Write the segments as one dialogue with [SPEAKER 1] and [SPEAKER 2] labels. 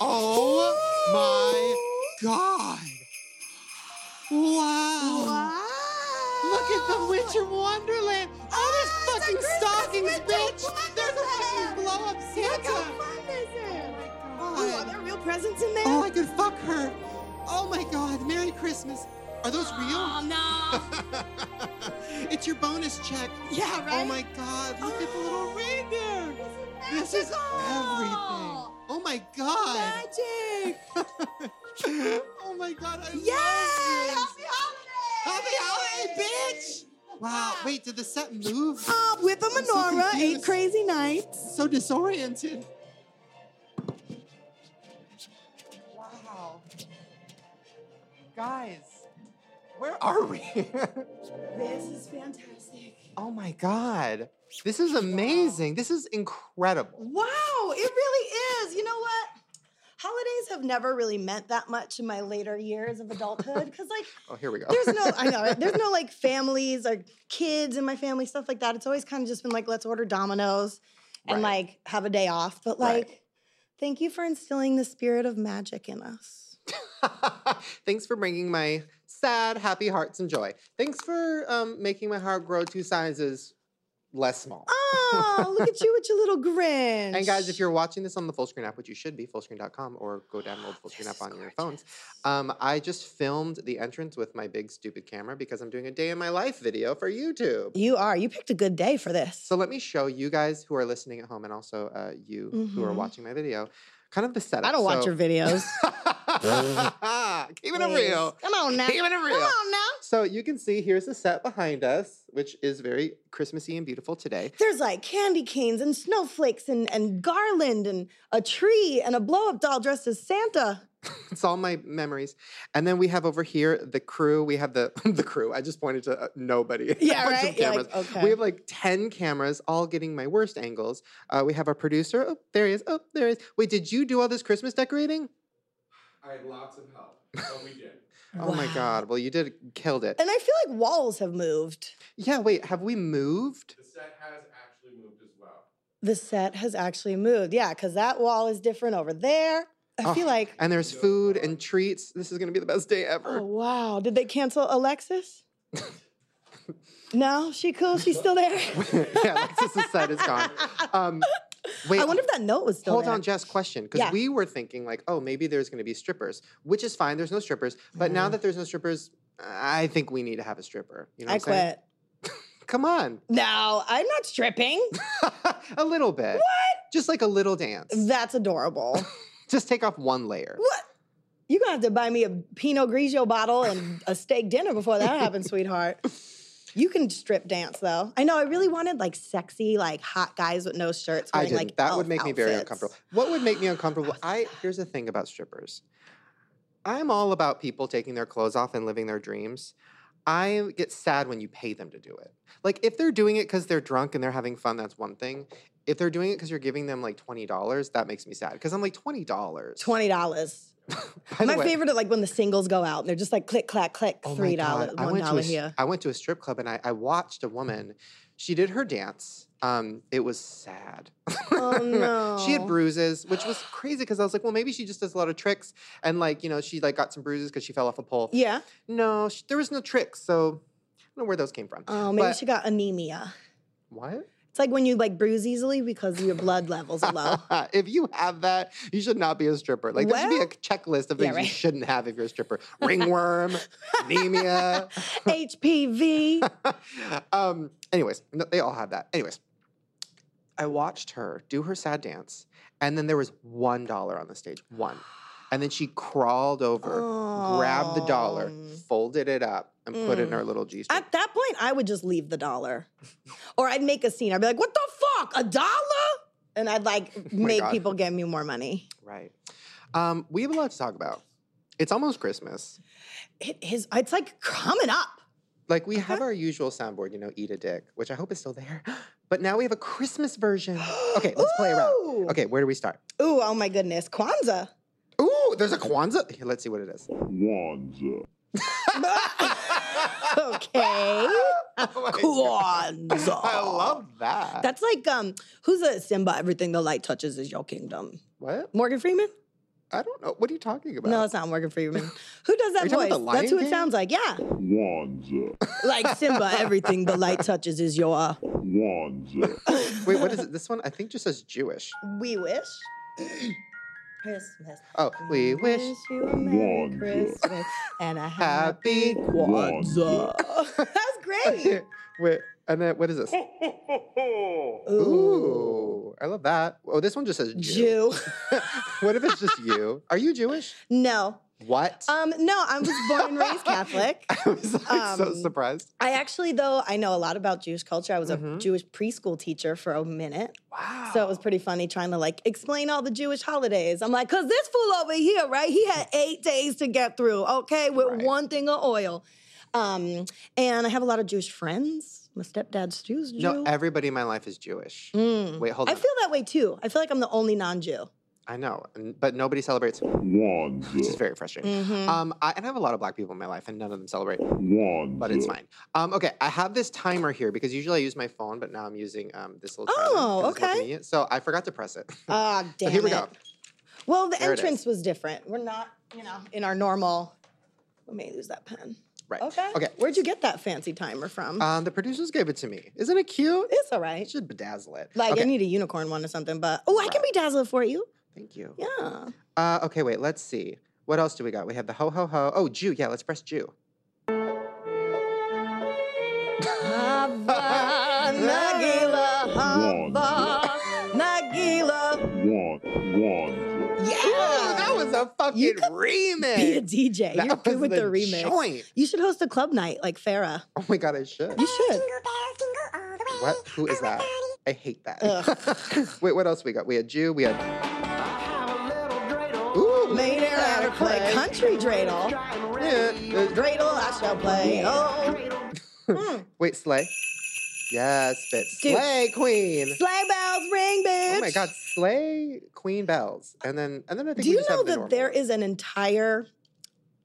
[SPEAKER 1] Oh my god! Wow! Look at the Winter Wonderland! Oh, there's fucking stockings, bitch! There's a fucking blow up
[SPEAKER 2] Look how
[SPEAKER 1] Santa!
[SPEAKER 2] fun this is! Oh, are
[SPEAKER 1] God.
[SPEAKER 2] there real presents in there?
[SPEAKER 1] Oh, I could fuck her! Oh my god, Merry Christmas! Are those real?
[SPEAKER 2] Oh,
[SPEAKER 1] it's your bonus check!
[SPEAKER 2] no. yeah, right?
[SPEAKER 1] Oh my god, look at the little reindeer! This is everything!
[SPEAKER 2] Magical.
[SPEAKER 1] Oh my god!
[SPEAKER 2] Magic!
[SPEAKER 1] oh my god, I
[SPEAKER 2] Yay!
[SPEAKER 1] love this!
[SPEAKER 2] Happy holidays!
[SPEAKER 1] Happy holiday, bitch! Wow, wait, did the set move?
[SPEAKER 2] Ah, with a
[SPEAKER 1] I'm so
[SPEAKER 2] menorah, eight
[SPEAKER 1] confused.
[SPEAKER 2] crazy nights.
[SPEAKER 1] So disoriented. Wow. Guys, where are we?
[SPEAKER 2] This is fantastic.
[SPEAKER 1] oh my god. This is amazing. This is incredible.
[SPEAKER 2] Wow, it really is. You know what? Holidays have never really meant that much in my later years of adulthood because, like,
[SPEAKER 1] Oh, here we go.
[SPEAKER 2] there's no, I know, right? there's no like families or kids in my family, stuff like that. It's always kind of just been like, let's order dominoes and
[SPEAKER 1] Right.
[SPEAKER 2] like have a day off. But
[SPEAKER 1] Right.
[SPEAKER 2] like, thank you for instilling the spirit of magic in us.
[SPEAKER 1] Thanks for bringing my sad, happy heart some joy. Thanks for um, making my heart grow two sizes less small.
[SPEAKER 2] Oh, look at you with your little grin.
[SPEAKER 1] And guys, if you're watching this on the full screen app, which you should be, fullscreen.com or go download the full screen app on your phones, um, I just filmed the entrance with my big stupid camera because I'm doing a day in my life video for YouTube.
[SPEAKER 2] You are. You picked a good day for this.
[SPEAKER 1] So let me show you guys who are listening at home and also uh, you who are
[SPEAKER 2] Mhm.
[SPEAKER 1] watching my video, kind of the setup.
[SPEAKER 2] I don't watch
[SPEAKER 1] So-
[SPEAKER 2] your videos.
[SPEAKER 1] Keeping it
[SPEAKER 2] Please.
[SPEAKER 1] real.
[SPEAKER 2] Come on now.
[SPEAKER 1] Keeping it
[SPEAKER 2] Come
[SPEAKER 1] real.
[SPEAKER 2] on now.
[SPEAKER 1] So you can see here's the set behind us, which is very Christmassy and beautiful today.
[SPEAKER 2] There's like candy canes and snowflakes and, and garland and a tree and a blow up doll dressed as Santa.
[SPEAKER 1] It's all my memories. And then we have over here the crew. We have the the crew. I just pointed to uh, nobody.
[SPEAKER 2] Yeah,
[SPEAKER 1] A bunch of
[SPEAKER 2] right? You're like,
[SPEAKER 1] cameras.
[SPEAKER 2] okay.
[SPEAKER 1] We have like ten cameras, all getting my worst angles. Uh, we have our producer. Oh, there he is. Oh, there he is. Wait, did you do all this Christmas decorating?
[SPEAKER 3] I had lots of help, but we did.
[SPEAKER 1] Oh my
[SPEAKER 2] Wow.
[SPEAKER 1] God. Well, you did killed it.
[SPEAKER 2] And I feel like walls have moved.
[SPEAKER 1] Yeah. Wait, have we moved?
[SPEAKER 3] The set has actually moved as well.
[SPEAKER 2] The set has actually moved. Yeah, because that wall is different over there. I
[SPEAKER 1] Oh,
[SPEAKER 2] feel like,
[SPEAKER 1] And there's
[SPEAKER 3] No.
[SPEAKER 1] food and treats. This is gonna be the best day
[SPEAKER 2] oh,
[SPEAKER 1] ever.
[SPEAKER 2] wow. Did they cancel Alexis? no, she cool. She's still there.
[SPEAKER 1] yeah, Alexis's set is gone. Um, wait.
[SPEAKER 2] I wonder if that note was still
[SPEAKER 1] Hold
[SPEAKER 2] there.
[SPEAKER 1] on, Jess. Question, because
[SPEAKER 2] Yeah.
[SPEAKER 1] we were thinking like, oh, maybe there's going to be strippers, which is fine. There's no strippers, but
[SPEAKER 2] Mm-hmm.
[SPEAKER 1] now that there's no strippers, I think we need to have a stripper. You know,
[SPEAKER 2] I
[SPEAKER 1] what I'm saying?
[SPEAKER 2] quit.
[SPEAKER 1] Come on,
[SPEAKER 2] No, I'm not stripping.
[SPEAKER 1] a little bit. What? Just like a little dance.
[SPEAKER 2] That's adorable.
[SPEAKER 1] Just take off one layer.
[SPEAKER 2] What? You're gonna have to buy me a Pinot Grigio bottle and a steak dinner before that happens, sweetheart. You can strip dance though. I know. I really wanted like sexy, like hot guys with no shirts.
[SPEAKER 1] I
[SPEAKER 2] Wearing,
[SPEAKER 1] didn't.
[SPEAKER 2] Like,
[SPEAKER 1] that
[SPEAKER 2] elf
[SPEAKER 1] would make me very
[SPEAKER 2] outfits.
[SPEAKER 1] uncomfortable. What would make me uncomfortable? I here's the thing about strippers. I'm all about people taking their clothes off and living their dreams. I get sad when you pay them to do it. Like if they're doing it because they're drunk and they're having fun, that's one thing. If they're doing it because you're giving them like twenty dollars, that makes me sad because I'm like twenty dollars.
[SPEAKER 2] Twenty dollars.
[SPEAKER 1] By the
[SPEAKER 2] My
[SPEAKER 1] way,
[SPEAKER 2] favorite are like when the singles go out and they're just like click clack click
[SPEAKER 1] Oh my
[SPEAKER 2] three
[SPEAKER 1] God,
[SPEAKER 2] dollars
[SPEAKER 1] I
[SPEAKER 2] one
[SPEAKER 1] went to a
[SPEAKER 2] dollar
[SPEAKER 1] s-
[SPEAKER 2] here.
[SPEAKER 1] I went to a strip club and I, I watched a woman. She did her dance. Um, it was sad.
[SPEAKER 2] Oh no.
[SPEAKER 1] she had bruises, which was crazy because I was like, well, maybe she just does a lot of tricks and like you know she like got some bruises because she fell off a pole.
[SPEAKER 2] Yeah.
[SPEAKER 1] No, sh there was no tricks, so I don't know where those came from.
[SPEAKER 2] Oh, maybe
[SPEAKER 1] But-
[SPEAKER 2] she got anemia.
[SPEAKER 1] What?
[SPEAKER 2] It's like when you like bruise easily because your blood levels are low.
[SPEAKER 1] if you have that, you should not be a stripper. Like there should
[SPEAKER 2] Well-
[SPEAKER 1] be a checklist of
[SPEAKER 2] Yeah,
[SPEAKER 1] things
[SPEAKER 2] right.
[SPEAKER 1] you shouldn't have if you're a stripper: ringworm, anemia.
[SPEAKER 2] HPV.
[SPEAKER 1] um, anyways, no, they all have that. Anyways, I watched her do her sad dance, and then there was one dollar on the stage, one, and then she crawled over, grabbed the dollar,
[SPEAKER 2] Um.
[SPEAKER 1] folded it up, and put it in
[SPEAKER 2] Mm.
[SPEAKER 1] her little g string.
[SPEAKER 2] At that point, I would just leave the dollar. or I'd make a scene. I'd be like, what the fuck? A dollar? And I'd like make
[SPEAKER 1] Oh God.
[SPEAKER 2] people give me more money.
[SPEAKER 1] Right. Um, we have a lot to talk about. It's almost Christmas.
[SPEAKER 2] It is, it's like coming up.
[SPEAKER 1] Like we
[SPEAKER 2] Uh-huh.
[SPEAKER 1] have our usual soundboard, you know, eat a dick, which I hope is still there. But now we have a Christmas version. Okay, let's play around.
[SPEAKER 2] Ooh.
[SPEAKER 1] Okay, where do we start?
[SPEAKER 2] Ooh, oh my goodness. Kwanzaa.
[SPEAKER 1] Ooh, there's a Kwanzaa. Here, let's see what it is.
[SPEAKER 2] Oh,
[SPEAKER 4] Wanza.
[SPEAKER 2] okay.
[SPEAKER 1] my
[SPEAKER 2] Kwanzaa.
[SPEAKER 1] I love that.
[SPEAKER 2] That's like um, who's a Simba? Everything the light touches is your kingdom.
[SPEAKER 1] what?
[SPEAKER 2] Morgan Freeman?
[SPEAKER 1] I don't know. What are you talking about?
[SPEAKER 2] No, it's not Morgan Freeman. Who does
[SPEAKER 1] Are
[SPEAKER 2] that
[SPEAKER 1] you talking
[SPEAKER 2] voice?
[SPEAKER 1] about the Lion
[SPEAKER 2] That's who it
[SPEAKER 1] King?
[SPEAKER 2] sounds like. Yeah,
[SPEAKER 4] Wanza.
[SPEAKER 2] like Simba. Everything the light touches is your.
[SPEAKER 4] Wanza.
[SPEAKER 1] Wait, what is it? This one I think just says Jewish.
[SPEAKER 2] We wish. Christmas.
[SPEAKER 1] Oh, we wish.
[SPEAKER 2] you a Merry
[SPEAKER 4] Kwanzaa.
[SPEAKER 2] Christmas and a
[SPEAKER 1] Happy
[SPEAKER 2] happy Kwanzaa. That's great.
[SPEAKER 1] Wait, and then what is this?
[SPEAKER 2] Oh.
[SPEAKER 1] Ooh, I love that. Oh, this one just says Jew.
[SPEAKER 2] Jew.
[SPEAKER 1] what if it's just you? Are you Jewish?
[SPEAKER 2] No.
[SPEAKER 1] What?
[SPEAKER 2] Um, no, I was born and raised Catholic.
[SPEAKER 1] I was like so
[SPEAKER 2] um,
[SPEAKER 1] surprised.
[SPEAKER 2] I actually, though, I know a lot about Jewish culture. I was a
[SPEAKER 1] Mhm.
[SPEAKER 2] Jewish preschool teacher for a minute.
[SPEAKER 1] Wow.
[SPEAKER 2] So it was pretty funny trying to like explain all the Jewish holidays. I'm like, cause this fool over here, right? He had eight days to get through, okay, with
[SPEAKER 1] Right.
[SPEAKER 2] one thing of oil. Um, and I have a lot of Jewish friends. My stepdad's Jewish. Jew.
[SPEAKER 1] no, everybody in my life is Jewish.
[SPEAKER 2] Mm.
[SPEAKER 1] Wait, hold
[SPEAKER 2] I
[SPEAKER 1] on.
[SPEAKER 2] feel that way too. I feel like I'm the only non-Jew.
[SPEAKER 1] I know, n- but nobody celebrates, which is
[SPEAKER 4] Wanza.
[SPEAKER 1] very frustrating.
[SPEAKER 2] Mhm.
[SPEAKER 1] Um, I, and I have a lot of black people in my life, and none of them celebrate,
[SPEAKER 4] Wanza.
[SPEAKER 1] but it's fine. Um, okay, I have this timer here because usually I use my phone, but now I'm using um, this little timer.
[SPEAKER 2] Oh,
[SPEAKER 1] 'cause it's more
[SPEAKER 2] okay.
[SPEAKER 1] convenient. So I forgot to press it.
[SPEAKER 2] Ah, damn
[SPEAKER 1] so here we
[SPEAKER 2] it.
[SPEAKER 1] go.
[SPEAKER 2] Well, the
[SPEAKER 1] There it is.
[SPEAKER 2] entrance was different. We're not, you know, in our normal. Let me lose that pen.
[SPEAKER 1] Right.
[SPEAKER 2] Okay.
[SPEAKER 1] Okay.
[SPEAKER 2] Where'd you get that fancy timer from?
[SPEAKER 1] Um, the producers gave it to me. Isn't it cute?
[SPEAKER 2] it's all
[SPEAKER 1] It
[SPEAKER 2] right.
[SPEAKER 1] should bedazzle it.
[SPEAKER 2] Like
[SPEAKER 1] okay,
[SPEAKER 2] I need a unicorn one or something, but oh, I can
[SPEAKER 1] Right.
[SPEAKER 2] bedazzle it for you.
[SPEAKER 1] thank you.
[SPEAKER 2] Yeah.
[SPEAKER 1] Uh, okay, wait, let's see. What else do we got? We have the ho ho ho. Oh, Jew. Yeah, let's press Jew.
[SPEAKER 2] Hava Nagila Hava Nagila.
[SPEAKER 4] Wan- Wanza.
[SPEAKER 1] Ooh, that
[SPEAKER 2] Yeah.
[SPEAKER 1] was a fucking
[SPEAKER 2] You could
[SPEAKER 1] remix.
[SPEAKER 2] Be a DJ.
[SPEAKER 1] That
[SPEAKER 2] You're good
[SPEAKER 1] was
[SPEAKER 2] with the,
[SPEAKER 1] the
[SPEAKER 2] remix.
[SPEAKER 1] joint.
[SPEAKER 2] You should host a club night like Farah.
[SPEAKER 1] Oh my god, I should.
[SPEAKER 2] You should.
[SPEAKER 1] What? Who is that? I hate that.
[SPEAKER 2] Ugh.
[SPEAKER 1] wait, what else we got? We had Jew. We had. Ooh,
[SPEAKER 2] Made her out of play country dreidel.
[SPEAKER 1] Yeah, uh,
[SPEAKER 2] Dreidel, I shall play. Oh,
[SPEAKER 1] wait, Slay. Yes, but
[SPEAKER 2] Dude.
[SPEAKER 1] Slay Queen.
[SPEAKER 2] sleigh bells ring, bitch.
[SPEAKER 1] Oh my God, Slay Queen bells, and then and then I think.
[SPEAKER 2] Do
[SPEAKER 1] we
[SPEAKER 2] you
[SPEAKER 1] just
[SPEAKER 2] know
[SPEAKER 1] have the
[SPEAKER 2] that
[SPEAKER 1] normal
[SPEAKER 2] there
[SPEAKER 1] one.
[SPEAKER 2] is an entire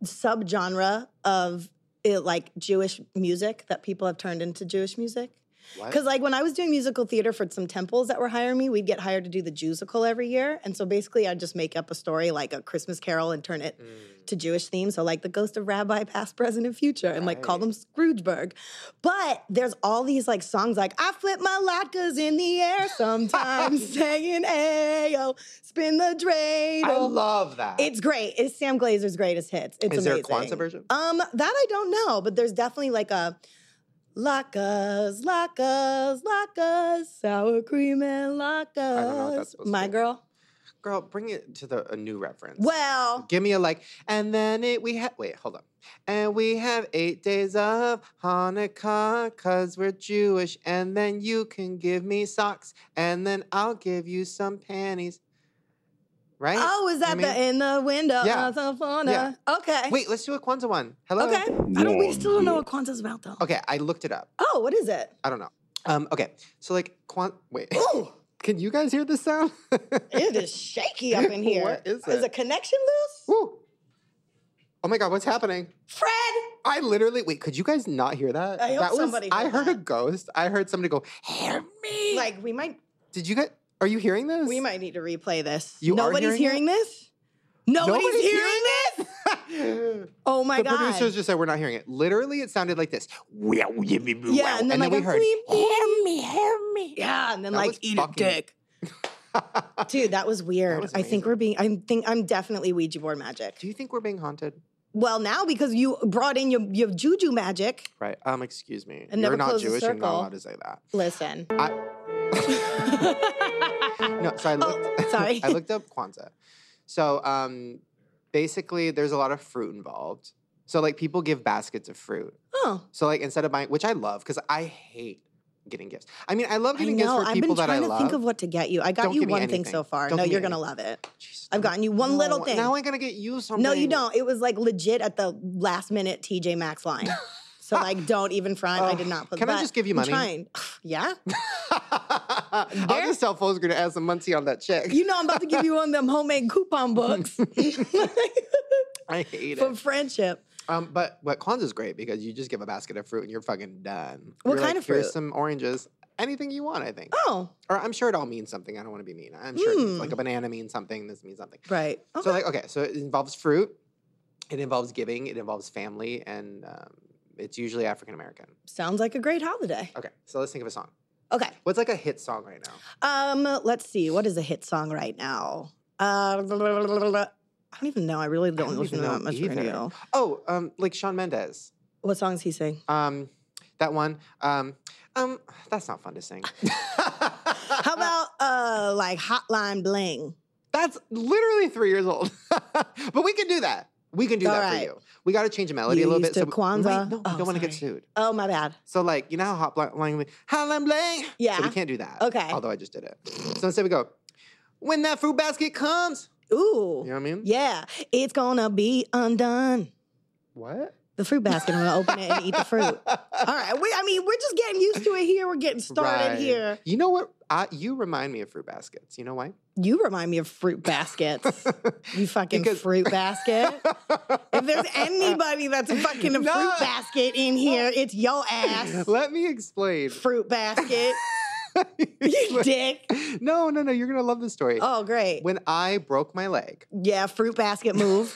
[SPEAKER 2] subgenre of it, like Jewish music that people have turned into Jewish music?
[SPEAKER 1] What?
[SPEAKER 2] Because like when I was doing musical theater for some temples that were hiring me, we'd get hired to do the Jewsical every year, and so basically I'd just make up a story like a Christmas Carol and turn it
[SPEAKER 1] Mm.
[SPEAKER 2] to Jewish themes. So like the ghost of Rabbi, past, present, and future, and like call
[SPEAKER 1] Right.
[SPEAKER 2] them Scroogeberg. But there's all these like songs like I flip my latkes in the air sometimes, saying "Ayo, spin the
[SPEAKER 1] I
[SPEAKER 2] dreidel."
[SPEAKER 1] love that.
[SPEAKER 2] It's great. It's Sam Glazer's greatest hits. It's
[SPEAKER 1] Is there a
[SPEAKER 2] amazing.
[SPEAKER 1] Kwanzaa version?
[SPEAKER 2] Um, that I don't know, but there's definitely like a latkes, latkes, latkes, sour cream and latkes.
[SPEAKER 1] know what that's supposed to
[SPEAKER 2] My
[SPEAKER 1] be.
[SPEAKER 2] girl.
[SPEAKER 1] Girl, bring it to the a new reference.
[SPEAKER 2] Well,
[SPEAKER 1] Give me a like, and then it we have wait, hold on, and we have eight days of Hanukkah because we're Jewish, and then you can give me socks, and then I'll give you some panties, right?
[SPEAKER 2] oh, is that
[SPEAKER 1] I mean-
[SPEAKER 2] the in the window?
[SPEAKER 1] Yeah.
[SPEAKER 2] of the fauna?
[SPEAKER 1] Yeah.
[SPEAKER 2] Okay.
[SPEAKER 1] Wait, let's do a Kwanzaa one. Hello.
[SPEAKER 2] Okay. I don't. We still don't know what Kwanzaa's about though.
[SPEAKER 1] Okay, I looked it up.
[SPEAKER 2] Oh, what is it?
[SPEAKER 1] I don't know. Um, okay, so like Kwan, wait,
[SPEAKER 2] Ooh,
[SPEAKER 1] can you guys hear this sound?
[SPEAKER 2] it is shaky up in here.
[SPEAKER 1] What is it?
[SPEAKER 2] Is a connection loose?
[SPEAKER 1] Woo. Oh my god, what's happening?
[SPEAKER 2] Fred.
[SPEAKER 1] I literally wait. Could you guys not hear that?
[SPEAKER 2] I hope
[SPEAKER 1] that was,
[SPEAKER 2] somebody
[SPEAKER 1] I
[SPEAKER 2] heard
[SPEAKER 1] heard a
[SPEAKER 2] that.
[SPEAKER 1] ghost. I heard somebody go, "Hear me!"
[SPEAKER 2] Like we might
[SPEAKER 1] did you guys? Are you hearing this?
[SPEAKER 2] We might need to replay this.
[SPEAKER 1] You are
[SPEAKER 2] Nobody's
[SPEAKER 1] hearing
[SPEAKER 2] hearing, this? Nobody's,
[SPEAKER 1] Nobody's
[SPEAKER 2] hearing,
[SPEAKER 1] hearing
[SPEAKER 2] this?
[SPEAKER 1] the
[SPEAKER 2] Oh my god.
[SPEAKER 1] producers just said we're not hearing it. Literally, it sounded like this. Yeah,
[SPEAKER 2] yeah, and then like
[SPEAKER 1] we
[SPEAKER 2] I'm
[SPEAKER 1] heard. "Oh,
[SPEAKER 2] screaming, hear me, hear me. Yeah, and then
[SPEAKER 1] That
[SPEAKER 2] like
[SPEAKER 1] was
[SPEAKER 2] eat
[SPEAKER 1] fucking-
[SPEAKER 2] a dick. Dude, that was weird.
[SPEAKER 1] was
[SPEAKER 2] I
[SPEAKER 1] amazing.
[SPEAKER 2] think we're being I think I'm definitely Ouija board magic.
[SPEAKER 1] Do you think we're being haunted?
[SPEAKER 2] Well, now because you brought in your, your juju magic.
[SPEAKER 1] Right. Um. Excuse me.
[SPEAKER 2] And
[SPEAKER 1] You're
[SPEAKER 2] never
[SPEAKER 1] not
[SPEAKER 2] close the
[SPEAKER 1] Jewish. You're not
[SPEAKER 2] circle.
[SPEAKER 1] allowed to say that.
[SPEAKER 2] Listen.
[SPEAKER 1] No. So I looked.
[SPEAKER 2] Oh, sorry.
[SPEAKER 1] I looked up Kwanzaa. So um, basically, there's a lot of fruit involved. So like people give baskets of fruit.
[SPEAKER 2] oh.
[SPEAKER 1] So like instead of buying, which I love because I hate getting gifts. I mean, I love
[SPEAKER 2] I
[SPEAKER 1] getting gifts
[SPEAKER 2] know.
[SPEAKER 1] for
[SPEAKER 2] I've been
[SPEAKER 1] people that I
[SPEAKER 2] trying to
[SPEAKER 1] love.
[SPEAKER 2] think of what to get you. I got
[SPEAKER 1] Don't
[SPEAKER 2] you
[SPEAKER 1] give me
[SPEAKER 2] one thing
[SPEAKER 1] anything.
[SPEAKER 2] so far.
[SPEAKER 1] Don't
[SPEAKER 2] no,
[SPEAKER 1] give me
[SPEAKER 2] you're gonna love it.
[SPEAKER 1] Jeez,
[SPEAKER 2] I've gotten you one little
[SPEAKER 1] no,
[SPEAKER 2] thing.
[SPEAKER 1] Now I'm gonna get you something.
[SPEAKER 2] No, you don't. It was like legit at the last minute TJ Maxx line. So like, don't even front. I
[SPEAKER 1] Ugh.
[SPEAKER 2] did not put.
[SPEAKER 1] Oh, Can I
[SPEAKER 2] but
[SPEAKER 1] just give you
[SPEAKER 2] I'm
[SPEAKER 1] money?
[SPEAKER 2] trying. yeah.
[SPEAKER 1] I'll
[SPEAKER 2] There-
[SPEAKER 1] just tell Folger to add some Muncie on that check.
[SPEAKER 2] You know I'm about to give you one of them homemade coupon books
[SPEAKER 1] I hate
[SPEAKER 2] for
[SPEAKER 1] it.
[SPEAKER 2] friendship.
[SPEAKER 1] Um, but but Kwanzaa's great because you just give a basket of fruit and you're fucking done.
[SPEAKER 2] What
[SPEAKER 1] You're
[SPEAKER 2] kind
[SPEAKER 1] like,
[SPEAKER 2] of
[SPEAKER 1] Here's
[SPEAKER 2] fruit?"
[SPEAKER 1] some oranges. Anything you want, I think.
[SPEAKER 2] Oh,
[SPEAKER 1] Or I'm sure it all means something. I don't want to be mean. I'm sure it means-
[SPEAKER 2] Mm.
[SPEAKER 1] like a banana means something. This means something.
[SPEAKER 2] right. Okay.
[SPEAKER 1] So like okay, so it involves fruit. It involves giving. It involves family, and um, it's usually African American.
[SPEAKER 2] Sounds like a great holiday.
[SPEAKER 1] Okay, so let's think of a song.
[SPEAKER 2] Okay.
[SPEAKER 1] What's like a hit song right now?
[SPEAKER 2] Um, let's see. What is a hit song right now? Uh, I don't even know. I really don't,
[SPEAKER 1] don't
[SPEAKER 2] listen
[SPEAKER 1] even
[SPEAKER 2] to
[SPEAKER 1] know
[SPEAKER 2] that much
[SPEAKER 1] either.
[SPEAKER 2] radio.
[SPEAKER 1] Oh, um, like Sean Mendez.
[SPEAKER 2] What songs he sing?
[SPEAKER 1] Um, that one. Um, um, that's not fun to sing.
[SPEAKER 2] How about uh, like Hotline Bling?
[SPEAKER 1] That's literally three years old. but we can do that. We can do
[SPEAKER 2] All
[SPEAKER 1] that
[SPEAKER 2] right.
[SPEAKER 1] for you. We got to change the melody a
[SPEAKER 2] You
[SPEAKER 1] little
[SPEAKER 2] used
[SPEAKER 1] bit.
[SPEAKER 2] to
[SPEAKER 1] so we- wait,
[SPEAKER 2] Kwanzaa?
[SPEAKER 1] no,
[SPEAKER 2] Oh,
[SPEAKER 1] we don't want to get
[SPEAKER 2] sorry.
[SPEAKER 1] sued.
[SPEAKER 2] Oh my bad.
[SPEAKER 1] So like you know how hot bling bling bling bling. So
[SPEAKER 2] Yeah.
[SPEAKER 1] we can't do that.
[SPEAKER 2] Okay.
[SPEAKER 1] Although I just did it. So instead we go. When that fruit basket comes,
[SPEAKER 2] Ooh.
[SPEAKER 1] you know what I mean?
[SPEAKER 2] Yeah, it's gonna be undone.
[SPEAKER 1] What?
[SPEAKER 2] The fruit basket. I'm gonna open it and eat the fruit. All right. We, I mean, we're just getting used to it here. We're getting started
[SPEAKER 1] Right.
[SPEAKER 2] here.
[SPEAKER 1] You know what? I, you remind me of fruit baskets. You know why?
[SPEAKER 2] You remind me of fruit baskets. you fucking
[SPEAKER 1] Because-
[SPEAKER 2] fruit basket. if there's anybody that's fucking a
[SPEAKER 1] No.
[SPEAKER 2] fruit basket in here, it's your ass.
[SPEAKER 1] Let me explain.
[SPEAKER 2] Fruit basket. you dick.
[SPEAKER 1] no, no, no. You're gonna love this story.
[SPEAKER 2] Oh, great.
[SPEAKER 1] When I broke my leg,
[SPEAKER 2] Yeah, fruit basket move.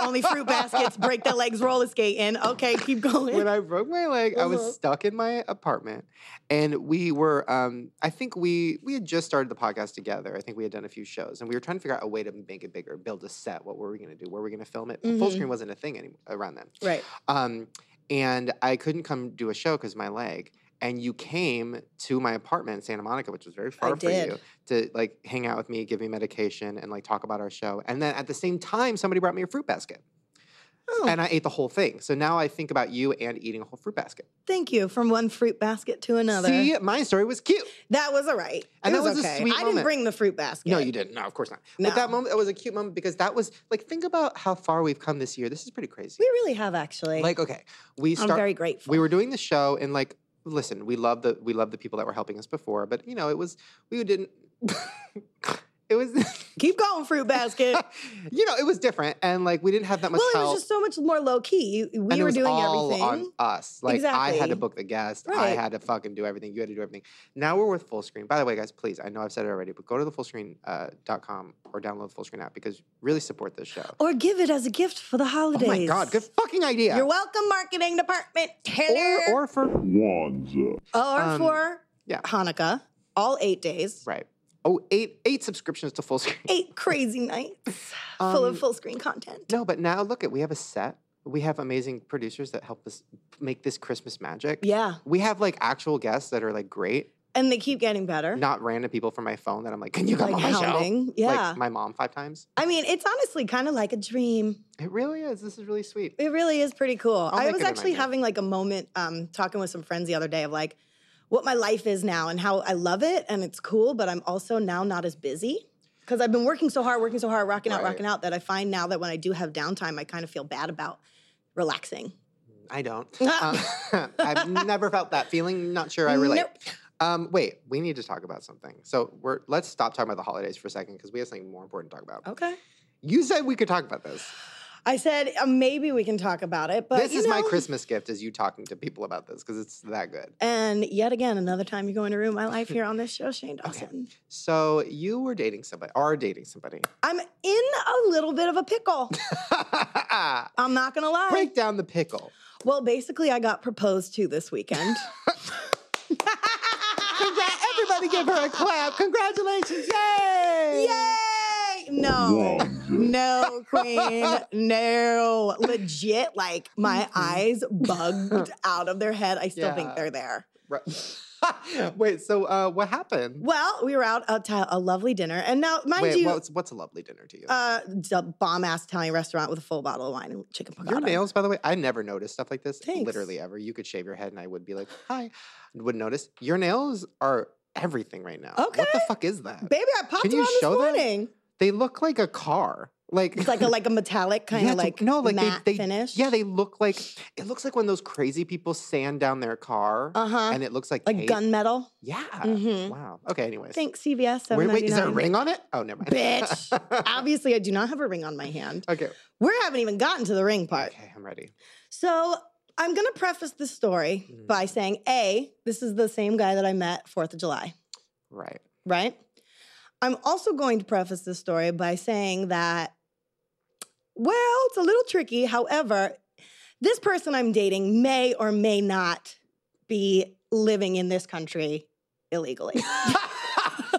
[SPEAKER 2] Only fruit baskets break their legs roller skating. Okay, keep
[SPEAKER 1] when
[SPEAKER 2] going.
[SPEAKER 1] I broke my leg, I
[SPEAKER 2] Uh-huh.
[SPEAKER 1] was stuck in my apartment, and we were. Um, I think we we had just started the podcast together. I think we had done a few shows, and we were trying to figure out a way to make it bigger, build a set. What were we going to do? Where were we going to film it? Full
[SPEAKER 2] Mhm.
[SPEAKER 1] screen wasn't a thing any, around then.
[SPEAKER 2] right.
[SPEAKER 1] Um, and I couldn't come do a show because my leg. And you came to my apartment in Santa Monica, which was very far for
[SPEAKER 2] did.
[SPEAKER 1] you, to like hang out with me, give me medication, and like talk about our show. And then at the same time, somebody brought me a fruit basket,
[SPEAKER 2] Oh,
[SPEAKER 1] and I ate the whole thing. So now I think about you and eating a whole fruit basket.
[SPEAKER 2] thank you. From one fruit basket to another.
[SPEAKER 1] See, my story was cute.
[SPEAKER 2] That was all right.
[SPEAKER 1] And
[SPEAKER 2] it
[SPEAKER 1] that
[SPEAKER 2] was,
[SPEAKER 1] was a
[SPEAKER 2] okay.
[SPEAKER 1] sweet
[SPEAKER 2] I didn't
[SPEAKER 1] moment.
[SPEAKER 2] bring the fruit basket.
[SPEAKER 1] No, you didn't. No, of course not. But that
[SPEAKER 2] No.
[SPEAKER 1] moment, that was a cute moment because that was like, think about how far we've come this year. This is pretty crazy.
[SPEAKER 2] We really have actually.
[SPEAKER 1] Like, okay, we
[SPEAKER 2] I'm
[SPEAKER 1] start.
[SPEAKER 2] very grateful.
[SPEAKER 1] we were doing the show and like, listen, we love the we love the people that were helping us before, but you know, it was we didn't. it was,
[SPEAKER 2] keep going, fruit basket.
[SPEAKER 1] you know, it was different, and like we didn't have that much
[SPEAKER 2] well, it
[SPEAKER 1] help.
[SPEAKER 2] was just so much more low key. You- We
[SPEAKER 1] and it
[SPEAKER 2] were
[SPEAKER 1] was
[SPEAKER 2] doing
[SPEAKER 1] all
[SPEAKER 2] everything.
[SPEAKER 1] on us. Like I had
[SPEAKER 2] Exactly.
[SPEAKER 1] to book the guest. I
[SPEAKER 2] Right.
[SPEAKER 1] had to fucking do everything. You had to do everything. Now we're with full screen. By the way, guys, please. I know I've said it already, but go to the fullscreen.com uh, dot com or download the full screen app because really support this show.
[SPEAKER 2] Or give it as a gift for the holidays.
[SPEAKER 1] Oh my god, good fucking idea.
[SPEAKER 2] You're welcome, marketing department. Taylor.
[SPEAKER 1] or or for
[SPEAKER 4] Wanza.
[SPEAKER 2] Or
[SPEAKER 1] um,
[SPEAKER 2] for
[SPEAKER 1] yeah.
[SPEAKER 2] Hanukkah, all eight days,
[SPEAKER 1] right. Oh, eight eight subscriptions to full screen.
[SPEAKER 2] eight crazy nights full
[SPEAKER 1] Um,
[SPEAKER 2] of full screen content.
[SPEAKER 1] No, but now look at we have a set. We have amazing producers that help us make this Christmas magic.
[SPEAKER 2] Yeah,
[SPEAKER 1] We have like actual guests that are like great,
[SPEAKER 2] and they keep getting better.
[SPEAKER 1] not random people from my phone that I'm like, can you come
[SPEAKER 2] like
[SPEAKER 1] on my show?
[SPEAKER 2] hounding. Yeah,
[SPEAKER 1] Like my mom five times.
[SPEAKER 2] I mean, it's honestly kind of like a dream.
[SPEAKER 1] It really is. This is really sweet.
[SPEAKER 2] It really is pretty cool. I
[SPEAKER 1] make
[SPEAKER 2] was
[SPEAKER 1] it a
[SPEAKER 2] actually
[SPEAKER 1] nightmare.
[SPEAKER 2] having like a moment um, talking with some friends the other day of like what my life is now and how I love it and it's cool, but I'm also now not as busy because I've been working so hard, working so hard, rocking out,
[SPEAKER 1] Right.
[SPEAKER 2] rocking out that I find now that when I do have downtime, I kind of feel bad about relaxing.
[SPEAKER 1] I don't. Um, I've never felt that feeling. Not sure I relate.
[SPEAKER 2] Nope.
[SPEAKER 1] Um, wait, we need to talk about something. So we're let's stop talking about the holidays for a second because we have something more important to talk about.
[SPEAKER 2] Okay.
[SPEAKER 1] You said we could talk about this.
[SPEAKER 2] I said uh, maybe we can talk about it, but
[SPEAKER 1] this
[SPEAKER 2] you
[SPEAKER 1] is my
[SPEAKER 2] know-
[SPEAKER 1] Christmas gift: is you talking to people about this because it's that good.
[SPEAKER 2] And yet again, another time you go into ruin my life here on this show, Shane Dawson.
[SPEAKER 1] So you were dating somebody, are dating somebody.
[SPEAKER 2] I'm in a little bit of a pickle. I'm not gonna lie.
[SPEAKER 1] Break down the pickle.
[SPEAKER 2] Well, basically, I got proposed to this weekend.
[SPEAKER 1] Congra- Everybody give her a clap. Congratulations. Yay!
[SPEAKER 2] Yay! No. No, queen. No. Legit, like my eyes bugged out of their head. I still
[SPEAKER 1] Mm-hmm.
[SPEAKER 2] think
[SPEAKER 1] Yeah.
[SPEAKER 2] they're there.
[SPEAKER 1] Ru- Wait, so uh, what happened?
[SPEAKER 2] Well, we were out at a lovely dinner. And now, mind
[SPEAKER 1] Wait,
[SPEAKER 2] you,
[SPEAKER 1] what's, what's a lovely dinner to you?
[SPEAKER 2] uh, it's a bomb ass Italian restaurant with a full bottle of wine and chicken
[SPEAKER 1] Your
[SPEAKER 2] piccata.
[SPEAKER 1] nails, by the way, I never noticed stuff like this.
[SPEAKER 2] Thanks.
[SPEAKER 1] Literally ever. You could shave your head and I would be like, hi. Would notice. Your nails are everything right now. What the
[SPEAKER 2] Okay.
[SPEAKER 1] fuck is that?
[SPEAKER 2] Baby, I popped
[SPEAKER 1] Can
[SPEAKER 2] them
[SPEAKER 1] you
[SPEAKER 2] on
[SPEAKER 1] show
[SPEAKER 2] this
[SPEAKER 1] that?
[SPEAKER 2] morning.
[SPEAKER 1] They look like a car. Like
[SPEAKER 2] It's like a like a metallic kind
[SPEAKER 1] yeah,
[SPEAKER 2] of
[SPEAKER 1] it's-
[SPEAKER 2] like
[SPEAKER 1] no, like
[SPEAKER 2] matte
[SPEAKER 1] they, they,
[SPEAKER 2] finish.
[SPEAKER 1] Yeah, they look like it looks like when those crazy people sand down their car,
[SPEAKER 2] uh huh
[SPEAKER 1] and it looks like
[SPEAKER 2] like
[SPEAKER 1] paint.
[SPEAKER 2] gunmetal.
[SPEAKER 1] Yeah.
[SPEAKER 2] Mhm.
[SPEAKER 1] Wow. Okay. Anyways,
[SPEAKER 2] Think CVS.
[SPEAKER 1] Wait, wait, is there a
[SPEAKER 2] $7.99.
[SPEAKER 1] ring on it? Oh, never mind.
[SPEAKER 2] Bitch. Obviously, I do not have a ring on my hand.
[SPEAKER 1] okay.
[SPEAKER 2] We haven't even gotten to the ring part.
[SPEAKER 1] Okay, I'm ready.
[SPEAKER 2] So I'm gonna preface this story
[SPEAKER 1] Mhm.
[SPEAKER 2] by saying, a, this is the same guy that I met Fourth of July,
[SPEAKER 1] Right.
[SPEAKER 2] right? I'm also going to preface this story by saying that, well, it's a little tricky. However, this person I'm dating may or may not be living in this country illegally.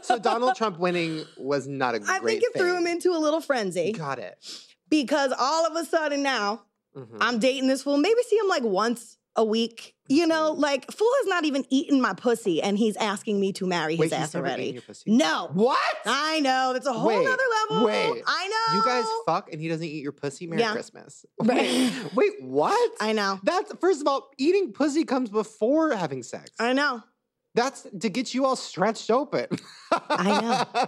[SPEAKER 1] so Donald Trump winning was not a
[SPEAKER 2] I
[SPEAKER 1] great
[SPEAKER 2] think it
[SPEAKER 1] thing.
[SPEAKER 2] threw him into a little frenzy
[SPEAKER 1] Got it.
[SPEAKER 2] because all of a sudden now
[SPEAKER 1] Mhm.
[SPEAKER 2] I'm dating this fool. Maybe see him like once a week. You know,
[SPEAKER 1] Mhm.
[SPEAKER 2] like fool has not even eaten my pussy, and he's asking me to marry his
[SPEAKER 1] Wait,
[SPEAKER 2] ass
[SPEAKER 1] he's never eaten
[SPEAKER 2] already.
[SPEAKER 1] your pussy?
[SPEAKER 2] No,
[SPEAKER 1] What?
[SPEAKER 2] I know it's a whole
[SPEAKER 1] Wait,
[SPEAKER 2] other level.
[SPEAKER 1] wait.
[SPEAKER 2] I know.
[SPEAKER 1] You guys fuck and he doesn't eat your pussy. Merry
[SPEAKER 2] Yeah.
[SPEAKER 1] Christmas.
[SPEAKER 2] Right.
[SPEAKER 1] Wait, wait, what?
[SPEAKER 2] I know.
[SPEAKER 1] That's first of all, eating pussy comes before having sex.
[SPEAKER 2] I know.
[SPEAKER 1] That's to get you all stretched open.
[SPEAKER 2] I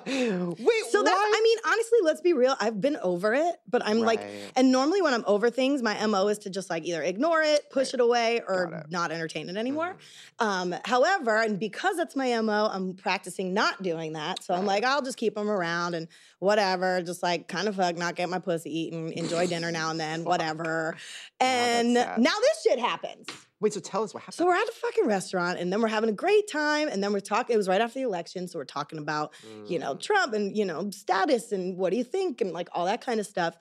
[SPEAKER 1] know. Wait,
[SPEAKER 2] So
[SPEAKER 1] what?
[SPEAKER 2] that's. I mean, honestly, let's be real. I've been over it, but I'm like.
[SPEAKER 1] Right.
[SPEAKER 2] And normally, when I'm over things, my MO is to just like either ignore it, push
[SPEAKER 1] Right.
[SPEAKER 2] it away,
[SPEAKER 1] Got
[SPEAKER 2] or
[SPEAKER 1] it.
[SPEAKER 2] not entertain it anymore.
[SPEAKER 1] Mm-hmm.
[SPEAKER 2] Um, however, and because that's my MO, I'm practicing not doing that. So I'm
[SPEAKER 1] Right.
[SPEAKER 2] like, I'll just keep them around and whatever, just like kind of fuck, not get my pussy eaten, enjoy dinner now and then,
[SPEAKER 1] Fuck.
[SPEAKER 2] whatever.
[SPEAKER 1] that's
[SPEAKER 2] And
[SPEAKER 1] sad.
[SPEAKER 2] now this shit happens.
[SPEAKER 1] Wait, so tell us what happened.
[SPEAKER 2] So we're at a fucking restaurant and then we're having a great time. And then we're talking, it was right after the election. So we're talking about you
[SPEAKER 1] Mm-hmm. Mm.
[SPEAKER 2] know, Trump and, you know, status and what do you think and like all that kind of stuff.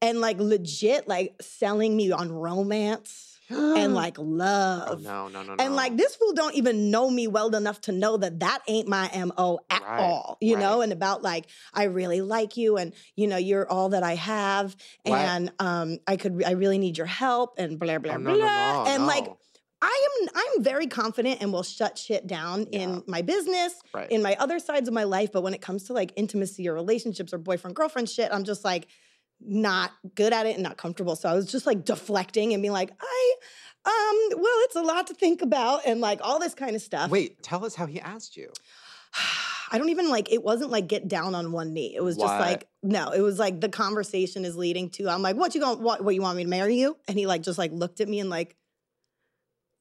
[SPEAKER 2] And like legit, like selling me on romance and like love.
[SPEAKER 1] Oh, no, no, no, no.
[SPEAKER 2] And like this fool don't even know me well enough to know that that ain't my MO at
[SPEAKER 1] Right,
[SPEAKER 2] all, you know,
[SPEAKER 1] right.
[SPEAKER 2] and about like I really like you and you know you're all that I have
[SPEAKER 1] Right.
[SPEAKER 2] and um I could I really need your help and blah blah
[SPEAKER 1] Oh,
[SPEAKER 2] blah
[SPEAKER 1] no, no, no,
[SPEAKER 2] and like
[SPEAKER 1] no.
[SPEAKER 2] I am I'm very confident and will shut shit down
[SPEAKER 1] Yeah.
[SPEAKER 2] in my business,
[SPEAKER 1] Right.
[SPEAKER 2] in my other sides of my life, but when it comes to like intimacy or relationships or boyfriend girlfriend shit, I'm just like not good at it and not comfortable. So I was just like deflecting and being like, I um well, it's a lot to think about and like all this kind of stuff.
[SPEAKER 1] Wait, tell us how he asked you.
[SPEAKER 2] I don't even like it wasn't like get down on one knee. It was just
[SPEAKER 1] What?
[SPEAKER 2] like no, it was like the conversation is leading to I'm like, what you going what what you want me to marry you? And he like just like looked at me and like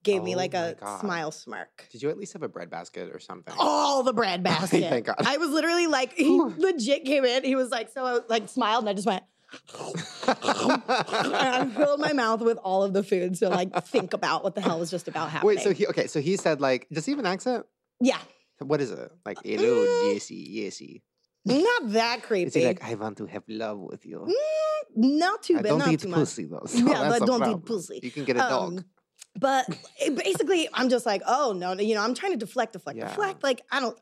[SPEAKER 2] gave me
[SPEAKER 1] Oh
[SPEAKER 2] like
[SPEAKER 1] my
[SPEAKER 2] a
[SPEAKER 1] God.
[SPEAKER 2] smile smirk.
[SPEAKER 1] Did you at least have a bread basket or something?
[SPEAKER 2] All the bread basket.
[SPEAKER 1] Thank God.
[SPEAKER 2] I was literally like, he
[SPEAKER 1] Whew.
[SPEAKER 2] legit came in. He was like, so I like smiled and I just went, and I filled my mouth with all of the food. So like, think about what the hell was just about happening.
[SPEAKER 1] Wait, so he okay, so he said like, does he have an accent?
[SPEAKER 2] yeah,
[SPEAKER 1] What is it? Like, hello,
[SPEAKER 2] Mm.
[SPEAKER 1] yesy, yesy.
[SPEAKER 2] not that creepy.
[SPEAKER 1] Is he like, I want to have love with you?
[SPEAKER 2] Mm, not too
[SPEAKER 1] I
[SPEAKER 2] bad.
[SPEAKER 1] don't
[SPEAKER 2] not
[SPEAKER 1] eat
[SPEAKER 2] too much.
[SPEAKER 1] pussy though. so
[SPEAKER 2] Yeah,
[SPEAKER 1] that's
[SPEAKER 2] but
[SPEAKER 1] a
[SPEAKER 2] don't eat
[SPEAKER 1] problem.
[SPEAKER 2] pussy.
[SPEAKER 1] You can get a dog.
[SPEAKER 2] Um, But it- basically, I'm just like, oh no, no, you know, I'm trying to deflect, deflect,
[SPEAKER 1] Yeah.
[SPEAKER 2] deflect. Like, I don't,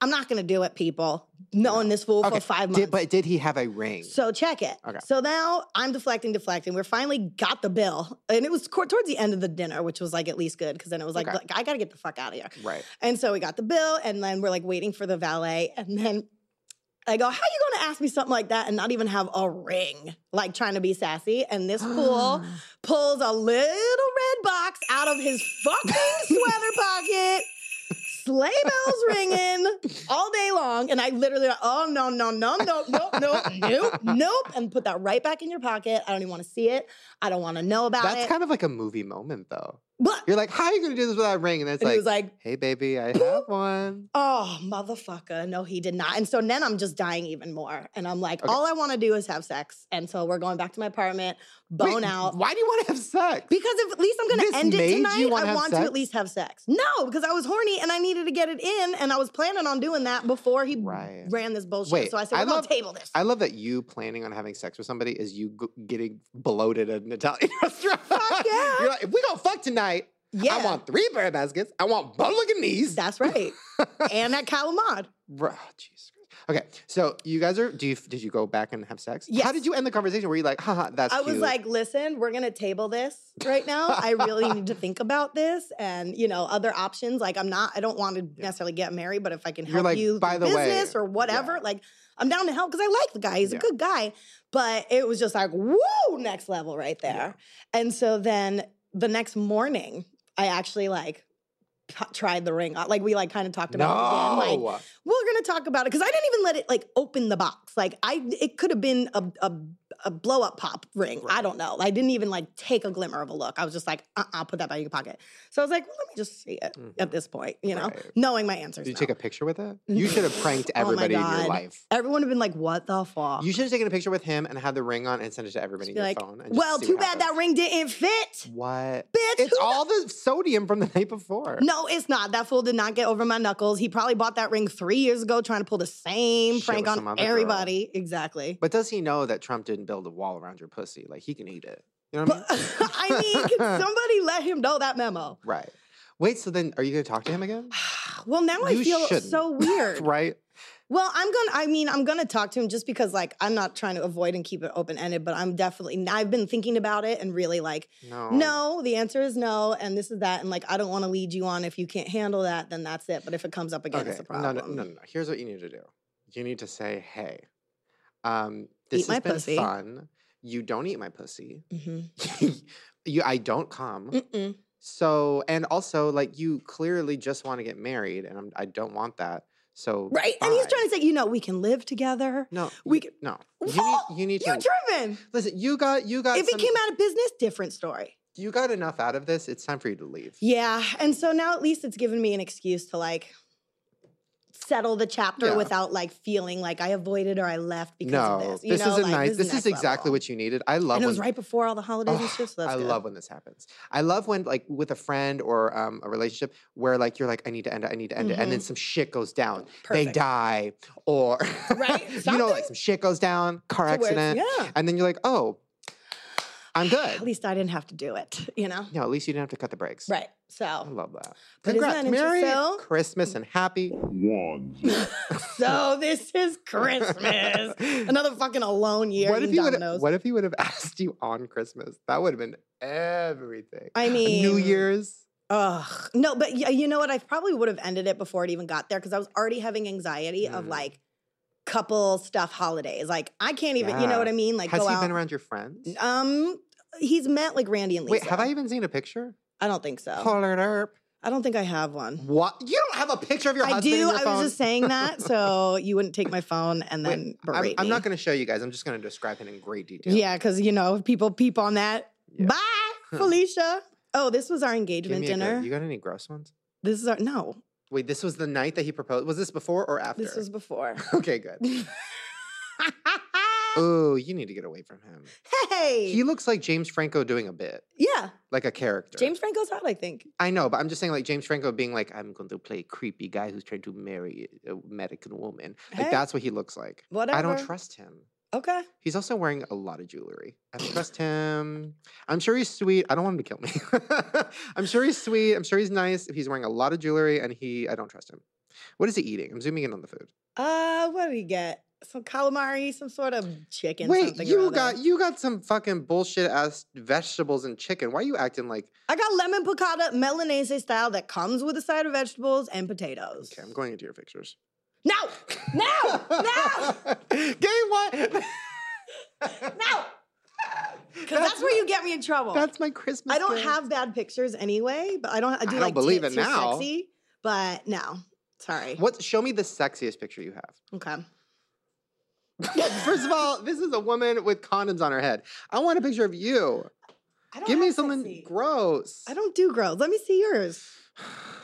[SPEAKER 2] I'm not gonna do it, people. Knowing this fool
[SPEAKER 1] Okay,
[SPEAKER 2] for five months.
[SPEAKER 1] Did, but did he have a ring?
[SPEAKER 2] So check it.
[SPEAKER 1] Okay.
[SPEAKER 2] So now I'm deflecting, deflecting. We're finally got the bill, and it was co- towards the end of the dinner, which was like at least good because then it was like,
[SPEAKER 1] Okay.
[SPEAKER 2] "Look, I gotta get the fuck out of here.
[SPEAKER 1] right.
[SPEAKER 2] And so we got the bill, and then we're like waiting for the valet, and then I go, "How you gonna ask me something like that and not even have a ring?" Like trying to be sassy, and this fool pulls a little red box out of his fucking sweater pocket. Sleigh bells ringing all day long, and I literally, oh no, no, no, no, no, no, nope, nope, and put that right back in your pocket. I don't even want to see it. I don't want to know about
[SPEAKER 1] That's
[SPEAKER 2] it.
[SPEAKER 1] kind of like a movie moment though.
[SPEAKER 2] but
[SPEAKER 1] You're like, how are you gonna do this without a ring? And then it's
[SPEAKER 2] and he
[SPEAKER 1] like,
[SPEAKER 2] was like,
[SPEAKER 1] hey baby, I have one.
[SPEAKER 2] oh motherfucker, no, he did not. And so then I'm just dying even more, and I'm like,
[SPEAKER 1] Okay.
[SPEAKER 2] all I want to do is have sex, and so we're going back to my apartment, bone
[SPEAKER 1] Wait,
[SPEAKER 2] out.
[SPEAKER 1] Why do you want to have sex?
[SPEAKER 2] Because if at least I'm going
[SPEAKER 1] This
[SPEAKER 2] to end
[SPEAKER 1] made
[SPEAKER 2] it
[SPEAKER 1] you
[SPEAKER 2] tonight,
[SPEAKER 1] wanna
[SPEAKER 2] I
[SPEAKER 1] have
[SPEAKER 2] want to
[SPEAKER 1] sex?
[SPEAKER 2] at least have sex. No, because I was horny and I needed to get it in, and I was planning on doing that before he
[SPEAKER 1] Right.
[SPEAKER 2] ran this bullshit.
[SPEAKER 1] Wait,
[SPEAKER 2] so I said,
[SPEAKER 1] I
[SPEAKER 2] we're going
[SPEAKER 1] love-
[SPEAKER 2] to table this.
[SPEAKER 1] I love that you planning on having sex with somebody is you g- getting bloated at an Italian restaurant.
[SPEAKER 2] Fuck yeah.
[SPEAKER 1] You're like, if we gonna fuck tonight,
[SPEAKER 2] yeah,
[SPEAKER 1] I want three bird baskets. I want bolognese.
[SPEAKER 2] that's right. and at Calamod.
[SPEAKER 1] Bruh, oh, Jesus Christ. Okay, so you guys are. Do you did you go back and have sex? How
[SPEAKER 2] Yes.
[SPEAKER 1] did you end the conversation? Were you like, haha, that's
[SPEAKER 2] I was
[SPEAKER 1] cute.
[SPEAKER 2] like, listen, we're going to table this right now. I really need to think about this and, you know, other options. Like, I'm not, I don't want to necessarily get married, but if I can
[SPEAKER 1] You're
[SPEAKER 2] help
[SPEAKER 1] like,
[SPEAKER 2] you
[SPEAKER 1] "By
[SPEAKER 2] by
[SPEAKER 1] the way,"
[SPEAKER 2] business or whatever,
[SPEAKER 1] yeah.
[SPEAKER 2] like, I'm down to help because I like the guy. He's
[SPEAKER 1] Yeah.
[SPEAKER 2] a good guy. But it was just like, woo, next level right there. And so then the next morning, I actually like p- tried the ring on. Like we like kind of talked about it again. Like
[SPEAKER 1] No.
[SPEAKER 2] we're gonna talk about it because I didn't even let it like open the box. Like I, it could have been a a, a blow up pop ring. I don't know. I didn't even like take a glimmer of a look. I was just like, uh, uh put that back in your pocket. So I was like, well, let me just see it at
[SPEAKER 1] Mhm.
[SPEAKER 2] this point, you know,
[SPEAKER 1] Right.
[SPEAKER 2] knowing my answers.
[SPEAKER 1] Did you
[SPEAKER 2] now.
[SPEAKER 1] take a picture with it? You should have pranked
[SPEAKER 2] Oh my
[SPEAKER 1] everybody in your
[SPEAKER 2] God.
[SPEAKER 1] life.
[SPEAKER 2] Everyone would have been like, what the fuck?
[SPEAKER 1] You should have taken a picture with him and had the ring on and sent it to everybody
[SPEAKER 2] Just
[SPEAKER 1] in your
[SPEAKER 2] be like,
[SPEAKER 1] phone. And just
[SPEAKER 2] well,
[SPEAKER 1] see
[SPEAKER 2] too
[SPEAKER 1] what
[SPEAKER 2] bad that
[SPEAKER 1] happens.
[SPEAKER 2] ring didn't fit.
[SPEAKER 1] What?
[SPEAKER 2] Bitch,
[SPEAKER 1] It's
[SPEAKER 2] who
[SPEAKER 1] all the sodium from the night before.
[SPEAKER 2] No, it's not. That fool did not get over my knuckles. He probably bought that ring three years ago trying to pull the same
[SPEAKER 1] Shit
[SPEAKER 2] prank
[SPEAKER 1] with some
[SPEAKER 2] on
[SPEAKER 1] other girl.
[SPEAKER 2] everybody. Exactly.
[SPEAKER 1] But does he know that Trump didn't build a wall around your pussy? Like he can eat it. You know what
[SPEAKER 2] But I mean, can somebody let him know that memo?
[SPEAKER 1] I mean? Right. Wait, so then are you gonna talk to him again?
[SPEAKER 2] Well, now I
[SPEAKER 1] You
[SPEAKER 2] feel
[SPEAKER 1] shouldn't.
[SPEAKER 2] so weird.
[SPEAKER 1] Right?
[SPEAKER 2] Well, I'm gonna. I mean, I'm gonna talk to him just because, like, I'm not trying to avoid and keep it open ended, but I'm definitely. I've been thinking about it and really like,
[SPEAKER 1] No.
[SPEAKER 2] no, the answer is no, and this is that, and like, I don't want to lead you on. If you can't handle that, then that's it. But if it comes up again,
[SPEAKER 1] Okay.
[SPEAKER 2] it's a
[SPEAKER 1] No, no,
[SPEAKER 2] problem.
[SPEAKER 1] no, no, no. Here's what you need to do. You need to say, hey, um, this
[SPEAKER 2] my
[SPEAKER 1] has been
[SPEAKER 2] pussy.
[SPEAKER 1] fun. You don't eat my pussy.
[SPEAKER 2] Mhm.
[SPEAKER 1] you I don't come.
[SPEAKER 2] Mm-mm.
[SPEAKER 1] So, and also, like, you clearly just want to get married, and I'm, I don't want that. So,
[SPEAKER 2] Right, and he's
[SPEAKER 1] bye.
[SPEAKER 2] trying to say, you know, we can live together.
[SPEAKER 1] No,
[SPEAKER 2] we
[SPEAKER 1] we
[SPEAKER 2] can-
[SPEAKER 1] no. You
[SPEAKER 2] Well,
[SPEAKER 1] need, you need
[SPEAKER 2] You're
[SPEAKER 1] to
[SPEAKER 2] driven.
[SPEAKER 1] listen. You got you got.
[SPEAKER 2] If he
[SPEAKER 1] some-
[SPEAKER 2] came out of business, different story.
[SPEAKER 1] you got enough out of this. It's time for you to leave.
[SPEAKER 2] Yeah, and so now at least it's given me an excuse to like settle the chapter
[SPEAKER 1] Yeah.
[SPEAKER 2] without like feeling like I avoided or I left because
[SPEAKER 1] no,
[SPEAKER 2] of this. You
[SPEAKER 1] this
[SPEAKER 2] know,
[SPEAKER 1] is a
[SPEAKER 2] like,
[SPEAKER 1] nice. This is
[SPEAKER 2] next
[SPEAKER 1] exactly
[SPEAKER 2] level.
[SPEAKER 1] what you needed. I love.
[SPEAKER 2] And it was
[SPEAKER 1] when-
[SPEAKER 2] right before all the holidays and
[SPEAKER 1] Ugh,
[SPEAKER 2] shit. So that's
[SPEAKER 1] I
[SPEAKER 2] good.
[SPEAKER 1] love when this happens. I love when like with a friend or um, a relationship where like you're like I need to end it, I need to end it, and then some shit goes down. They
[SPEAKER 2] Mm-hmm. Perfect.
[SPEAKER 1] die or
[SPEAKER 2] Right?
[SPEAKER 1] you know like
[SPEAKER 2] Something
[SPEAKER 1] some shit goes down, car
[SPEAKER 2] to where it's-
[SPEAKER 1] accident,
[SPEAKER 2] Yeah.
[SPEAKER 1] and then you're like oh, I'm
[SPEAKER 2] At
[SPEAKER 1] good.
[SPEAKER 2] least I didn't have to do it. You know.
[SPEAKER 1] No, at least you didn't have to cut the brakes.
[SPEAKER 2] Right.
[SPEAKER 1] I
[SPEAKER 2] So
[SPEAKER 1] love that.
[SPEAKER 2] But isn't
[SPEAKER 1] Congrats,
[SPEAKER 2] that
[SPEAKER 1] Merry
[SPEAKER 2] interesting?
[SPEAKER 1] Christmas and happy
[SPEAKER 4] Wands.
[SPEAKER 2] so this is Christmas. Another fucking alone year.
[SPEAKER 1] What if,
[SPEAKER 2] eating
[SPEAKER 1] he would've-
[SPEAKER 2] Domino's.
[SPEAKER 1] what if he would have asked you on Christmas? That would have been everything.
[SPEAKER 2] I mean,
[SPEAKER 1] New Year's.
[SPEAKER 2] Ugh. No, but y- you know what? I probably would have ended it before it even got there because I was already having anxiety of
[SPEAKER 1] Mm.
[SPEAKER 2] like couple stuff holidays. Like I can't even, you know
[SPEAKER 1] Yeah.
[SPEAKER 2] what I mean? Like
[SPEAKER 1] Has
[SPEAKER 2] go
[SPEAKER 1] he
[SPEAKER 2] out.
[SPEAKER 1] been around your friends?
[SPEAKER 2] um, he's met like Randy and Lisa.
[SPEAKER 1] Wait, have I even seen a picture?
[SPEAKER 2] I don't think so.
[SPEAKER 1] Pull it up.
[SPEAKER 2] I don't think I have one.
[SPEAKER 1] What? You don't have a picture of your
[SPEAKER 2] I
[SPEAKER 1] husband in
[SPEAKER 2] do.
[SPEAKER 1] your
[SPEAKER 2] I
[SPEAKER 1] phone?
[SPEAKER 2] was just saying that so you wouldn't take my phone and
[SPEAKER 1] Wait,
[SPEAKER 2] then
[SPEAKER 1] I'm,
[SPEAKER 2] berate
[SPEAKER 1] I'm not
[SPEAKER 2] me.
[SPEAKER 1] going to show you guys. I'm just going to describe it in great detail.
[SPEAKER 2] Yeah, because you know if people peep on that.
[SPEAKER 1] Yeah.
[SPEAKER 2] Bye, Felicia. Oh, this was our
[SPEAKER 1] Give
[SPEAKER 2] engagement
[SPEAKER 1] me a good-
[SPEAKER 2] dinner.
[SPEAKER 1] you got any gross ones?
[SPEAKER 2] This is our no.
[SPEAKER 1] Wait, this was the night that he proposed. Was this before or after?
[SPEAKER 2] This was before.
[SPEAKER 1] okay, good. Oh, you need to get away from him.
[SPEAKER 2] hey.
[SPEAKER 1] He looks like James Franco doing a bit,
[SPEAKER 2] yeah.
[SPEAKER 1] like a character.
[SPEAKER 2] James Franco's hot, I think.
[SPEAKER 1] I know, but I'm just saying, like James Franco being like, "I'm going to play a creepy guy who's trying to marry a American woman." Like
[SPEAKER 2] Hey.
[SPEAKER 1] that's what he looks like.
[SPEAKER 2] Whatever.
[SPEAKER 1] I don't trust him.
[SPEAKER 2] Okay.
[SPEAKER 1] He's also wearing a lot of jewelry. I don't trust him. I'm sure he's sweet. I don't want him to kill me. I'm sure he's sweet. I'm sure he's nice. He's wearing a lot of jewelry, and he, I don't trust him. What is he eating? I'm zooming in on the food.
[SPEAKER 2] Uh, what did he get? Some calamari, some sort of chicken.
[SPEAKER 1] Wait,
[SPEAKER 2] something or
[SPEAKER 1] you
[SPEAKER 2] other.
[SPEAKER 1] got you got some fucking bullshit ass vegetables and chicken. Why are you acting like?
[SPEAKER 2] I got lemon piccata Melanese style that comes with a side of vegetables and potatoes.
[SPEAKER 1] Okay, I'm going into your pictures.
[SPEAKER 2] No, no, no,
[SPEAKER 1] Game one.
[SPEAKER 2] no. Because that's where you get me in trouble.
[SPEAKER 1] That's my Christmas.
[SPEAKER 2] I don't
[SPEAKER 1] gift.
[SPEAKER 2] have bad pictures anyway, but I don't. I do
[SPEAKER 1] I don't
[SPEAKER 2] like
[SPEAKER 1] believe
[SPEAKER 2] tits
[SPEAKER 1] it
[SPEAKER 2] who's
[SPEAKER 1] now.
[SPEAKER 2] Sexy, but no, sorry.
[SPEAKER 1] What? Show me the sexiest picture you have.
[SPEAKER 2] Okay.
[SPEAKER 1] First of all, this is a woman with condoms on her head. I want a picture of you.
[SPEAKER 2] I don't
[SPEAKER 1] Give me
[SPEAKER 2] have
[SPEAKER 1] something
[SPEAKER 2] sexy.
[SPEAKER 1] gross.
[SPEAKER 2] I don't do gross. Let me see yours.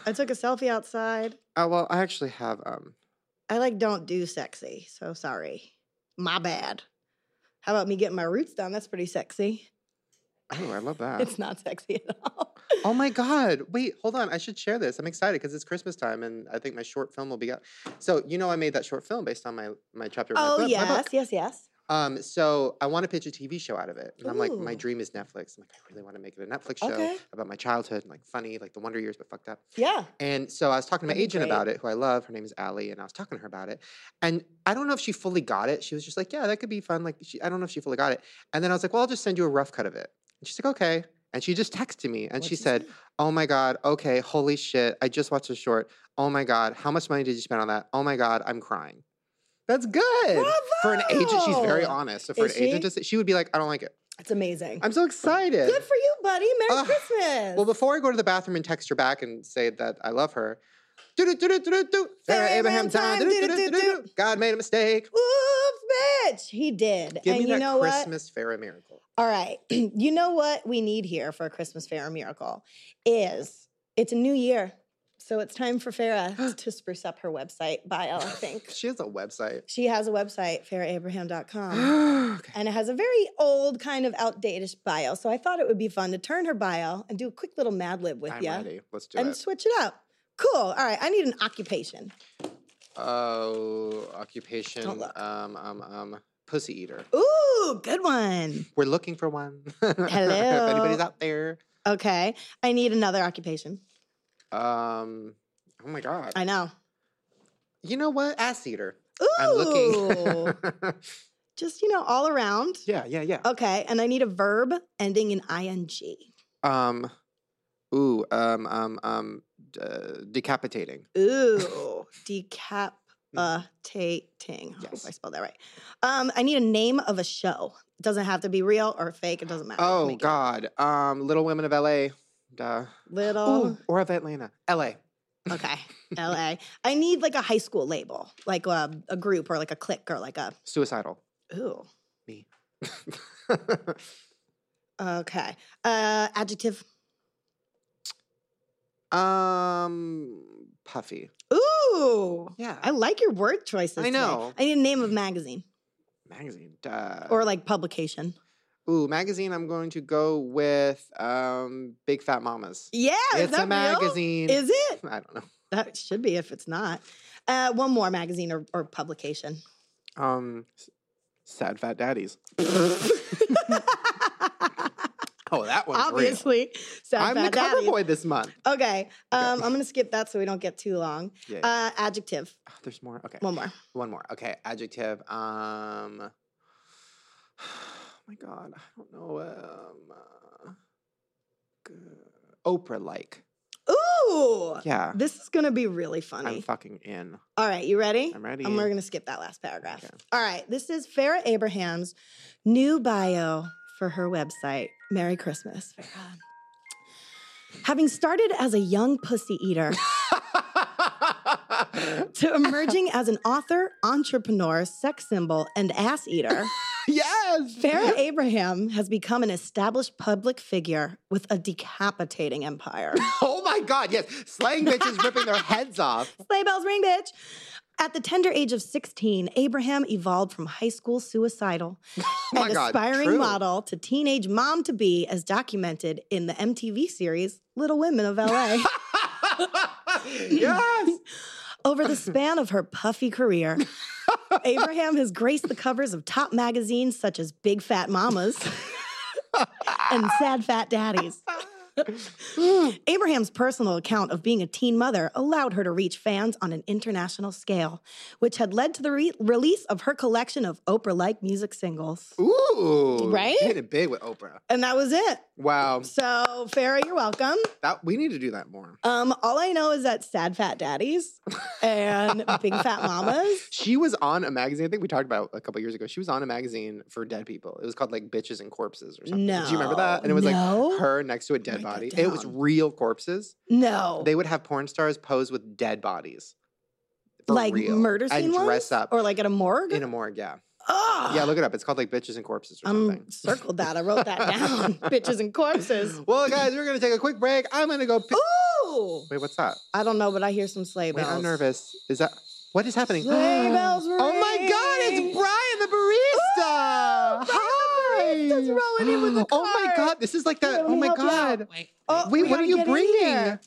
[SPEAKER 2] I took a selfie outside.
[SPEAKER 1] Oh well, I actually have. Um.
[SPEAKER 2] I like don't do sexy, so sorry. My bad. How about me getting my roots done? That's pretty sexy.
[SPEAKER 1] Oh, I love that.
[SPEAKER 2] It's not sexy at all.
[SPEAKER 1] oh my God! Wait, hold on. I should share this. I'm excited because it's Christmas time, and I think my short film will be out. So you know, I made that short film based on my my chapter. Of my
[SPEAKER 2] Oh
[SPEAKER 1] book- my book.
[SPEAKER 2] yes, yes, yes.
[SPEAKER 1] Um, so I want to pitch a TV show out of it. And I'm like, my
[SPEAKER 2] Ooh.
[SPEAKER 1] dream is Netflix. I'm like, I really want to make it a Netflix show
[SPEAKER 2] Okay.
[SPEAKER 1] about my childhood and like funny, like the Wonder Years, but fucked up.
[SPEAKER 2] Yeah.
[SPEAKER 1] And so I was talking to my
[SPEAKER 2] That'd be
[SPEAKER 1] agent about it, who I love. Her name is Allie, and I was talking to her about it. And I don't know if she fully got it. She was just like, yeah, that could be fun. Like, she, I don't know if she fully got it. And then I was like, well, I'll just send you a rough cut of it. And she's like, okay. And she just texted me and
[SPEAKER 2] What'd
[SPEAKER 1] she said,
[SPEAKER 2] say?
[SPEAKER 1] Oh my God, okay, holy shit. I just watched the short. Oh my God, how much money did you spend on that? Oh my God, I'm crying. That's good. For an agent, she's very
[SPEAKER 2] Bravo!
[SPEAKER 1] honest. So for
[SPEAKER 2] Is
[SPEAKER 1] an agent
[SPEAKER 2] she?
[SPEAKER 1] to say, she would be like, I don't like it.
[SPEAKER 2] It's amazing.
[SPEAKER 1] I'm so excited.
[SPEAKER 2] Good for you, buddy. Merry
[SPEAKER 1] Ugh.
[SPEAKER 2] Christmas.
[SPEAKER 1] Well, before I go to the bathroom and text her back and say that I love her, do do do do do Sarah Abraham time. doo-doo-doo-doo-doo. God made a mistake.
[SPEAKER 2] Oops, bitch. He did.
[SPEAKER 1] Give
[SPEAKER 2] and
[SPEAKER 1] me
[SPEAKER 2] you
[SPEAKER 1] that
[SPEAKER 2] know what?
[SPEAKER 1] Christmas Farrah miracle.
[SPEAKER 2] All right. you know what we need here for a Christmas fair miracle is it's a new year. So it's time for Farah to spruce up her website bio, I think.
[SPEAKER 1] She has a website.
[SPEAKER 2] She has a website, farahabraham.com.
[SPEAKER 1] okay.
[SPEAKER 2] And it has a very old, kind of outdated bio. So I thought it would be fun to turn her bio and do a quick little Mad Lib with
[SPEAKER 1] I'm
[SPEAKER 2] you
[SPEAKER 1] ready. Let's do
[SPEAKER 2] and
[SPEAKER 1] it.
[SPEAKER 2] switch it up. Cool. All right. I need an occupation.
[SPEAKER 1] Oh, occupation.
[SPEAKER 2] look.
[SPEAKER 1] Um, um, um, pussy eater.
[SPEAKER 2] Ooh, good one.
[SPEAKER 1] We're looking for one.
[SPEAKER 2] Hello.
[SPEAKER 1] if anybody's out there.
[SPEAKER 2] Okay. I need another occupation.
[SPEAKER 1] Um, oh my god.
[SPEAKER 2] I know.
[SPEAKER 1] you know what? Ass eater.
[SPEAKER 2] Ooh.
[SPEAKER 1] I'm looking.
[SPEAKER 2] Just, you know, all around.
[SPEAKER 1] yeah, yeah, yeah.
[SPEAKER 2] Okay. And I need a verb ending in ing.
[SPEAKER 1] Um, ooh, um, um, um, d- uh, decapitating.
[SPEAKER 2] Ooh. Decapitating. I hope
[SPEAKER 1] Mm. Yes.
[SPEAKER 2] I spelled that right. Um, I need a name of a show. It doesn't have to be real or fake. It doesn't matter. I'll
[SPEAKER 1] Oh
[SPEAKER 2] make it.
[SPEAKER 1] God. Um, Little Women of L.A. Duh.
[SPEAKER 2] Little.
[SPEAKER 1] Ooh, or of Atlanta. L.A.
[SPEAKER 2] Okay. LA. I need like a high school label, like a, a group or like a clique or like a.
[SPEAKER 1] Suicidal.
[SPEAKER 2] Ooh. Okay. Uh, adjective.
[SPEAKER 1] um, puffy.
[SPEAKER 2] Ooh.
[SPEAKER 1] Yeah.
[SPEAKER 2] I like your word choices.
[SPEAKER 1] I
[SPEAKER 2] today.
[SPEAKER 1] know.
[SPEAKER 2] I need a name of magazine
[SPEAKER 1] magazine. Duh.
[SPEAKER 2] or like publication.
[SPEAKER 1] ooh, magazine. I'm going to go with um, Big Fat Mamas.
[SPEAKER 2] Yeah, is
[SPEAKER 1] it's
[SPEAKER 2] that
[SPEAKER 1] a magazine.
[SPEAKER 2] Real? Is it?
[SPEAKER 1] I don't know.
[SPEAKER 2] That should be if it's not. Uh, one more magazine or, or publication.
[SPEAKER 1] Um, s- sad fat daddies. Oh, that one's real.
[SPEAKER 2] Obviously, Sad
[SPEAKER 1] I'm the
[SPEAKER 2] Fat
[SPEAKER 1] cover
[SPEAKER 2] Daddies.
[SPEAKER 1] boy this
[SPEAKER 2] Uh,
[SPEAKER 1] month.
[SPEAKER 2] Okay, um, I'm gonna skip that so we don't get too long.
[SPEAKER 1] Yeah. yeah.
[SPEAKER 2] Uh, adjective.
[SPEAKER 1] Oh, There's more. Okay.
[SPEAKER 2] One more.
[SPEAKER 1] One more. Okay. Adjective. Um. Oh my God. I don't know. Um. Oprah like.
[SPEAKER 2] Ooh,
[SPEAKER 1] Yeah.
[SPEAKER 2] this is gonna be really
[SPEAKER 1] I'm
[SPEAKER 2] funny.
[SPEAKER 1] fucking in.
[SPEAKER 2] All right, you ready?
[SPEAKER 1] I'm ready.
[SPEAKER 2] And we're going to skip that last paragraph.
[SPEAKER 1] Okay.
[SPEAKER 2] All right. This is Farah Abraham's new bio for her website. Merry Christmas, Farah. Having started as a young pussy eater to emerging as an author, entrepreneur, sex symbol, and ass eater,
[SPEAKER 1] yes.
[SPEAKER 2] Farah Abraham has become an established public figure with a decapitating empire.
[SPEAKER 1] Oh my God. Yes. Slaying bitches ripping their heads off. Oh
[SPEAKER 2] Sleigh bells ring, bitch. At the tender age of 16, Abraham evolved from high school suicidal
[SPEAKER 1] Oh my
[SPEAKER 2] and
[SPEAKER 1] God,
[SPEAKER 2] aspiring
[SPEAKER 1] true.
[SPEAKER 2] model to teenage mom to be, as documented in the MTV series Little Women of LA.
[SPEAKER 1] yes.
[SPEAKER 2] Over the span of her puffy career, Abraham has graced the covers of top magazines such as Big Fat Mamas and Sad Fat Daddies. Hmm. Abraham's personal account of being a teen mother allowed her to reach fans on an international scale, which had led to the re- release of her collection of Oprah like music singles.
[SPEAKER 1] Ooh.
[SPEAKER 2] Right?
[SPEAKER 1] Hit it big with Oprah.
[SPEAKER 2] And that was it.
[SPEAKER 1] Wow.
[SPEAKER 2] So, Farah, you're welcome.
[SPEAKER 1] That we need to do that more.
[SPEAKER 2] Um, all I know is that Sad Fat Daddies and Big Fat Mamas.
[SPEAKER 1] She was on a magazine. I think we talked about it a couple years ago. She was on a magazine for dead people. It was called like Bitches and Corpses or something. Do you remember that?
[SPEAKER 2] No,
[SPEAKER 1] And it was
[SPEAKER 2] no. Oh
[SPEAKER 1] like her next to a dead
[SPEAKER 2] my God, Oh.
[SPEAKER 1] body. It was
[SPEAKER 2] down.
[SPEAKER 1] real corpses.
[SPEAKER 2] No.
[SPEAKER 1] They would have porn stars pose with dead bodies. For
[SPEAKER 2] like
[SPEAKER 1] real,
[SPEAKER 2] murder scene
[SPEAKER 1] and dress
[SPEAKER 2] ones?
[SPEAKER 1] up
[SPEAKER 2] or like Ah. at a morgue.
[SPEAKER 1] in a morgue. Yeah,
[SPEAKER 2] Ugh.
[SPEAKER 1] yeah. Look it up. It's called like Bitches and Corpses or
[SPEAKER 2] I'm
[SPEAKER 1] something.
[SPEAKER 2] circled that. I wrote that down. Bitches and corpses.
[SPEAKER 1] Well, guys, we're gonna take a quick break. I'm gonna go.
[SPEAKER 2] Oh.
[SPEAKER 1] Pi-
[SPEAKER 2] Ooh.
[SPEAKER 1] Wait, what's that?
[SPEAKER 2] I don't know, but I hear some sleigh
[SPEAKER 1] Wait,
[SPEAKER 2] bells.
[SPEAKER 1] I'm nervous. Is that what is happening?
[SPEAKER 2] Sleigh bells
[SPEAKER 1] Oh my God!
[SPEAKER 2] ring.
[SPEAKER 1] It's Brian the barista. Hi.
[SPEAKER 2] barista's rolling in with the
[SPEAKER 1] Oh my
[SPEAKER 2] cart.
[SPEAKER 1] God! This is like that.
[SPEAKER 2] Here, let
[SPEAKER 1] Oh
[SPEAKER 2] me
[SPEAKER 1] my
[SPEAKER 2] help you out.
[SPEAKER 1] God!
[SPEAKER 5] Wait,
[SPEAKER 2] Oh,
[SPEAKER 1] Wait,
[SPEAKER 2] we
[SPEAKER 1] what are
[SPEAKER 2] gotta
[SPEAKER 1] you
[SPEAKER 2] get in
[SPEAKER 1] bringing?
[SPEAKER 2] here.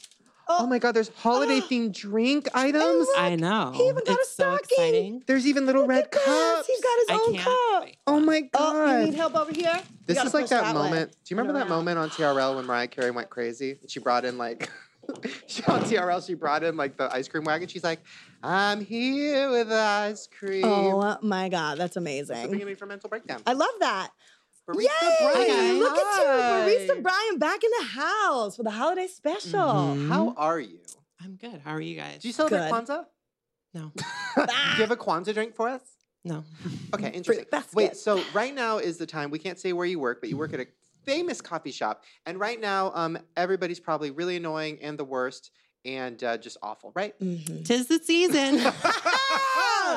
[SPEAKER 1] Oh my God! There's holiday themed drink items.
[SPEAKER 2] look-
[SPEAKER 5] I know.
[SPEAKER 2] he even got a
[SPEAKER 5] it's so
[SPEAKER 2] stocking.
[SPEAKER 5] exciting.
[SPEAKER 1] There's even little
[SPEAKER 2] Look
[SPEAKER 1] red
[SPEAKER 2] at this.
[SPEAKER 1] cups.
[SPEAKER 2] He's got his
[SPEAKER 5] I
[SPEAKER 2] own
[SPEAKER 5] can't.
[SPEAKER 2] cup.
[SPEAKER 5] wait.
[SPEAKER 1] Oh my
[SPEAKER 2] Oh, you
[SPEAKER 1] God!
[SPEAKER 2] need help over here? You
[SPEAKER 1] This
[SPEAKER 2] gotta
[SPEAKER 1] is like
[SPEAKER 2] push
[SPEAKER 1] that,
[SPEAKER 2] way.
[SPEAKER 1] moment. Do you
[SPEAKER 2] Put it
[SPEAKER 1] remember that
[SPEAKER 2] around.
[SPEAKER 1] moment on TRL when Mariah Carey went crazy? She brought in like she, on TRL she brought in like the ice cream wagon. She's like, "I'm here with ice cream."
[SPEAKER 2] Oh my God, that's
[SPEAKER 1] It's the
[SPEAKER 2] amazing.
[SPEAKER 1] beginning for mental breakdown.
[SPEAKER 2] I love that.
[SPEAKER 1] Barista
[SPEAKER 2] Uh, Yay!
[SPEAKER 1] Brian,
[SPEAKER 2] Look at you,
[SPEAKER 1] hi.
[SPEAKER 2] Barista Brian, back in the house for the holiday special.
[SPEAKER 5] Mhm.
[SPEAKER 1] How are you?
[SPEAKER 5] I'm good. How are you guys?
[SPEAKER 1] Do you celebrate
[SPEAKER 2] Good.
[SPEAKER 1] Kwanzaa?
[SPEAKER 5] No.
[SPEAKER 1] Do you have a Kwanzaa drink for us?
[SPEAKER 5] no.
[SPEAKER 1] Okay, interesting.
[SPEAKER 2] basket.
[SPEAKER 1] Wait, so right now is the time. We can't say where you work, but you work at a famous coffee shop. And right now, um, everybody's probably really annoying and the worst and uh, just awful, right?
[SPEAKER 2] Mhm.
[SPEAKER 5] Tis the season.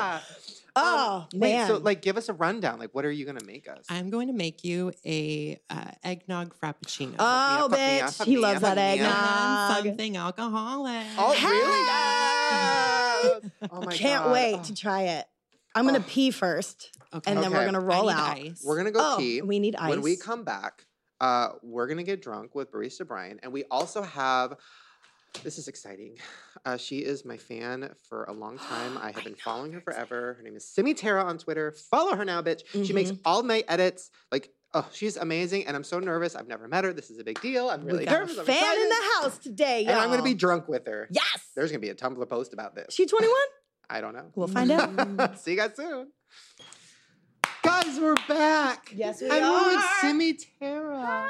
[SPEAKER 2] Oh
[SPEAKER 1] Wait,
[SPEAKER 2] man!
[SPEAKER 1] so like, give us a rundown. Like, what are you gonna make us?
[SPEAKER 5] I'm going to make you a uh, eggnog frappuccino.
[SPEAKER 2] oh
[SPEAKER 1] fuck me up,
[SPEAKER 2] bitch,
[SPEAKER 1] fuck
[SPEAKER 2] he
[SPEAKER 1] me
[SPEAKER 2] loves
[SPEAKER 1] up,
[SPEAKER 2] that
[SPEAKER 1] fuck me
[SPEAKER 5] And
[SPEAKER 2] eggnog.
[SPEAKER 5] something alcoholic.
[SPEAKER 1] oh,
[SPEAKER 2] Hey!
[SPEAKER 1] really? Yeah. Oh my
[SPEAKER 2] Can't
[SPEAKER 1] God.
[SPEAKER 2] wait
[SPEAKER 1] Oh.
[SPEAKER 2] to try it. I'm gonna
[SPEAKER 1] Oh.
[SPEAKER 2] pee first,
[SPEAKER 5] okay.
[SPEAKER 2] and then we're
[SPEAKER 1] Okay.
[SPEAKER 2] gonna
[SPEAKER 5] I
[SPEAKER 2] roll
[SPEAKER 5] need
[SPEAKER 2] out.
[SPEAKER 5] ice.
[SPEAKER 1] We're gonna go
[SPEAKER 2] Oh,
[SPEAKER 1] pee.
[SPEAKER 2] we need ice.
[SPEAKER 1] When we come back, uh, we're gonna get drunk with Barista Brian, and we also have. This is exciting. Uh, she is my fan for a long time. I have been following her forever. Her name is Simi Tara on Twitter. Follow her now, bitch. She makes
[SPEAKER 2] Mm-hmm.
[SPEAKER 1] all my edits. Like, oh, she's amazing, and I'm so nervous. I've never met her. This is a big deal. I'm really
[SPEAKER 2] we got
[SPEAKER 1] nervous.
[SPEAKER 2] a
[SPEAKER 1] I'm
[SPEAKER 2] fan
[SPEAKER 1] excited.
[SPEAKER 2] in the house today, y'all.
[SPEAKER 1] and I'm gonna be drunk with her.
[SPEAKER 2] yes.
[SPEAKER 1] There's gonna be a Tumblr post about this.
[SPEAKER 2] she 21.
[SPEAKER 1] I don't know.
[SPEAKER 2] We'll find out.
[SPEAKER 1] See you guys soon. Guys, we're back.
[SPEAKER 2] Yes, we
[SPEAKER 1] I'm with
[SPEAKER 2] are.
[SPEAKER 1] Simi Tara.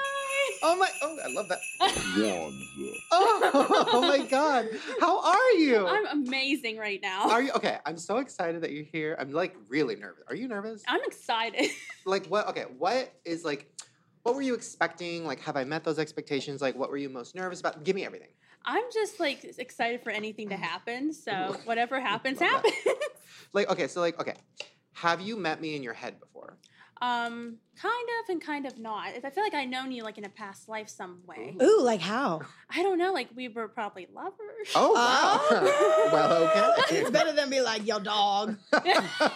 [SPEAKER 1] Oh my! Oh, I love that.
[SPEAKER 4] Wanza.
[SPEAKER 1] Oh, oh my God! How are you?
[SPEAKER 6] I'm amazing right now.
[SPEAKER 1] are you okay? I'm so excited that you're here. I'm like really nervous. Are you nervous?
[SPEAKER 2] Um,
[SPEAKER 6] I'm excited.
[SPEAKER 1] Like what? Okay, what is like? What were you expecting? Like, have I met those expectations? Like, what were you most nervous about? Give me everything.
[SPEAKER 6] I'm just like excited for anything to happen. So
[SPEAKER 1] Ooh.
[SPEAKER 6] whatever happens,
[SPEAKER 1] Love that.
[SPEAKER 6] happens.
[SPEAKER 1] Like, okay, so like, okay, have you met me in your head before?
[SPEAKER 6] um, kind of and kind of not. I feel like I've known you like in a past life some way.
[SPEAKER 1] Ooh.
[SPEAKER 2] Ooh, like how?
[SPEAKER 6] I don't know. Like we were probably lovers.
[SPEAKER 1] Oh wow!
[SPEAKER 5] Oh.
[SPEAKER 1] well, okay.
[SPEAKER 2] Oh. It's better than be like, yo, dog.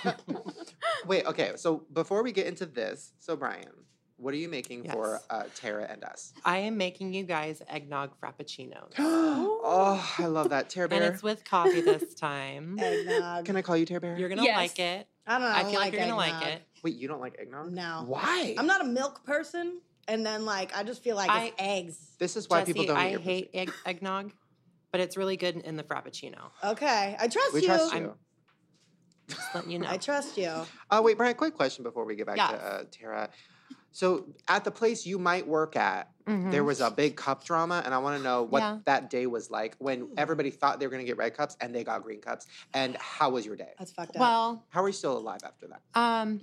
[SPEAKER 1] Wait, okay. So before we get into this, so Brian, what are you making for
[SPEAKER 5] Yes.
[SPEAKER 1] uh, Tara and us?
[SPEAKER 5] I am making you guys eggnog frappuccino.
[SPEAKER 1] oh, I love that Tara
[SPEAKER 5] And
[SPEAKER 1] Bear.
[SPEAKER 5] it's with coffee this time.
[SPEAKER 2] Eggnog.
[SPEAKER 1] Can I call you Tara Bear?
[SPEAKER 5] You're going to
[SPEAKER 6] Yes.
[SPEAKER 5] like it.
[SPEAKER 2] I don't know.
[SPEAKER 5] I,
[SPEAKER 2] don't
[SPEAKER 5] feel like,
[SPEAKER 2] like
[SPEAKER 5] you're going to like
[SPEAKER 2] eggnog.
[SPEAKER 5] it.
[SPEAKER 1] Wait, you don't like eggnog?
[SPEAKER 2] No.
[SPEAKER 1] Why?
[SPEAKER 2] I'm not a milk person, and then like I just feel like it's eggs.
[SPEAKER 1] This is why
[SPEAKER 5] Jesse,
[SPEAKER 1] people don't
[SPEAKER 5] I
[SPEAKER 1] eat your
[SPEAKER 5] hate egg, eggnog, but it's really good in the frappuccino.
[SPEAKER 2] Okay, I trust
[SPEAKER 1] pussy. We
[SPEAKER 2] you.
[SPEAKER 1] trust
[SPEAKER 5] I'm-
[SPEAKER 1] you.
[SPEAKER 5] Just letting you know.
[SPEAKER 2] I trust you.
[SPEAKER 1] Oh, wait, Brian, quick question before we get back
[SPEAKER 5] Yes.
[SPEAKER 1] to uh, Tara. So at the place you might work at,
[SPEAKER 5] Mm-hmm.
[SPEAKER 1] there was a big cup drama, and I want to know what
[SPEAKER 5] Yeah.
[SPEAKER 1] that day was like when everybody thought they were going to get red cups and they got green cups. And how was your day?
[SPEAKER 2] That's fucked up.
[SPEAKER 5] well,
[SPEAKER 1] How are you still alive after that?
[SPEAKER 5] um,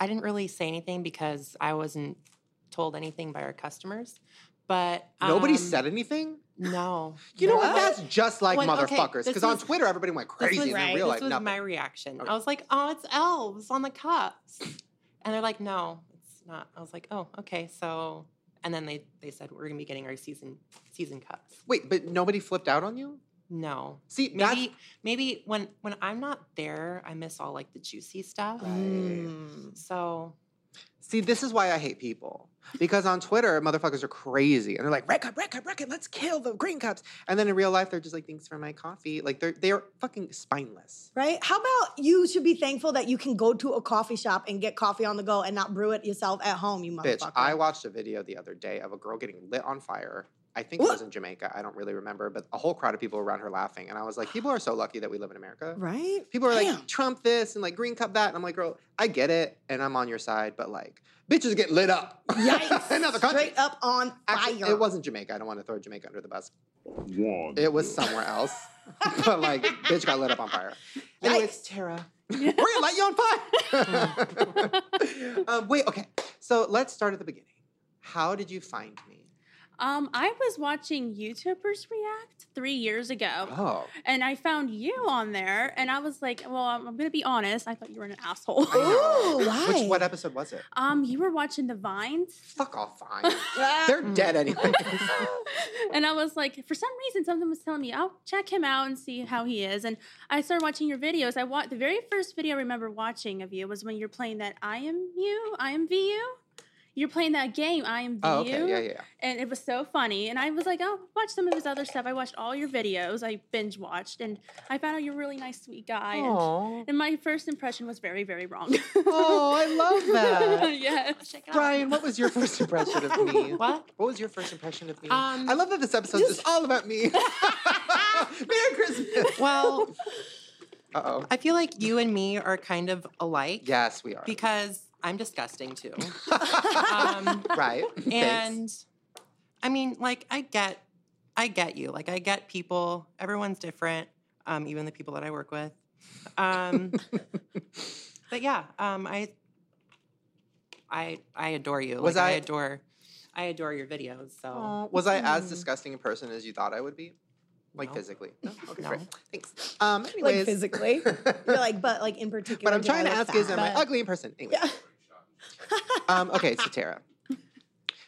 [SPEAKER 5] I didn't really say anything because I wasn't told anything by our customers. But
[SPEAKER 1] Nobody
[SPEAKER 5] um,
[SPEAKER 1] said anything.
[SPEAKER 5] no.
[SPEAKER 1] You know
[SPEAKER 5] No.
[SPEAKER 1] what? That's just like
[SPEAKER 5] When- okay,
[SPEAKER 1] motherfuckers.
[SPEAKER 5] this
[SPEAKER 1] Because on
[SPEAKER 5] was-
[SPEAKER 1] Twitter, everybody went crazy,
[SPEAKER 5] This
[SPEAKER 1] and
[SPEAKER 5] was,
[SPEAKER 1] then
[SPEAKER 2] right,
[SPEAKER 1] real
[SPEAKER 5] this
[SPEAKER 1] life,
[SPEAKER 5] was
[SPEAKER 1] nothing.
[SPEAKER 5] my reaction.
[SPEAKER 1] Okay.
[SPEAKER 5] I was like, oh, it's elves on the cups. And they're like, no, it's not. I was like, oh, okay. So, and then they, they said, we're going to be getting our season season cups.
[SPEAKER 1] Wait, but nobody flipped out on you.
[SPEAKER 5] No.
[SPEAKER 1] See,
[SPEAKER 5] Maybe maybe when when I'm not there, I miss all like the juicy stuff.
[SPEAKER 1] Right. Mm.
[SPEAKER 5] So
[SPEAKER 1] See, this is why I hate people. Because on Twitter, motherfuckers are crazy. And they're like, red cup, red cup, red cup, let's kill the green cups. And then in real life, they're just like, thanks for my coffee. Like, they're, they're fucking spineless.
[SPEAKER 2] Right? How about you should be thankful that you can go to a coffee shop and get coffee on the go and not brew it yourself at home, you motherfucker.
[SPEAKER 1] Bitch, I watched a video the other day of a girl getting lit on fire. I think it was
[SPEAKER 2] What?
[SPEAKER 1] in Jamaica. I don't really remember, but a whole crowd of people around her laughing. And I was like, people are so lucky that we live in America.
[SPEAKER 2] right?
[SPEAKER 1] People are
[SPEAKER 2] Damn.
[SPEAKER 1] like, Trump this and like green cup that. And I'm like, girl, I get it. And I'm on your side, but like, bitches get lit up.
[SPEAKER 2] Yikes.
[SPEAKER 1] Another country.
[SPEAKER 2] Straight up on
[SPEAKER 1] Actually,
[SPEAKER 2] fire.
[SPEAKER 1] It wasn't Jamaica. I don't want to throw Jamaica under the bus.
[SPEAKER 4] Wanza.
[SPEAKER 1] It was somewhere else. but like, bitch got lit up on fire. Anyways,
[SPEAKER 2] Yikes.
[SPEAKER 1] Tara. We're gonna light you on fire. um, wait, okay. So let's start at the beginning. How did you find me?
[SPEAKER 6] Um, I was watching YouTubers react three years ago.
[SPEAKER 1] Oh.
[SPEAKER 6] And I found you on there, and I was like, "Well, I'm, I'm gonna be honest. I thought you were an asshole.
[SPEAKER 1] I know.
[SPEAKER 2] Ooh, why?
[SPEAKER 1] Which what episode was it?
[SPEAKER 6] um, you were watching the vines,
[SPEAKER 1] Fuck off, fine.
[SPEAKER 2] Ah,
[SPEAKER 1] They're dead anyway.
[SPEAKER 6] and I was like, for some reason, something was telling me, I'll check him out and see how he is. And I started watching your videos. I watched the very first video I remember watching of you was when you're playing that I am you, I am VU. You're playing that game, I am VU.
[SPEAKER 1] oh, okay. Yeah, yeah, yeah.
[SPEAKER 6] And it was so funny. And I was like, oh, watch some of his other stuff. I watched all your videos. I binge watched and I found out you're a really nice, sweet guy. And, and my first impression was very, very wrong.
[SPEAKER 1] Oh, I love that.
[SPEAKER 6] yes.
[SPEAKER 1] Brian, what was your first impression of me?
[SPEAKER 5] what?
[SPEAKER 1] What was your first impression of me?
[SPEAKER 5] Um,
[SPEAKER 1] I love that this episode is all about me. Merry Christmas.
[SPEAKER 5] Well,
[SPEAKER 1] Uh oh.
[SPEAKER 5] I feel like you and me are kind of alike.
[SPEAKER 1] Yes, we are.
[SPEAKER 5] Because I'm disgusting too. um,
[SPEAKER 1] right. Thanks.
[SPEAKER 5] and I mean, like, I get, I get you. Like, I get people. Everyone's different. Um, even the people that I work with. Um, but yeah, um, I, I, I adore you.
[SPEAKER 1] Was
[SPEAKER 5] like, I,
[SPEAKER 1] I-
[SPEAKER 5] adore I adore your videos.
[SPEAKER 2] Oh,
[SPEAKER 5] So
[SPEAKER 1] Aw, was
[SPEAKER 2] mm-hmm.
[SPEAKER 1] I as
[SPEAKER 5] Mm.
[SPEAKER 1] disgusting a person as you thought I would be? Like
[SPEAKER 5] No.
[SPEAKER 1] physically? No? Okay,
[SPEAKER 5] No.
[SPEAKER 1] great. Thanks. Um, anyways.
[SPEAKER 2] physically? You're like, but like in particular.
[SPEAKER 1] but I'm
[SPEAKER 2] did I
[SPEAKER 1] trying to
[SPEAKER 2] look
[SPEAKER 1] ask is, am
[SPEAKER 2] fat?
[SPEAKER 1] I
[SPEAKER 2] But-
[SPEAKER 1] ugly in person? Anyway.
[SPEAKER 2] Yeah.
[SPEAKER 1] Um, okay, so Tara.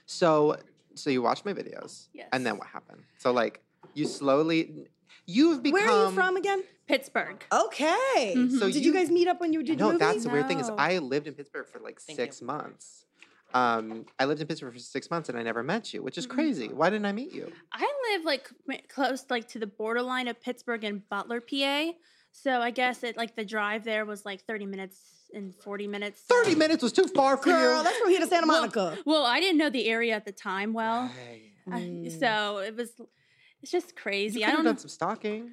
[SPEAKER 1] So, so you watched my videos.
[SPEAKER 6] Yes.
[SPEAKER 1] And then what happened? So, like, you slowly, you've become.
[SPEAKER 2] Where are you from again?
[SPEAKER 6] Pittsburgh.
[SPEAKER 2] Okay.
[SPEAKER 6] Mhm.
[SPEAKER 1] So
[SPEAKER 2] Did you, guys meet up when you did
[SPEAKER 1] no,
[SPEAKER 2] movies?
[SPEAKER 1] that's the weird thing is
[SPEAKER 6] No.
[SPEAKER 1] I lived in Pittsburgh for like
[SPEAKER 5] Thank you.
[SPEAKER 1] six months. Um, I lived in Pittsburgh for six months and I never met you, which is
[SPEAKER 2] Mm-hmm.
[SPEAKER 6] Mhm.
[SPEAKER 1] crazy. Why didn't I meet you?
[SPEAKER 6] I live like m- close, like to the borderline of Pittsburgh and Butler, PA. So I guess it like the drive there was like 30 minutes and 40 minutes. so-
[SPEAKER 1] Thirty minutes was too far for
[SPEAKER 2] Girl,
[SPEAKER 1] you.
[SPEAKER 2] that's from here to Santa
[SPEAKER 6] Well,
[SPEAKER 2] Monica.
[SPEAKER 6] Well, I didn't know the area at the time well,
[SPEAKER 1] Right.
[SPEAKER 6] I-
[SPEAKER 2] Mm.
[SPEAKER 6] so it was. It's just
[SPEAKER 1] you
[SPEAKER 6] crazy.
[SPEAKER 1] could
[SPEAKER 6] I
[SPEAKER 1] have
[SPEAKER 6] don't
[SPEAKER 1] done some stalking.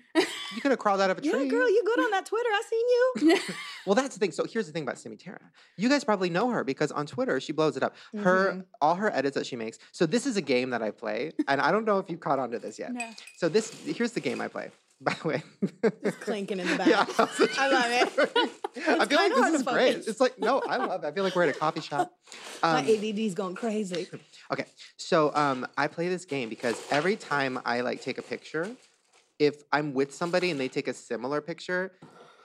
[SPEAKER 1] You could have crawled out of a
[SPEAKER 2] Yeah,
[SPEAKER 1] tree.
[SPEAKER 2] girl, you good on that Twitter. I seen you.
[SPEAKER 6] know.
[SPEAKER 1] Well, that's the thing. So here's the thing about Simi Tara. You guys probably know her because on Twitter she blows it up.
[SPEAKER 2] Mm-hmm.
[SPEAKER 1] Her all her edits that she makes. So this is a game that I play, and I don't know if you caught on to this yet.
[SPEAKER 6] no.
[SPEAKER 1] So this here's the game I play. By the way,
[SPEAKER 2] Just clinking in the back.
[SPEAKER 1] Yeah,
[SPEAKER 2] I love
[SPEAKER 1] it. I feel
[SPEAKER 2] kinda
[SPEAKER 1] like
[SPEAKER 2] hard
[SPEAKER 1] this
[SPEAKER 2] to
[SPEAKER 1] is great.
[SPEAKER 2] focus.
[SPEAKER 1] It's like no, I love. it. I feel like we're at a coffee shop.
[SPEAKER 2] My
[SPEAKER 1] Um,
[SPEAKER 2] ADD's going crazy.
[SPEAKER 1] so um, I play this game because every time I like take a picture, if I'm with somebody and they take a similar picture,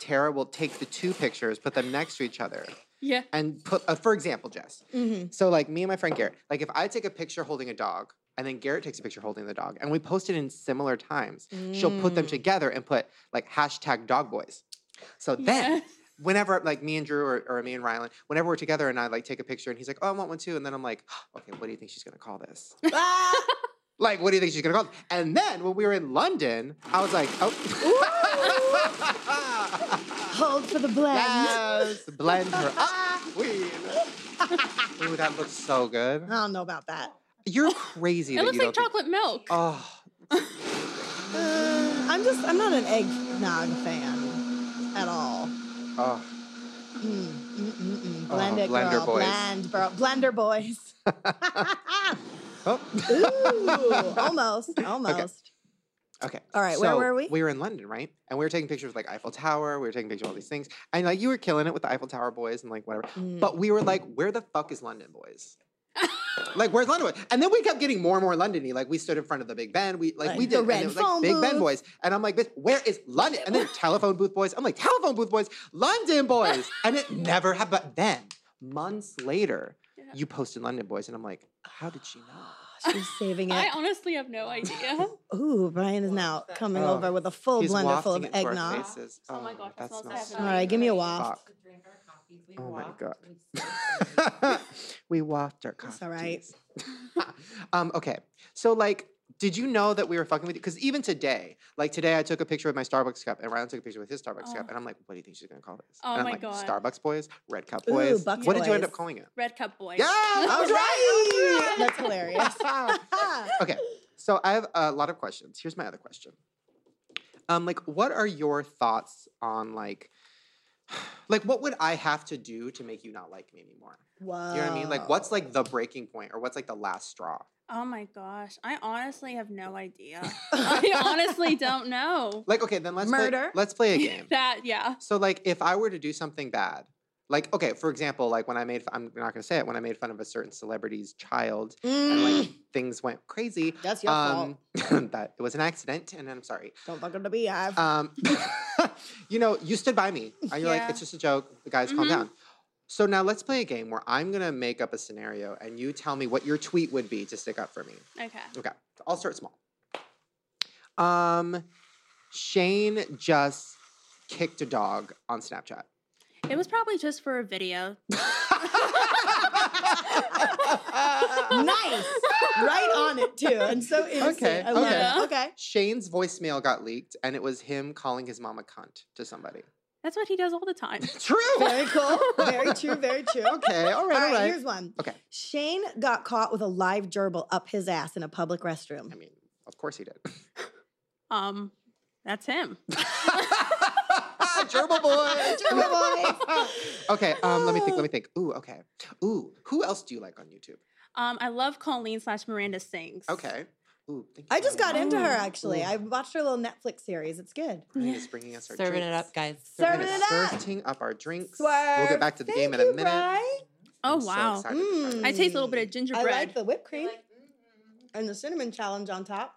[SPEAKER 1] Tara will take the two pictures, put them next to each other,
[SPEAKER 6] Yeah.
[SPEAKER 1] and put. Uh, for example, Jess.
[SPEAKER 2] Mm-hmm.
[SPEAKER 1] So like me and my friend Garrett, like if I take a picture holding a dog, and then Garrett takes a picture holding the dog, and we post it in similar times, she'll
[SPEAKER 6] Mm.
[SPEAKER 1] put them together and put like hashtag dog boys. So then
[SPEAKER 6] Yeah.
[SPEAKER 1] whenever like me and Drew or, or me and Rylan, whenever we're together and I like take a picture and he's like, oh, I want one too. And then I'm like, "Oh, okay, what do you think she's gonna call this?
[SPEAKER 2] Ah!
[SPEAKER 1] like, what do you think she's gonna call it? And then when we were in London, I was like, oh.
[SPEAKER 2] Hold for the blend.
[SPEAKER 1] yes, blend her up, queen. Ooh, that looks so good.
[SPEAKER 2] I don't know about that.
[SPEAKER 1] You're crazy.
[SPEAKER 6] It
[SPEAKER 1] that
[SPEAKER 6] looks
[SPEAKER 1] you
[SPEAKER 6] like
[SPEAKER 1] don't
[SPEAKER 6] chocolate milk.
[SPEAKER 1] Think- oh,
[SPEAKER 2] Uh, I'm just, I'm not an egg nog fan at all.
[SPEAKER 1] oh.
[SPEAKER 2] Mm, mm, mm, mm.
[SPEAKER 1] Oh,
[SPEAKER 2] Blend it,
[SPEAKER 1] blender
[SPEAKER 2] girl.
[SPEAKER 1] boys.
[SPEAKER 2] Blend, bro. Blender boys. Ooh,
[SPEAKER 1] oh.
[SPEAKER 2] almost, almost.
[SPEAKER 1] Okay.
[SPEAKER 2] All right, where
[SPEAKER 1] so
[SPEAKER 2] were we?
[SPEAKER 1] We were in London, right? And we were taking pictures of like Eiffel Tower. We were taking pictures of all these things. And like you were killing it with the Eiffel Tower boys and like whatever.
[SPEAKER 2] Mm.
[SPEAKER 1] But we were like, where the fuck is London boys? like, where's London boys? And then we kept getting more and more Londony. Like we stood in front of the Big Ben. We like,
[SPEAKER 2] Like,
[SPEAKER 1] we
[SPEAKER 2] the
[SPEAKER 1] did and
[SPEAKER 2] red
[SPEAKER 1] it was like
[SPEAKER 2] phone
[SPEAKER 1] Big Ben
[SPEAKER 2] booth.
[SPEAKER 1] boys. And I'm like, bitch, where is London? And then telephone booth boys. I'm like, telephone booth boys, London boys. And it never happened. But then months later,
[SPEAKER 6] Yeah.
[SPEAKER 1] you posted London boys. And I'm like, how did she know?
[SPEAKER 2] She's saving
[SPEAKER 6] I
[SPEAKER 2] it.
[SPEAKER 6] honestly have no idea.
[SPEAKER 2] Ooh, Brian is now coming
[SPEAKER 1] Oh,
[SPEAKER 2] over with a full
[SPEAKER 1] He's
[SPEAKER 2] blender full of
[SPEAKER 1] wafting it to our
[SPEAKER 2] eggnog.
[SPEAKER 1] faces.
[SPEAKER 6] Oh my gosh, that smells
[SPEAKER 1] so
[SPEAKER 2] All right, give me a
[SPEAKER 1] good.
[SPEAKER 2] waft.
[SPEAKER 1] Fuck.
[SPEAKER 5] Drink our coffees, we
[SPEAKER 1] Oh my
[SPEAKER 5] walked,
[SPEAKER 1] God.
[SPEAKER 5] we sat,
[SPEAKER 1] we waft our coffee.
[SPEAKER 2] That's all right.
[SPEAKER 1] teas. um, okay. So like, did you know that we were fucking with you? Because even today, like today, I took a picture with my Starbucks cup, and Ryan took a picture with his Starbucks
[SPEAKER 6] Oh.
[SPEAKER 1] cup, and I'm like, what do you think she's gonna call this?
[SPEAKER 6] Oh
[SPEAKER 1] and I'm
[SPEAKER 6] my
[SPEAKER 1] like,
[SPEAKER 6] God.
[SPEAKER 1] Starbucks boys, red cup
[SPEAKER 2] Ooh,
[SPEAKER 1] boys.
[SPEAKER 2] Buck
[SPEAKER 1] what did you end up
[SPEAKER 2] Boys.
[SPEAKER 1] calling it?
[SPEAKER 6] Red Cup Boy.
[SPEAKER 1] Yeah,
[SPEAKER 2] All
[SPEAKER 1] I
[SPEAKER 2] right. That's hilarious.
[SPEAKER 1] was right. okay. So I have a lot of questions. Here's my other question. Um, like, what are your thoughts on like, like what would I have to do to make you not like me anymore?
[SPEAKER 2] Whoa.
[SPEAKER 1] You know what I mean? Like, what's like the breaking point, or what's like the last straw?
[SPEAKER 6] Oh my gosh. I honestly have no idea. I honestly don't know.
[SPEAKER 1] Like, okay, then let's Play,
[SPEAKER 2] Murder?
[SPEAKER 1] let's play a game.
[SPEAKER 6] that, yeah.
[SPEAKER 1] so, like, if I were to do something bad, like, okay, for example, like when I made, I'm not gonna say it, when I made fun of a certain celebrity's child, and
[SPEAKER 2] Mm,
[SPEAKER 1] like um, things went crazy.
[SPEAKER 2] that's your fault.
[SPEAKER 1] that it was an accident, and I'm sorry.
[SPEAKER 2] Don't fuck up the beehive.
[SPEAKER 1] Um, you know, you stood by me. And you're
[SPEAKER 6] Yeah.
[SPEAKER 1] like, it's just a joke. The guys, calm
[SPEAKER 6] Mhm.
[SPEAKER 1] down. So now let's play a game where I'm gonna make up a scenario and you tell me what your tweet would be to stick up for me.
[SPEAKER 6] Okay.
[SPEAKER 1] Okay, I'll start small. Um, Shane just kicked a dog on Snapchat.
[SPEAKER 6] It was probably just for a video.
[SPEAKER 2] nice. Right on it too. And so innocent.
[SPEAKER 1] Okay,
[SPEAKER 2] I love
[SPEAKER 6] okay.
[SPEAKER 2] it. Okay.
[SPEAKER 1] Shane's voicemail got leaked, and it was him calling his mom a cunt to somebody.
[SPEAKER 6] That's what he does all the time.
[SPEAKER 1] True.
[SPEAKER 2] Very cool. Very true. Very true.
[SPEAKER 1] Okay. All right. All right.
[SPEAKER 2] All right, here's one.
[SPEAKER 1] Okay.
[SPEAKER 2] Shane got caught with a live gerbil up his ass in a public restroom.
[SPEAKER 1] I mean, of course he did.
[SPEAKER 6] Um, that's him.
[SPEAKER 1] Gerbil boy.
[SPEAKER 2] Gerbil
[SPEAKER 1] boy. okay. Um. Let me think. Let me think. Ooh. Okay. Ooh. Who else do you like on YouTube?
[SPEAKER 6] Um, I love Colleen slash Miranda Sings.
[SPEAKER 1] Okay. Ooh. Thank you
[SPEAKER 2] I
[SPEAKER 1] for letting
[SPEAKER 2] just got
[SPEAKER 1] me
[SPEAKER 2] into her
[SPEAKER 1] know.
[SPEAKER 2] actually.
[SPEAKER 1] Ooh.
[SPEAKER 2] I watched her little Netflix series. It's good.
[SPEAKER 1] Ryan
[SPEAKER 6] Yeah.
[SPEAKER 1] is bringing us our
[SPEAKER 5] Serving it
[SPEAKER 1] drinks.
[SPEAKER 5] up, guys.
[SPEAKER 1] They're
[SPEAKER 2] Serving
[SPEAKER 1] gonna
[SPEAKER 2] it up.
[SPEAKER 1] Serving up our drinks. We'll
[SPEAKER 2] Swerve.
[SPEAKER 1] get back to the game in
[SPEAKER 2] Thank
[SPEAKER 1] a
[SPEAKER 2] you,
[SPEAKER 1] minute.
[SPEAKER 2] Bri.
[SPEAKER 6] Oh,
[SPEAKER 1] I'm so
[SPEAKER 6] wow.
[SPEAKER 1] excited for her.
[SPEAKER 2] Mm.
[SPEAKER 6] I taste a little bit of
[SPEAKER 2] I
[SPEAKER 6] gingerbread.
[SPEAKER 2] like mm-hmm. the whipped cream and the cinnamon challenge on top.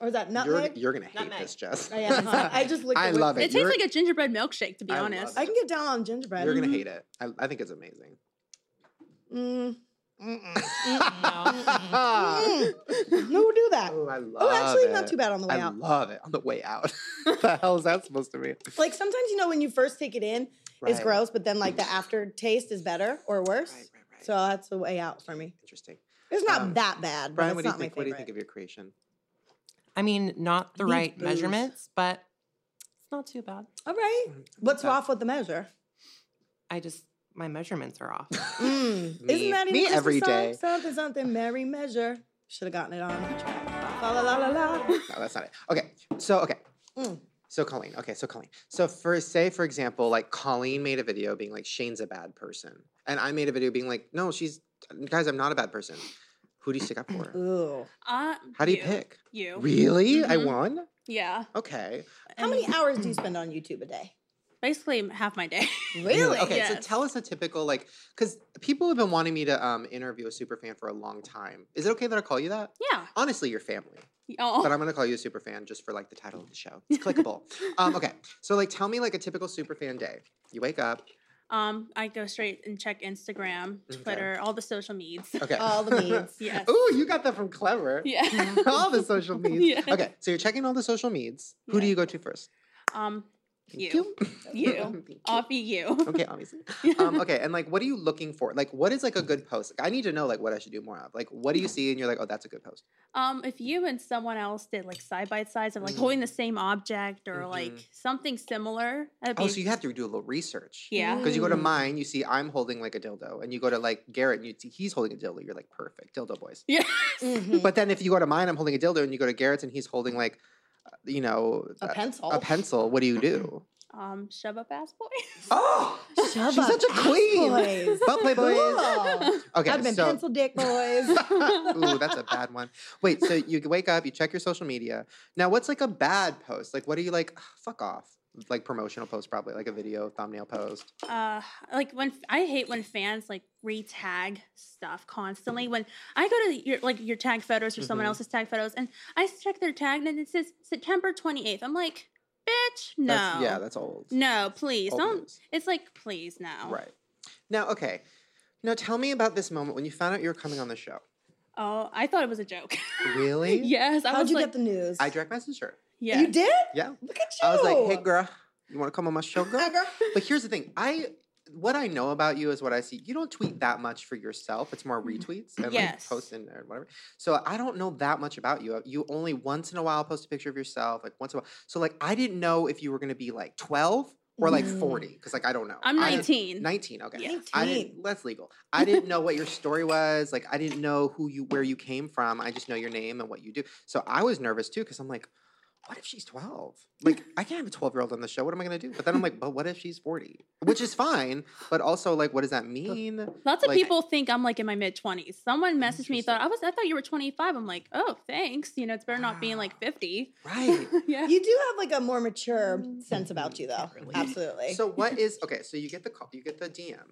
[SPEAKER 2] Or is that
[SPEAKER 1] You're,
[SPEAKER 2] nutmeg?
[SPEAKER 1] you're gonna hate
[SPEAKER 5] Nutmeg.
[SPEAKER 1] this, Jess.
[SPEAKER 2] I, am, huh? I just licked the
[SPEAKER 1] I
[SPEAKER 2] whipped
[SPEAKER 1] love
[SPEAKER 6] it
[SPEAKER 1] it.
[SPEAKER 6] tastes
[SPEAKER 1] You're-
[SPEAKER 6] like a gingerbread milkshake, to be
[SPEAKER 1] I love
[SPEAKER 6] honest.
[SPEAKER 1] it.
[SPEAKER 2] I can get down on gingerbread.
[SPEAKER 1] You're gonna
[SPEAKER 6] Mhm.
[SPEAKER 1] hate it. I, I think it's amazing.
[SPEAKER 2] Mm.
[SPEAKER 1] oh,
[SPEAKER 2] Mm. no, do that.
[SPEAKER 1] I love
[SPEAKER 2] Oh, actually,
[SPEAKER 1] it.
[SPEAKER 2] not too bad on the way
[SPEAKER 1] I
[SPEAKER 2] out.
[SPEAKER 1] love it on the way out. the hell is that supposed to mean?
[SPEAKER 2] Like sometimes you know when you first take it in, it's
[SPEAKER 1] Right,
[SPEAKER 2] gross, but then like the aftertaste is better or worse.
[SPEAKER 1] Right, right, right.
[SPEAKER 2] So that's the way out for me.
[SPEAKER 1] interesting.
[SPEAKER 2] It's not
[SPEAKER 1] Um,
[SPEAKER 2] that bad, but
[SPEAKER 1] Brian,
[SPEAKER 2] it's
[SPEAKER 1] what do you
[SPEAKER 2] not
[SPEAKER 1] think?
[SPEAKER 2] my
[SPEAKER 1] What do
[SPEAKER 2] favorite.
[SPEAKER 1] you think of your creation?
[SPEAKER 5] I mean, not the
[SPEAKER 2] These
[SPEAKER 5] right
[SPEAKER 2] booze.
[SPEAKER 5] measurements, but it's not too bad.
[SPEAKER 2] All right,
[SPEAKER 1] Mm,
[SPEAKER 2] what's
[SPEAKER 1] Okay.
[SPEAKER 2] off with the measure?
[SPEAKER 5] I just my measurements are off.
[SPEAKER 2] Mm.
[SPEAKER 1] Me-
[SPEAKER 2] Isn't that in
[SPEAKER 1] me
[SPEAKER 2] the Christmas
[SPEAKER 1] every
[SPEAKER 2] song?
[SPEAKER 1] day.
[SPEAKER 2] Something, something, merry measure. Should have gotten it on. La la la la la.
[SPEAKER 1] No, that's not it. Okay. So okay.
[SPEAKER 2] Mm.
[SPEAKER 1] So Colleen. Okay, so Colleen. So for say for example, like Colleen made a video being like Shane's a bad person. And I made a video being like, no, she's guys, I'm not a bad person. Who do you stick up for?
[SPEAKER 2] Ooh.
[SPEAKER 6] Uh,
[SPEAKER 1] How do you pick?
[SPEAKER 6] You.
[SPEAKER 1] Really? I
[SPEAKER 6] Mhm.
[SPEAKER 1] won?
[SPEAKER 6] Yeah.
[SPEAKER 1] Okay.
[SPEAKER 2] How
[SPEAKER 6] I
[SPEAKER 2] many
[SPEAKER 6] mean,
[SPEAKER 2] hours do you spend on YouTube a day?
[SPEAKER 6] Basically, half my day.
[SPEAKER 2] Really?
[SPEAKER 1] Mm, Okay, so
[SPEAKER 6] Yes.
[SPEAKER 1] tell us a typical like because people have been wanting me to um, interview a super fan for a long time. Is it okay that I call you that?
[SPEAKER 6] yeah.
[SPEAKER 1] Honestly, your family.
[SPEAKER 6] Oh.
[SPEAKER 1] but I'm gonna call you a super fan just for like the title of the show. It's clickable. um, okay, so like, tell me like a typical super fan day. You wake up.
[SPEAKER 6] Um, I go straight and check Instagram,
[SPEAKER 1] Okay.
[SPEAKER 6] Twitter, all the social medias.
[SPEAKER 1] Okay.
[SPEAKER 2] All the means.
[SPEAKER 6] Yes.
[SPEAKER 1] Ooh, you got that from Clever.
[SPEAKER 6] Yeah.
[SPEAKER 1] all the social meds.
[SPEAKER 6] Yes.
[SPEAKER 1] Okay, so you're checking all the social meds. Who do
[SPEAKER 6] Yeah.
[SPEAKER 1] you go to first?
[SPEAKER 6] Um,
[SPEAKER 1] Thank
[SPEAKER 6] you. You.
[SPEAKER 1] Thank you.
[SPEAKER 6] Off of you.
[SPEAKER 1] Okay, obviously. Um, okay, and like, what are you looking for? Like, what is like a good post? Like, I need to know like what I should do more of. Like, what do you see and you're like, oh, that's a good post.
[SPEAKER 6] Um, if you and someone else did like side by sides of like
[SPEAKER 1] Mhm.
[SPEAKER 6] holding the same object or
[SPEAKER 1] Mhm.
[SPEAKER 6] like something similar, that'd be
[SPEAKER 1] Oh, so you have to do a little research.
[SPEAKER 6] yeah.
[SPEAKER 1] Because you go to
[SPEAKER 2] Mm.
[SPEAKER 1] mine, you see I'm holding like a dildo, and you go to like Garrett, and you see he's holding a dildo. You're like perfect, dildo boys.
[SPEAKER 6] Yeah.
[SPEAKER 2] Mhm.
[SPEAKER 1] But then if you go to mine, I'm holding a dildo, and you go to Garrett's, and he's holding like, uh, you know, uh,
[SPEAKER 2] A pencil.
[SPEAKER 1] a pencil. What do you do?
[SPEAKER 6] Um, shove up ass boy.
[SPEAKER 1] Oh,
[SPEAKER 2] Shove
[SPEAKER 1] she's
[SPEAKER 2] up
[SPEAKER 1] such a
[SPEAKER 2] ass
[SPEAKER 1] queen.
[SPEAKER 2] boys.
[SPEAKER 1] Butt play boys.
[SPEAKER 2] Cool.
[SPEAKER 1] Okay,
[SPEAKER 2] I've been
[SPEAKER 1] so
[SPEAKER 2] pencil dick boys.
[SPEAKER 1] ooh, that's a bad one. Wait, so you wake up, you check your social media. Now, what's like a bad post? Like, what are you like? "Ugh, Fuck off. Like promotional post, probably like a video thumbnail post.
[SPEAKER 6] uh like when f- i hate when fans like re-tag stuff constantly when i go to your like your tag photos or someone
[SPEAKER 1] Mhm.
[SPEAKER 6] else's tag photos and i check their tag and then it says september 28th i'm like bitch no
[SPEAKER 1] That's, yeah, that's old.
[SPEAKER 6] no please
[SPEAKER 1] Old
[SPEAKER 6] don't
[SPEAKER 1] news.
[SPEAKER 6] it's like please no
[SPEAKER 1] Right. Now, okay. Now, tell me about this moment when you found out you were coming on the show.
[SPEAKER 6] oh i thought it was a joke
[SPEAKER 1] Really?
[SPEAKER 6] yes i
[SPEAKER 2] How'd
[SPEAKER 6] was
[SPEAKER 2] you
[SPEAKER 6] like
[SPEAKER 2] get the news?
[SPEAKER 1] I direct messaged her.
[SPEAKER 6] yeah
[SPEAKER 2] You did?
[SPEAKER 1] Yeah.
[SPEAKER 2] Look at you.
[SPEAKER 1] I was like, hey, girl, you want to come on my show, girl?
[SPEAKER 2] Hey, girl.
[SPEAKER 1] But here's the thing. I what I know about you is what I see. You don't tweet that much for yourself. It's more retweets and
[SPEAKER 6] Mm-hmm. Yes.
[SPEAKER 1] like posts and and whatever. So I don't know that much about you. You only once in a while post a picture of yourself, like once in a while. So like I didn't know if you were gonna be like 12 or like
[SPEAKER 2] Mm.
[SPEAKER 1] 40, because like I don't know.
[SPEAKER 6] i'm
[SPEAKER 1] I-
[SPEAKER 6] 19
[SPEAKER 1] 19, okay.
[SPEAKER 6] Yeah.
[SPEAKER 1] I
[SPEAKER 2] 19.
[SPEAKER 1] didn't, that's legal. I didn't know what your story was. Like, I didn't know who you, where you came from. I just know your name and what you do. So I was nervous too, because I'm like, what if she's 12? Like, I can't have a 12 year old on the show. What am I going to do? But then I'm like, but what if she's 40? Which is fine. But also, like, what does that mean?
[SPEAKER 6] lots of
[SPEAKER 1] like-
[SPEAKER 6] people think i'm like in my mid-20s someone messaged me thought i
[SPEAKER 1] Interesting.
[SPEAKER 6] was i thought you were 25 i'm like oh thanks you know it's better not being like
[SPEAKER 1] Wow.
[SPEAKER 6] 50
[SPEAKER 1] Right.
[SPEAKER 6] yeah
[SPEAKER 2] You do have like a more mature
[SPEAKER 6] Mm.
[SPEAKER 2] sense about you, though.
[SPEAKER 1] Really.
[SPEAKER 2] Absolutely.
[SPEAKER 1] So, what is, okay, so you get the call, you get the DM.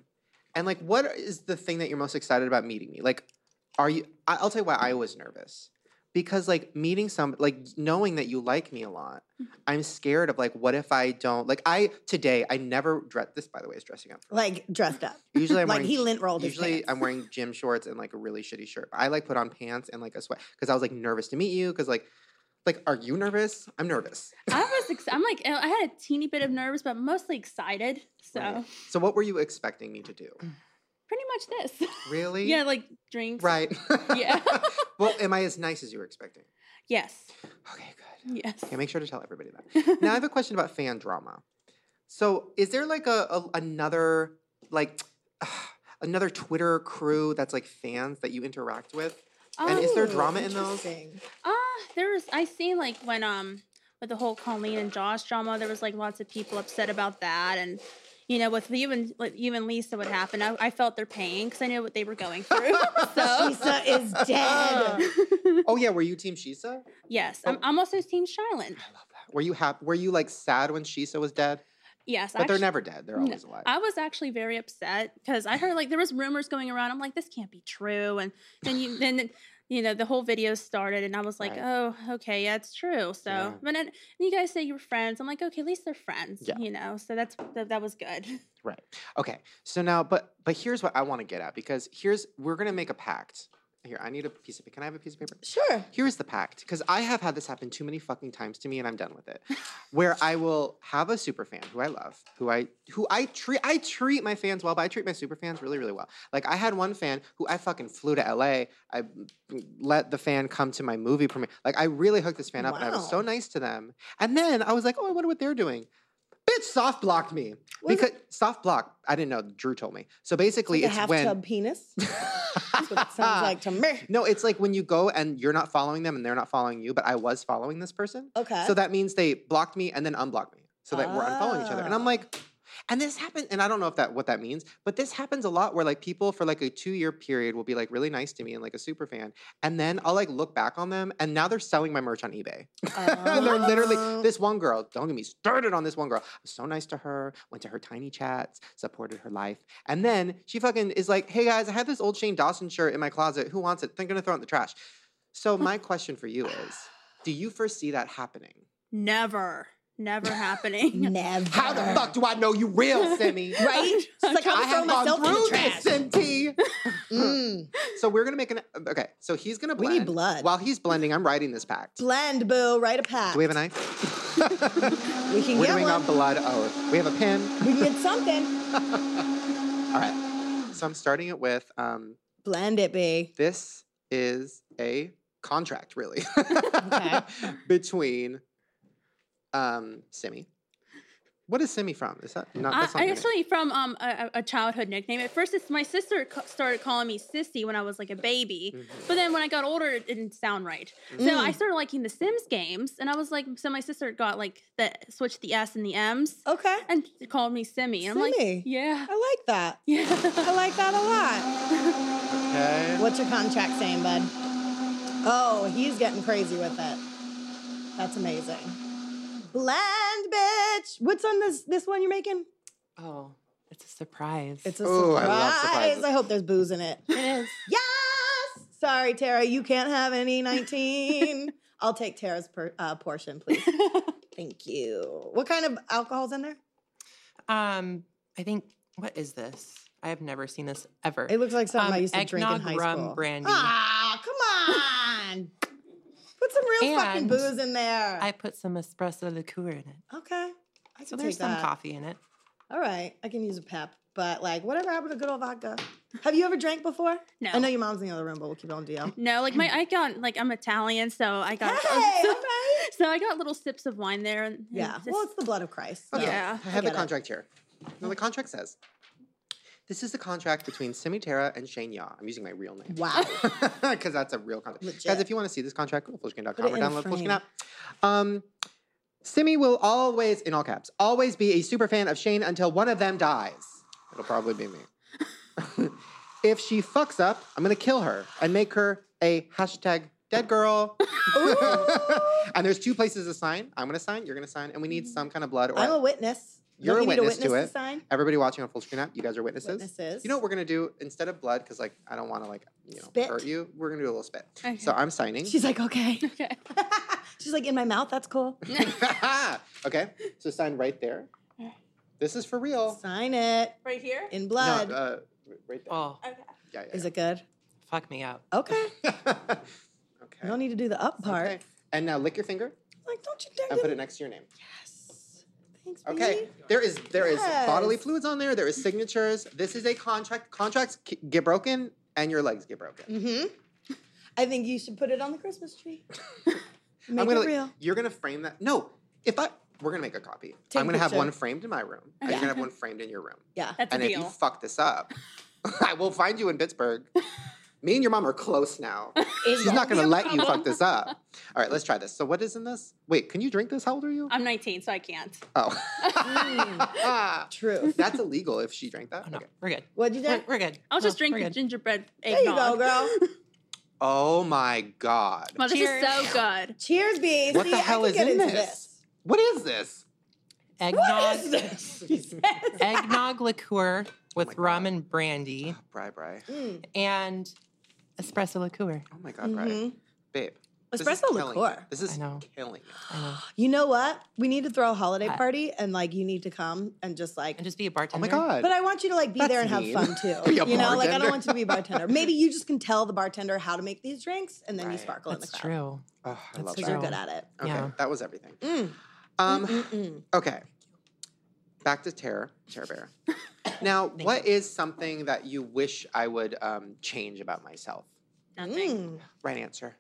[SPEAKER 1] And like, what is the thing that you're most excited about meeting me? Like, are you, I- I'll tell you why I was nervous. Because like meeting some, like knowing that you like me a lot,
[SPEAKER 2] Mm-hmm.
[SPEAKER 1] I'm scared of like, what if I don't, like, I, today, I never dress, this by the way is dressing up.
[SPEAKER 2] like dressed up.
[SPEAKER 1] Usually I'm
[SPEAKER 2] like
[SPEAKER 1] wearing
[SPEAKER 2] he lint rolled his
[SPEAKER 1] Usually,
[SPEAKER 2] pants.
[SPEAKER 1] I'm wearing gym shorts and like a really shitty shirt. I like put on pants and like a sweat because I was like nervous to meet you because like, like are you nervous? I'm nervous.
[SPEAKER 6] I was. Ex- I'm like. I had a teeny bit of nerves, but mostly excited. So
[SPEAKER 1] Right. So what were you expecting me to do?
[SPEAKER 6] pretty much this.
[SPEAKER 1] Really?
[SPEAKER 6] yeah, like drinks.
[SPEAKER 1] Right.
[SPEAKER 6] Yeah.
[SPEAKER 1] well, am I as nice as you were expecting?
[SPEAKER 6] Yes.
[SPEAKER 1] Okay, good.
[SPEAKER 6] Yes.
[SPEAKER 1] Okay, make sure to tell everybody that. Now I have a question about fan drama. So is there like a, a another like another Twitter crew that's like fans that you interact with? and is there
[SPEAKER 2] Ooh,
[SPEAKER 1] drama in those?
[SPEAKER 2] Oh, interesting.
[SPEAKER 6] Oh. Ah, there was. I seen like when um with the whole Colleen and Josh drama, there was like lots of people upset about that, and you know with you and like, you and Lisa, what happened? I, I felt their pain because I knew what they were going through. so
[SPEAKER 2] Lisa is dead.
[SPEAKER 1] Oh yeah, were you team Shisa?
[SPEAKER 6] yes, I'm, I'm also Team Shiland.
[SPEAKER 1] Were you happy? Were you like sad when Shisa was dead?
[SPEAKER 6] Yes,
[SPEAKER 1] But they're
[SPEAKER 6] actu-
[SPEAKER 1] never dead. They're
[SPEAKER 6] No.
[SPEAKER 1] always alive.
[SPEAKER 6] I was actually very upset because I heard like there was rumors going around. I'm like, this can't be true. And then you then you know the whole video started, and I was like,
[SPEAKER 1] Right.
[SPEAKER 6] oh, okay, yeah, it's true. So,
[SPEAKER 1] Yeah.
[SPEAKER 6] but then you guys say you were friends. I'm like, okay, at least they're friends.
[SPEAKER 1] Yeah.
[SPEAKER 6] You know, so that's that, that was good.
[SPEAKER 1] Right. Okay. So now, but but here's what I want to get at because here's we're gonna make a pact. Here, I need a piece of. Can I have a piece of paper?
[SPEAKER 2] Sure.
[SPEAKER 1] Here's the pact because I have had this happen too many fucking times to me, and I'm done with it. Where I will have a super fan who I love, who I who I treat I treat my fans well, but I treat my super fans really really well. Like I had one fan who I fucking flew to LA. I let the fan come to my movie premiere. Like I really hooked this fan up, and I was so
[SPEAKER 2] Wow.
[SPEAKER 1] nice to them. And then I was like, oh, I wonder what they're doing. Bitch soft blocked me
[SPEAKER 2] Was
[SPEAKER 1] because
[SPEAKER 2] it
[SPEAKER 1] soft block. I didn't know. Drew told me. So basically,
[SPEAKER 2] like a
[SPEAKER 1] it's
[SPEAKER 2] half
[SPEAKER 1] when.
[SPEAKER 2] tub penis? That's what it sounds like to me.
[SPEAKER 1] No, it's like when you go and you're not following them and they're not following you, but I was following this person.
[SPEAKER 2] Okay.
[SPEAKER 1] So that means they blocked me and then unblocked me. So that we're unfollowing each other. And I'm
[SPEAKER 2] Ah.
[SPEAKER 1] like, and this happened, and I don't know if that what that means, but this happens a lot where like people for like a two year period will be like really nice to me and like a super fan. And then I'll like look back on them and now they're selling my merch on eBay. And they're literally
[SPEAKER 2] Oh.
[SPEAKER 1] this one girl. Don't get me started on this one girl. I was so nice to her. Went to her tiny chats, supported her life, and then she fucking is like, "Hey guys, I have this old Shane Dawson shirt in my closet. Who wants it? They're gonna throw it in the trash." So my question for you is, do you foresee that happening?
[SPEAKER 6] Never, never happening.
[SPEAKER 2] Never.
[SPEAKER 1] How the fuck do I know you real, Simi?
[SPEAKER 2] Right? It's like
[SPEAKER 1] I
[SPEAKER 2] I'm
[SPEAKER 1] have
[SPEAKER 2] throwing myself
[SPEAKER 1] gone
[SPEAKER 2] in the
[SPEAKER 1] through
[SPEAKER 2] trash.
[SPEAKER 1] this, MT.
[SPEAKER 2] Mm.
[SPEAKER 1] So we're gonna make an okay. So he's gonna
[SPEAKER 2] We
[SPEAKER 1] blend.
[SPEAKER 2] need blood.
[SPEAKER 1] While he's blending, I'm writing this pact.
[SPEAKER 2] Blend, boo. Write a pack.
[SPEAKER 1] Do we have a knife?
[SPEAKER 2] We can
[SPEAKER 1] we're
[SPEAKER 2] get
[SPEAKER 1] doing
[SPEAKER 2] one.
[SPEAKER 1] a blood oath. We have a pen.
[SPEAKER 2] We can get something.
[SPEAKER 1] All right. So I'm starting it with um,
[SPEAKER 2] Blend it, B.
[SPEAKER 1] this is a contract, really,
[SPEAKER 2] Okay.
[SPEAKER 1] between um, Simi. What is Simi from? Is that not?
[SPEAKER 6] I,
[SPEAKER 1] That's not
[SPEAKER 6] I
[SPEAKER 1] your name.
[SPEAKER 6] actually from um a, a a childhood nickname. At first, it's my sister ca- started calling me Sissy when I was like a baby,
[SPEAKER 2] Mm-hmm.
[SPEAKER 6] but then when I got older, it didn't sound right.
[SPEAKER 2] Mm.
[SPEAKER 6] So I started liking the Sims games, and I was like, so my sister got like the switched the S and the M's,
[SPEAKER 2] Okay.
[SPEAKER 6] and she called me Simmy. And I'm like,
[SPEAKER 2] Simmy.
[SPEAKER 6] yeah,
[SPEAKER 2] I like that.
[SPEAKER 6] yeah.
[SPEAKER 2] I like that a
[SPEAKER 1] Okay.
[SPEAKER 2] lot. What's your contract saying, bud? Oh, he's getting crazy with it. That's amazing. Blend, bitch. What's on this this one you're making?
[SPEAKER 5] Oh, it's a surprise.
[SPEAKER 2] It's a
[SPEAKER 1] Ooh, I
[SPEAKER 2] surprise.
[SPEAKER 1] love surprises.
[SPEAKER 2] I hope there's booze in it.
[SPEAKER 5] it is.
[SPEAKER 2] Yes. Sorry, Tara, you can't have any 19. I'll take Tara's per, uh, portion, please. Thank you. What kind of alcohol's in there?
[SPEAKER 5] Um, I think what is this? I have never seen this ever.
[SPEAKER 2] It looks like something I
[SPEAKER 5] Um,
[SPEAKER 2] used to drink in
[SPEAKER 5] eggnog,
[SPEAKER 2] high
[SPEAKER 5] rum,
[SPEAKER 2] school.
[SPEAKER 5] brandy.
[SPEAKER 2] Ah, come on. Put some real fucking
[SPEAKER 5] And
[SPEAKER 2] booze in there.
[SPEAKER 5] I put some espresso liqueur in it,
[SPEAKER 2] okay. I
[SPEAKER 5] so
[SPEAKER 2] can
[SPEAKER 5] there's
[SPEAKER 2] take
[SPEAKER 5] some
[SPEAKER 2] that.
[SPEAKER 5] coffee in it.
[SPEAKER 2] All right. I can use a pep, but like whatever happened to good old vodka. Have you ever drank before?
[SPEAKER 6] No.
[SPEAKER 2] I know your mom's in the other room, but we'll keep it on DL.
[SPEAKER 6] No, like my I got like I'm Italian, so I
[SPEAKER 2] Hey,
[SPEAKER 6] got
[SPEAKER 2] all
[SPEAKER 6] so,
[SPEAKER 2] right.
[SPEAKER 6] so I got little sips of wine there. And, and
[SPEAKER 2] Yeah.
[SPEAKER 6] just-
[SPEAKER 2] Well, it's the blood of Christ. so-
[SPEAKER 1] Okay,
[SPEAKER 6] Yeah,
[SPEAKER 1] I
[SPEAKER 2] I
[SPEAKER 1] have the
[SPEAKER 2] get it.
[SPEAKER 1] contract here. No, the contract says this is the contract between Simi Tara and Shane Yaw. I'm using my real name.
[SPEAKER 2] Wow.
[SPEAKER 1] Because that's a real contract. Guys,
[SPEAKER 2] Legit.
[SPEAKER 1] if you want to see this contract, go to
[SPEAKER 2] Put it
[SPEAKER 1] flushkin.com or
[SPEAKER 2] in a
[SPEAKER 1] download Flushkin
[SPEAKER 2] frame.
[SPEAKER 1] app. Um, Simi will always, in all caps, always be a super fan of Shane until one of them dies. It'll probably be me. if she fucks up, I'm going to kill her and make her a hashtag dead girl. and there's two places to sign. I'm going to sign, you're going to sign, and we
[SPEAKER 2] Mm.
[SPEAKER 1] need some kind of blood or
[SPEAKER 2] I'm a witness.
[SPEAKER 1] You're
[SPEAKER 2] Don't
[SPEAKER 1] a
[SPEAKER 2] you need
[SPEAKER 1] witness to
[SPEAKER 2] a witness
[SPEAKER 1] it.
[SPEAKER 2] sign?
[SPEAKER 1] Everybody watching on full screen app, you guys are witnesses.
[SPEAKER 2] Witnesses.
[SPEAKER 1] You know what we're gonna do instead of blood, because like I don't want to like you know
[SPEAKER 2] Spit.
[SPEAKER 1] hurt you. We're gonna do a little spit. So I'm signing.
[SPEAKER 2] She's like, okay.
[SPEAKER 6] okay.
[SPEAKER 2] She's like, in my mouth, that's cool.
[SPEAKER 1] okay, so sign right there. This is for real.
[SPEAKER 2] Sign it
[SPEAKER 6] Right here.
[SPEAKER 2] in
[SPEAKER 1] No,
[SPEAKER 2] blood.
[SPEAKER 1] uh, right there.
[SPEAKER 5] Oh,
[SPEAKER 6] Okay.
[SPEAKER 1] Yeah, yeah.
[SPEAKER 2] Is it good?
[SPEAKER 5] fuck me up.
[SPEAKER 2] Okay.
[SPEAKER 1] yeah. okay.
[SPEAKER 2] You don't need to do the up part.
[SPEAKER 1] Okay. And now lick your finger
[SPEAKER 2] Like, don't you dare
[SPEAKER 1] and
[SPEAKER 2] do
[SPEAKER 1] put it next to your name.
[SPEAKER 2] Yes. Thanks,
[SPEAKER 1] Okay.
[SPEAKER 2] baby.
[SPEAKER 1] There is there is bodily
[SPEAKER 2] Yes.
[SPEAKER 1] fluids on there. There is signatures. This is a contract. Contracts ki- get broken and your legs get broken.
[SPEAKER 2] Mm-hmm. I think you should put it on the Christmas tree. Make
[SPEAKER 1] I'm gonna,
[SPEAKER 2] it
[SPEAKER 1] like-
[SPEAKER 2] real.
[SPEAKER 1] You're gonna frame that. No, if I, we're gonna make a copy.
[SPEAKER 2] Take
[SPEAKER 1] I'm
[SPEAKER 2] a
[SPEAKER 1] gonna have
[SPEAKER 2] picture.
[SPEAKER 1] one framed in my room, and you're
[SPEAKER 2] Yeah.
[SPEAKER 1] gonna have one framed in your room.
[SPEAKER 2] Yeah.
[SPEAKER 6] That's
[SPEAKER 1] and
[SPEAKER 6] a
[SPEAKER 1] if you
[SPEAKER 6] deal.
[SPEAKER 1] fuck this up, I will find you in Pittsburgh. Me and your mom are close now. She's not gonna let you fuck this up. All right, let's try this. So what is in this? Wait, can you drink this? How old are you?
[SPEAKER 6] I'm 19, so I can't.
[SPEAKER 1] oh,
[SPEAKER 2] True.
[SPEAKER 1] that's illegal if she drank that.
[SPEAKER 5] Oh no,
[SPEAKER 1] Okay.
[SPEAKER 5] we're good.
[SPEAKER 2] What'd you
[SPEAKER 5] We're,
[SPEAKER 2] do?
[SPEAKER 5] we're good.
[SPEAKER 6] I'll just
[SPEAKER 5] No,
[SPEAKER 6] drink
[SPEAKER 5] we're
[SPEAKER 6] the
[SPEAKER 5] good.
[SPEAKER 6] gingerbread
[SPEAKER 2] Oh, There you
[SPEAKER 6] eggnog.
[SPEAKER 2] go, girl.
[SPEAKER 1] Oh my god.
[SPEAKER 6] Wow, this is
[SPEAKER 5] Cheers.
[SPEAKER 6] so good.
[SPEAKER 2] Cheers, B.
[SPEAKER 1] What the
[SPEAKER 2] See, I
[SPEAKER 1] hell
[SPEAKER 2] can
[SPEAKER 1] is
[SPEAKER 2] get
[SPEAKER 1] in
[SPEAKER 2] into
[SPEAKER 1] this? What is this?
[SPEAKER 2] What is
[SPEAKER 5] eggnog,
[SPEAKER 2] this? She says.
[SPEAKER 5] eggnog liqueur with
[SPEAKER 1] Oh my
[SPEAKER 5] rum
[SPEAKER 1] God.
[SPEAKER 5] and brandy,
[SPEAKER 1] Bri, Bri.
[SPEAKER 2] Mm,
[SPEAKER 5] and espresso liqueur.
[SPEAKER 1] Oh my God, Bri.
[SPEAKER 2] mhm.
[SPEAKER 1] Babe. this is
[SPEAKER 2] Espresso
[SPEAKER 1] killing it.
[SPEAKER 2] liqueur.
[SPEAKER 1] This is
[SPEAKER 5] I know.
[SPEAKER 1] killing it.
[SPEAKER 5] I know.
[SPEAKER 2] You know what? We need to throw a holiday
[SPEAKER 5] I-
[SPEAKER 2] party, and like you need to come and just like.
[SPEAKER 5] And just be a
[SPEAKER 1] Oh
[SPEAKER 5] bartender.
[SPEAKER 1] my God.
[SPEAKER 2] but I want you to like be
[SPEAKER 1] That's
[SPEAKER 2] there and have
[SPEAKER 1] mean.
[SPEAKER 2] fun too.
[SPEAKER 1] Be
[SPEAKER 2] you
[SPEAKER 1] a
[SPEAKER 2] know, like I
[SPEAKER 1] bartender.
[SPEAKER 2] don't want you to be a bartender. Maybe you just can tell the bartender how to make these drinks, and then you
[SPEAKER 1] Right.
[SPEAKER 2] sparkle
[SPEAKER 5] That's
[SPEAKER 2] in the crowd
[SPEAKER 5] true.
[SPEAKER 1] Oh, I love
[SPEAKER 5] That's
[SPEAKER 2] because
[SPEAKER 1] that.
[SPEAKER 2] you're
[SPEAKER 5] Wow.
[SPEAKER 2] good at it.
[SPEAKER 1] Okay,
[SPEAKER 5] Yeah.
[SPEAKER 1] that was everything.
[SPEAKER 2] Mm.
[SPEAKER 1] Um,
[SPEAKER 2] Mm, mm,
[SPEAKER 1] okay. Back to Terror, Terror Bear. Now,
[SPEAKER 5] Thank
[SPEAKER 1] what is something that you wish I would um, change about myself?
[SPEAKER 6] Nothing.
[SPEAKER 2] mm.
[SPEAKER 1] Right answer.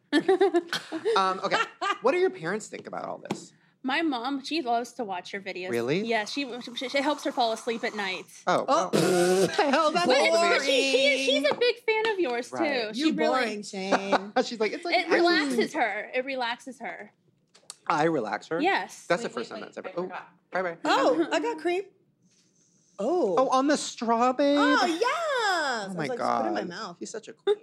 [SPEAKER 1] Um, okay. what do your parents think about all this?
[SPEAKER 6] My mom, she loves to watch her videos.
[SPEAKER 1] Really?
[SPEAKER 6] Yeah, she she, she helps her fall asleep at night.
[SPEAKER 1] Oh,
[SPEAKER 2] Oh,
[SPEAKER 1] well,
[SPEAKER 2] hell, that's
[SPEAKER 6] But it's- but
[SPEAKER 2] boring.
[SPEAKER 6] she, she, she's a big fan of yours
[SPEAKER 1] Right.
[SPEAKER 6] too.
[SPEAKER 2] You're
[SPEAKER 6] Oh, she really-
[SPEAKER 2] boring, Shane.
[SPEAKER 1] she's like, it's like
[SPEAKER 6] it
[SPEAKER 1] actually-
[SPEAKER 6] relaxes her. It relaxes her.
[SPEAKER 1] I relax her.
[SPEAKER 6] Yes.
[SPEAKER 1] That's the
[SPEAKER 5] Wait,
[SPEAKER 1] first
[SPEAKER 5] wait,
[SPEAKER 1] time that's
[SPEAKER 5] wait,
[SPEAKER 1] ever. Oh,
[SPEAKER 5] I forgot.
[SPEAKER 1] bye bye.
[SPEAKER 2] oh, I got cream. Oh.
[SPEAKER 1] Oh, on the straw, babe.
[SPEAKER 2] Oh, yes.
[SPEAKER 1] Oh
[SPEAKER 2] I
[SPEAKER 1] my
[SPEAKER 2] was like,
[SPEAKER 1] god. Oh.
[SPEAKER 2] Just put it in my mouth.
[SPEAKER 1] He's such a queen.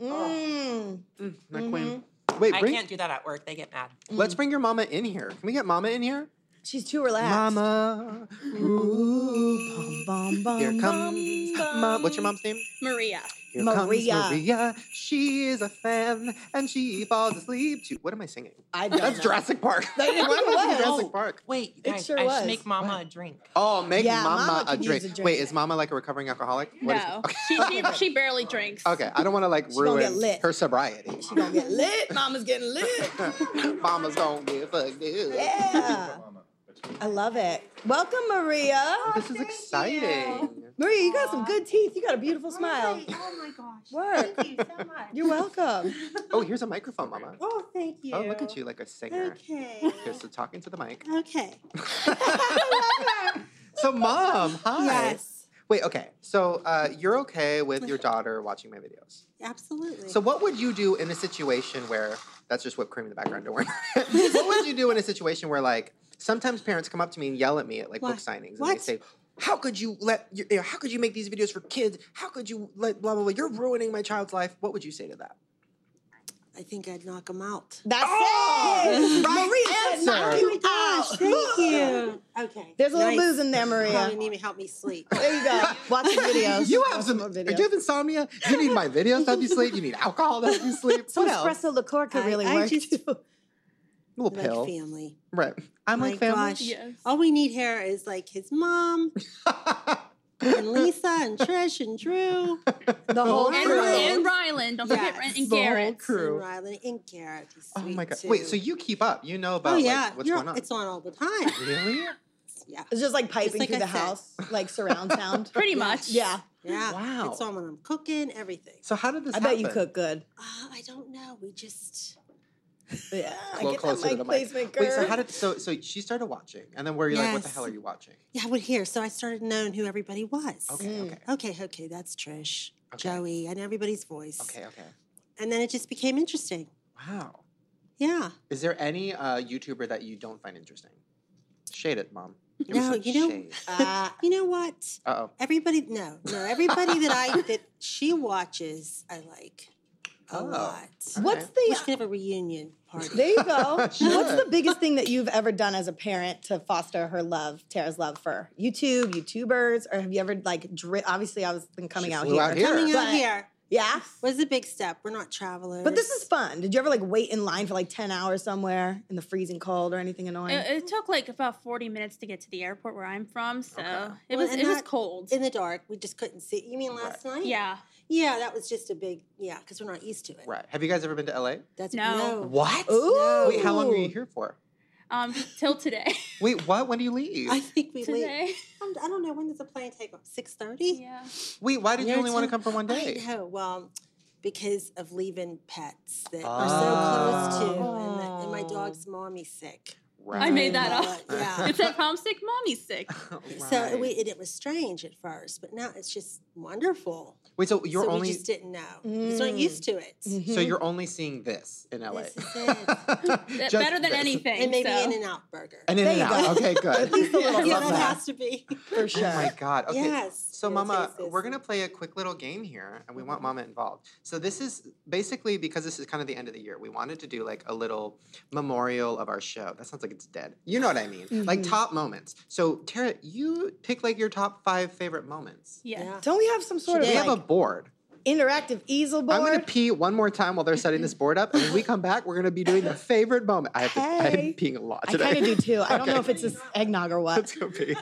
[SPEAKER 2] Mm.
[SPEAKER 1] Mm, my queen. Wait,
[SPEAKER 5] Mm-hmm. I
[SPEAKER 1] bring,
[SPEAKER 5] can't mm. do that at work. They get mad.
[SPEAKER 1] let's bring your mama in here. Can we get mama in here?
[SPEAKER 2] She's too relaxed.
[SPEAKER 1] Mama. Ooh,
[SPEAKER 2] Bum, bum, bum,
[SPEAKER 1] Here comes
[SPEAKER 2] bum,
[SPEAKER 1] mom. What's your
[SPEAKER 2] bum.
[SPEAKER 1] mom's name?
[SPEAKER 6] Maria.
[SPEAKER 1] Here
[SPEAKER 2] Maria.
[SPEAKER 1] comes Maria. She is a fan and she falls asleep to. What am I singing?
[SPEAKER 2] I don't
[SPEAKER 1] That's
[SPEAKER 2] know.
[SPEAKER 1] Jurassic Park.
[SPEAKER 2] That- it was.
[SPEAKER 1] Jurassic Park.
[SPEAKER 5] Wait, you
[SPEAKER 2] It
[SPEAKER 5] guys,
[SPEAKER 2] sure
[SPEAKER 5] I
[SPEAKER 2] was.
[SPEAKER 5] should make Mama a drink.
[SPEAKER 1] Oh, make
[SPEAKER 2] Yeah,
[SPEAKER 1] mama,
[SPEAKER 2] mama
[SPEAKER 1] a
[SPEAKER 2] could
[SPEAKER 1] drink.
[SPEAKER 2] use a
[SPEAKER 1] Wait,
[SPEAKER 2] drink.
[SPEAKER 1] is mama like a recovering alcoholic? What is-
[SPEAKER 6] no. she, she she barely drinks.
[SPEAKER 1] okay, I don't want to like
[SPEAKER 2] She gonna get
[SPEAKER 1] ruin
[SPEAKER 2] lit.
[SPEAKER 1] her sobriety.
[SPEAKER 2] She gonna get lit. Mama's getting lit.
[SPEAKER 1] Mama's gonna get fucked up.
[SPEAKER 2] Yeah. I love it. Welcome, Maria.
[SPEAKER 1] Oh, This is exciting.
[SPEAKER 2] Maria, you got some good teeth. You got a beautiful smile.
[SPEAKER 7] Oh my gosh.
[SPEAKER 2] Work.
[SPEAKER 7] Thank you so much.
[SPEAKER 2] You're welcome.
[SPEAKER 1] Oh, here's a microphone, mama.
[SPEAKER 7] Oh, thank you.
[SPEAKER 1] Oh, look at you like a singer.
[SPEAKER 7] Okay.
[SPEAKER 1] Here's the talking to the mic.
[SPEAKER 7] Okay.
[SPEAKER 1] so, mom, hi.
[SPEAKER 7] Yes.
[SPEAKER 1] Wait, okay. So, uh, you're okay with your daughter watching my videos?
[SPEAKER 7] Absolutely.
[SPEAKER 1] So what would you do in a situation where that's just whipped cream in the background? Don't worry. what would you do in a situation where like sometimes parents come up to me and yell at me at like book
[SPEAKER 7] What?
[SPEAKER 1] signings and they
[SPEAKER 7] What?
[SPEAKER 1] say, "How could you let? Your, you know, how could you make these videos for kids? How could you let blah blah blah? You're ruining my child's life." What would you say to that?
[SPEAKER 7] I think I'd knock hthem out.
[SPEAKER 2] That's
[SPEAKER 1] Oh,
[SPEAKER 2] it.
[SPEAKER 1] right
[SPEAKER 2] Maria said, knock
[SPEAKER 1] answer.
[SPEAKER 2] you
[SPEAKER 7] Gosh,
[SPEAKER 2] out.
[SPEAKER 7] thank you. Okay.
[SPEAKER 2] There's a little
[SPEAKER 7] nice.
[SPEAKER 2] booze in there,
[SPEAKER 7] Probably
[SPEAKER 2] Maria.
[SPEAKER 7] need to help me sleep.
[SPEAKER 2] There you go. Watch the videos.
[SPEAKER 1] You have
[SPEAKER 2] Watch
[SPEAKER 1] some.
[SPEAKER 2] more
[SPEAKER 1] Do you have insomnia? You need my videos to help you sleep. You need alcohol to help you sleep.
[SPEAKER 2] Some
[SPEAKER 1] what else?
[SPEAKER 2] espresso liqueur could
[SPEAKER 7] I-
[SPEAKER 2] really
[SPEAKER 7] I
[SPEAKER 2] work
[SPEAKER 7] just-
[SPEAKER 2] too.
[SPEAKER 1] Little
[SPEAKER 7] like
[SPEAKER 1] pill.
[SPEAKER 7] family.
[SPEAKER 1] right. I'm
[SPEAKER 7] My
[SPEAKER 1] like family.
[SPEAKER 7] gosh. Oh,
[SPEAKER 6] Yes.
[SPEAKER 7] All we need here is like his mom and Lisa and Trish and Drew.
[SPEAKER 2] The whole
[SPEAKER 6] And,
[SPEAKER 2] crew.
[SPEAKER 6] and Ryland. Don't forget Ryland and
[SPEAKER 7] the whole
[SPEAKER 6] Garrett.
[SPEAKER 1] Crew.
[SPEAKER 7] And Ryland and Garrett. He's
[SPEAKER 1] oh
[SPEAKER 7] sweet
[SPEAKER 1] my god.
[SPEAKER 7] Too.
[SPEAKER 1] Wait. So you keep up? You know about
[SPEAKER 7] Oh yeah,
[SPEAKER 1] like, what's
[SPEAKER 7] You're-
[SPEAKER 1] going on?
[SPEAKER 7] It's on all the time.
[SPEAKER 1] Really?
[SPEAKER 7] Yeah.
[SPEAKER 2] It's just like piping
[SPEAKER 7] like
[SPEAKER 2] through
[SPEAKER 7] I
[SPEAKER 2] the
[SPEAKER 7] said.
[SPEAKER 2] house, like surround sound.
[SPEAKER 6] Pretty much.
[SPEAKER 2] yeah.
[SPEAKER 7] Yeah.
[SPEAKER 1] Wow.
[SPEAKER 7] It's on when I'm cooking, everything.
[SPEAKER 1] So how did this
[SPEAKER 2] I
[SPEAKER 1] happen?
[SPEAKER 2] bet you cook good.
[SPEAKER 7] Uh, I don't know. We just
[SPEAKER 2] Yeah. I
[SPEAKER 1] Well,
[SPEAKER 2] get
[SPEAKER 1] closer to
[SPEAKER 2] that mic
[SPEAKER 1] the mic.
[SPEAKER 2] placement, girl.
[SPEAKER 1] Wait, so how did so so she started watching and then were you like, what the
[SPEAKER 7] Yes.
[SPEAKER 1] hell are you watching?
[SPEAKER 7] yeah, I would hear. So I started knowing who everybody was.
[SPEAKER 1] Okay,
[SPEAKER 2] Mm.
[SPEAKER 1] okay.
[SPEAKER 7] Okay, okay, that's Trish,
[SPEAKER 1] Okay.
[SPEAKER 7] Joey, and everybody's voice.
[SPEAKER 1] Okay, okay.
[SPEAKER 7] And then it just became interesting.
[SPEAKER 1] Wow.
[SPEAKER 7] Yeah.
[SPEAKER 1] Is there any uh YouTuber that you don't find interesting? Shade it, mom. Give me
[SPEAKER 7] No,
[SPEAKER 1] some
[SPEAKER 7] you know-
[SPEAKER 1] shade.
[SPEAKER 2] Uh,
[SPEAKER 7] You know what?
[SPEAKER 1] Uh oh.
[SPEAKER 7] Everybody no, no, everybody that I that she watches, I like a
[SPEAKER 1] Oh.
[SPEAKER 7] lot.
[SPEAKER 2] what's
[SPEAKER 7] We
[SPEAKER 2] the
[SPEAKER 7] should have a reunion party.
[SPEAKER 2] there you go. What's
[SPEAKER 1] Sure.
[SPEAKER 2] the biggest thing that you've ever done as a parent to foster her love, Tara's love for YouTube, YouTubers, or have you ever like dri- obviously I was been coming
[SPEAKER 1] She
[SPEAKER 2] out
[SPEAKER 1] flew
[SPEAKER 2] here.
[SPEAKER 1] out here.
[SPEAKER 7] Coming out
[SPEAKER 2] But-
[SPEAKER 7] here
[SPEAKER 2] Yeah.
[SPEAKER 7] was a big step. We're not travelers.
[SPEAKER 2] But this is fun. Did you ever like wait in line for like 10 hours somewhere in the freezing cold or anything annoying?
[SPEAKER 1] Uh,
[SPEAKER 6] It, it took like about forty minutes to get to the airport where I'm from, so
[SPEAKER 1] Okay.
[SPEAKER 6] it
[SPEAKER 7] Well,
[SPEAKER 6] was
[SPEAKER 7] and
[SPEAKER 6] it was
[SPEAKER 7] that-
[SPEAKER 6] cold.
[SPEAKER 7] in the dark. We just couldn't see. You mean
[SPEAKER 1] Right.
[SPEAKER 7] last night?
[SPEAKER 6] yeah,
[SPEAKER 7] Yeah, that was just a big yeah, because we're not used to it.
[SPEAKER 1] Right. Have you guys ever been to LA?
[SPEAKER 7] That's
[SPEAKER 6] No.
[SPEAKER 1] What?
[SPEAKER 2] Ooh.
[SPEAKER 1] Wait, how long
[SPEAKER 7] Oh.
[SPEAKER 1] were you here for?
[SPEAKER 6] um, till today.
[SPEAKER 1] Wait, what? When do you leave?
[SPEAKER 7] I think we leave.
[SPEAKER 6] today,
[SPEAKER 7] I'm- I don't know when does the plane take off. Six thirty.
[SPEAKER 6] yeah.
[SPEAKER 1] Wait, why did you
[SPEAKER 7] Your
[SPEAKER 1] only want to
[SPEAKER 7] turn.
[SPEAKER 1] come for one
[SPEAKER 7] I
[SPEAKER 1] day?
[SPEAKER 7] know. Well, because of leaving pets that
[SPEAKER 1] Ah.
[SPEAKER 7] are so close to, and, the, and my dog's mommy's sick.
[SPEAKER 1] Right.
[SPEAKER 6] I made that up.
[SPEAKER 7] And, uh, Yeah.
[SPEAKER 6] It said homesick, mommy's sick.
[SPEAKER 7] So
[SPEAKER 1] Right.
[SPEAKER 7] we, and it was strange at first, but now it's just wonderful.
[SPEAKER 1] Wait, so you're
[SPEAKER 7] so
[SPEAKER 1] only
[SPEAKER 7] we just didn't know. It's not
[SPEAKER 2] Mm.
[SPEAKER 7] used to it.
[SPEAKER 1] So
[SPEAKER 2] Mhm.
[SPEAKER 1] you're only seeing this in LA.
[SPEAKER 7] This is it.
[SPEAKER 6] That-
[SPEAKER 1] Just
[SPEAKER 6] Better than
[SPEAKER 1] this.
[SPEAKER 6] anything.
[SPEAKER 7] And maybe
[SPEAKER 6] so.
[SPEAKER 7] In and Out Burger.
[SPEAKER 1] An in
[SPEAKER 2] There
[SPEAKER 1] and
[SPEAKER 2] you go.
[SPEAKER 1] out. Okay, good.
[SPEAKER 2] At least a
[SPEAKER 1] I
[SPEAKER 2] little
[SPEAKER 1] love
[SPEAKER 7] yeah, that,
[SPEAKER 1] that.
[SPEAKER 7] has to be.
[SPEAKER 2] for
[SPEAKER 1] Oh
[SPEAKER 2] sure.
[SPEAKER 1] my god. Okay.
[SPEAKER 7] Yes.
[SPEAKER 1] So,
[SPEAKER 7] Yes,
[SPEAKER 1] Mama,
[SPEAKER 7] yes, yes.
[SPEAKER 1] we're gonna play a quick little game here, and we want
[SPEAKER 7] Mhm.
[SPEAKER 1] Mama involved. So this is basically because this is kind of the end of the year. We wanted to do like a little memorial of our show. That sounds like it's dead. You know what I mean? Like
[SPEAKER 2] Mhm.
[SPEAKER 1] top moments. So Tara, you pick like your top five favorite moments.
[SPEAKER 6] Yes.
[SPEAKER 5] Yeah.
[SPEAKER 2] Don't we have some sort of
[SPEAKER 1] We have a
[SPEAKER 2] like,
[SPEAKER 1] board.
[SPEAKER 2] interactive easel board?
[SPEAKER 1] I'm gonna pee one more time while they're setting this board up, and when we come back, we're gonna be doing the favorite moment. I have to,
[SPEAKER 2] Hey.
[SPEAKER 1] I'm peeing a lot
[SPEAKER 2] I
[SPEAKER 1] today.
[SPEAKER 2] kind of do too. I don't know if
[SPEAKER 1] Okay.
[SPEAKER 2] it's this eggnog or what.
[SPEAKER 1] Let's go pee.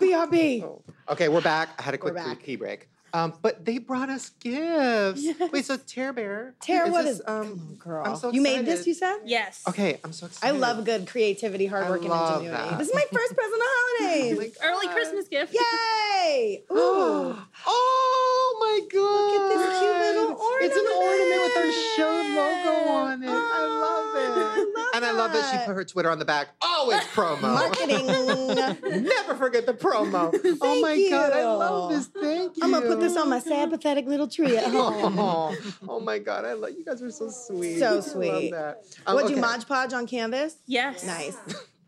[SPEAKER 2] BRB.
[SPEAKER 1] Oh. Okay, we're back. I had a
[SPEAKER 2] We're
[SPEAKER 1] quick pee-
[SPEAKER 2] back.
[SPEAKER 1] pee break. Um, but they brought us gifts. Wait, so Tara Bear.
[SPEAKER 2] Tara, what
[SPEAKER 1] this,
[SPEAKER 2] is? come on,
[SPEAKER 1] um
[SPEAKER 2] girl.
[SPEAKER 1] so
[SPEAKER 2] you made
[SPEAKER 1] excited.
[SPEAKER 2] this, you said?
[SPEAKER 6] Yes.
[SPEAKER 1] Okay, I'm so
[SPEAKER 2] I
[SPEAKER 1] excited.
[SPEAKER 2] love good creativity, hard
[SPEAKER 1] I
[SPEAKER 2] work, and
[SPEAKER 1] love
[SPEAKER 2] ingenuity.
[SPEAKER 1] that.
[SPEAKER 2] This is my first present of the holidays.
[SPEAKER 1] Like,
[SPEAKER 6] Early Christmas gift.
[SPEAKER 2] Yay! Ooh.
[SPEAKER 1] oh my god.
[SPEAKER 2] Look at this cute little
[SPEAKER 1] It's an ornament with her show logo on it.
[SPEAKER 2] ornament.
[SPEAKER 1] I love it.
[SPEAKER 2] Oh, I love
[SPEAKER 1] and I love that she put her Twitter on the back. Always promo.
[SPEAKER 2] Marketing.
[SPEAKER 1] Never forget the promo. oh my
[SPEAKER 2] Thank
[SPEAKER 1] god, I love
[SPEAKER 2] you.
[SPEAKER 1] this. Thank you.
[SPEAKER 2] I'm gonna put this on my sad, pathetic little tree at home.
[SPEAKER 1] Oh, oh my god, I love you guys are so sweet.
[SPEAKER 2] So
[SPEAKER 1] I Love
[SPEAKER 2] sweet.
[SPEAKER 1] that. Um,
[SPEAKER 2] What'd
[SPEAKER 1] okay.
[SPEAKER 2] you Mod Podge on canvas?
[SPEAKER 6] Yes.
[SPEAKER 2] Nice.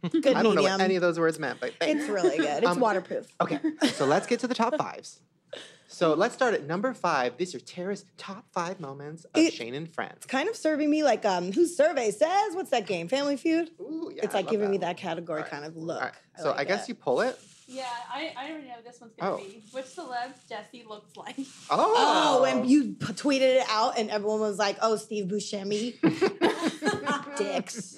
[SPEAKER 2] Good medium.
[SPEAKER 1] I don't know what any of those words meant, but thanks.
[SPEAKER 2] it's really good. It's
[SPEAKER 1] Um,
[SPEAKER 2] waterproof.
[SPEAKER 1] Okay, so let's get to the top fives. So let's start at number five. These are Tara's top five moments of
[SPEAKER 2] It-
[SPEAKER 1] Shane and Friends.
[SPEAKER 2] Kind of serving me like um, whose survey says? What's that game? Family Feud.
[SPEAKER 1] Ooh, yeah,
[SPEAKER 2] it's
[SPEAKER 1] I
[SPEAKER 2] like
[SPEAKER 1] love
[SPEAKER 2] giving me
[SPEAKER 1] one.
[SPEAKER 2] that category
[SPEAKER 1] All right.
[SPEAKER 2] kind of look.
[SPEAKER 1] All right, so I,
[SPEAKER 2] like
[SPEAKER 1] guess
[SPEAKER 2] it.
[SPEAKER 1] you pull it.
[SPEAKER 6] Yeah, I, I already know what this one's gonna
[SPEAKER 1] Oh.
[SPEAKER 6] be. Which celeb Jesse looks like.
[SPEAKER 1] Oh,
[SPEAKER 2] Oh, and you p- tweeted it out, and everyone was like, "Oh, Steve Buscemi, dicks,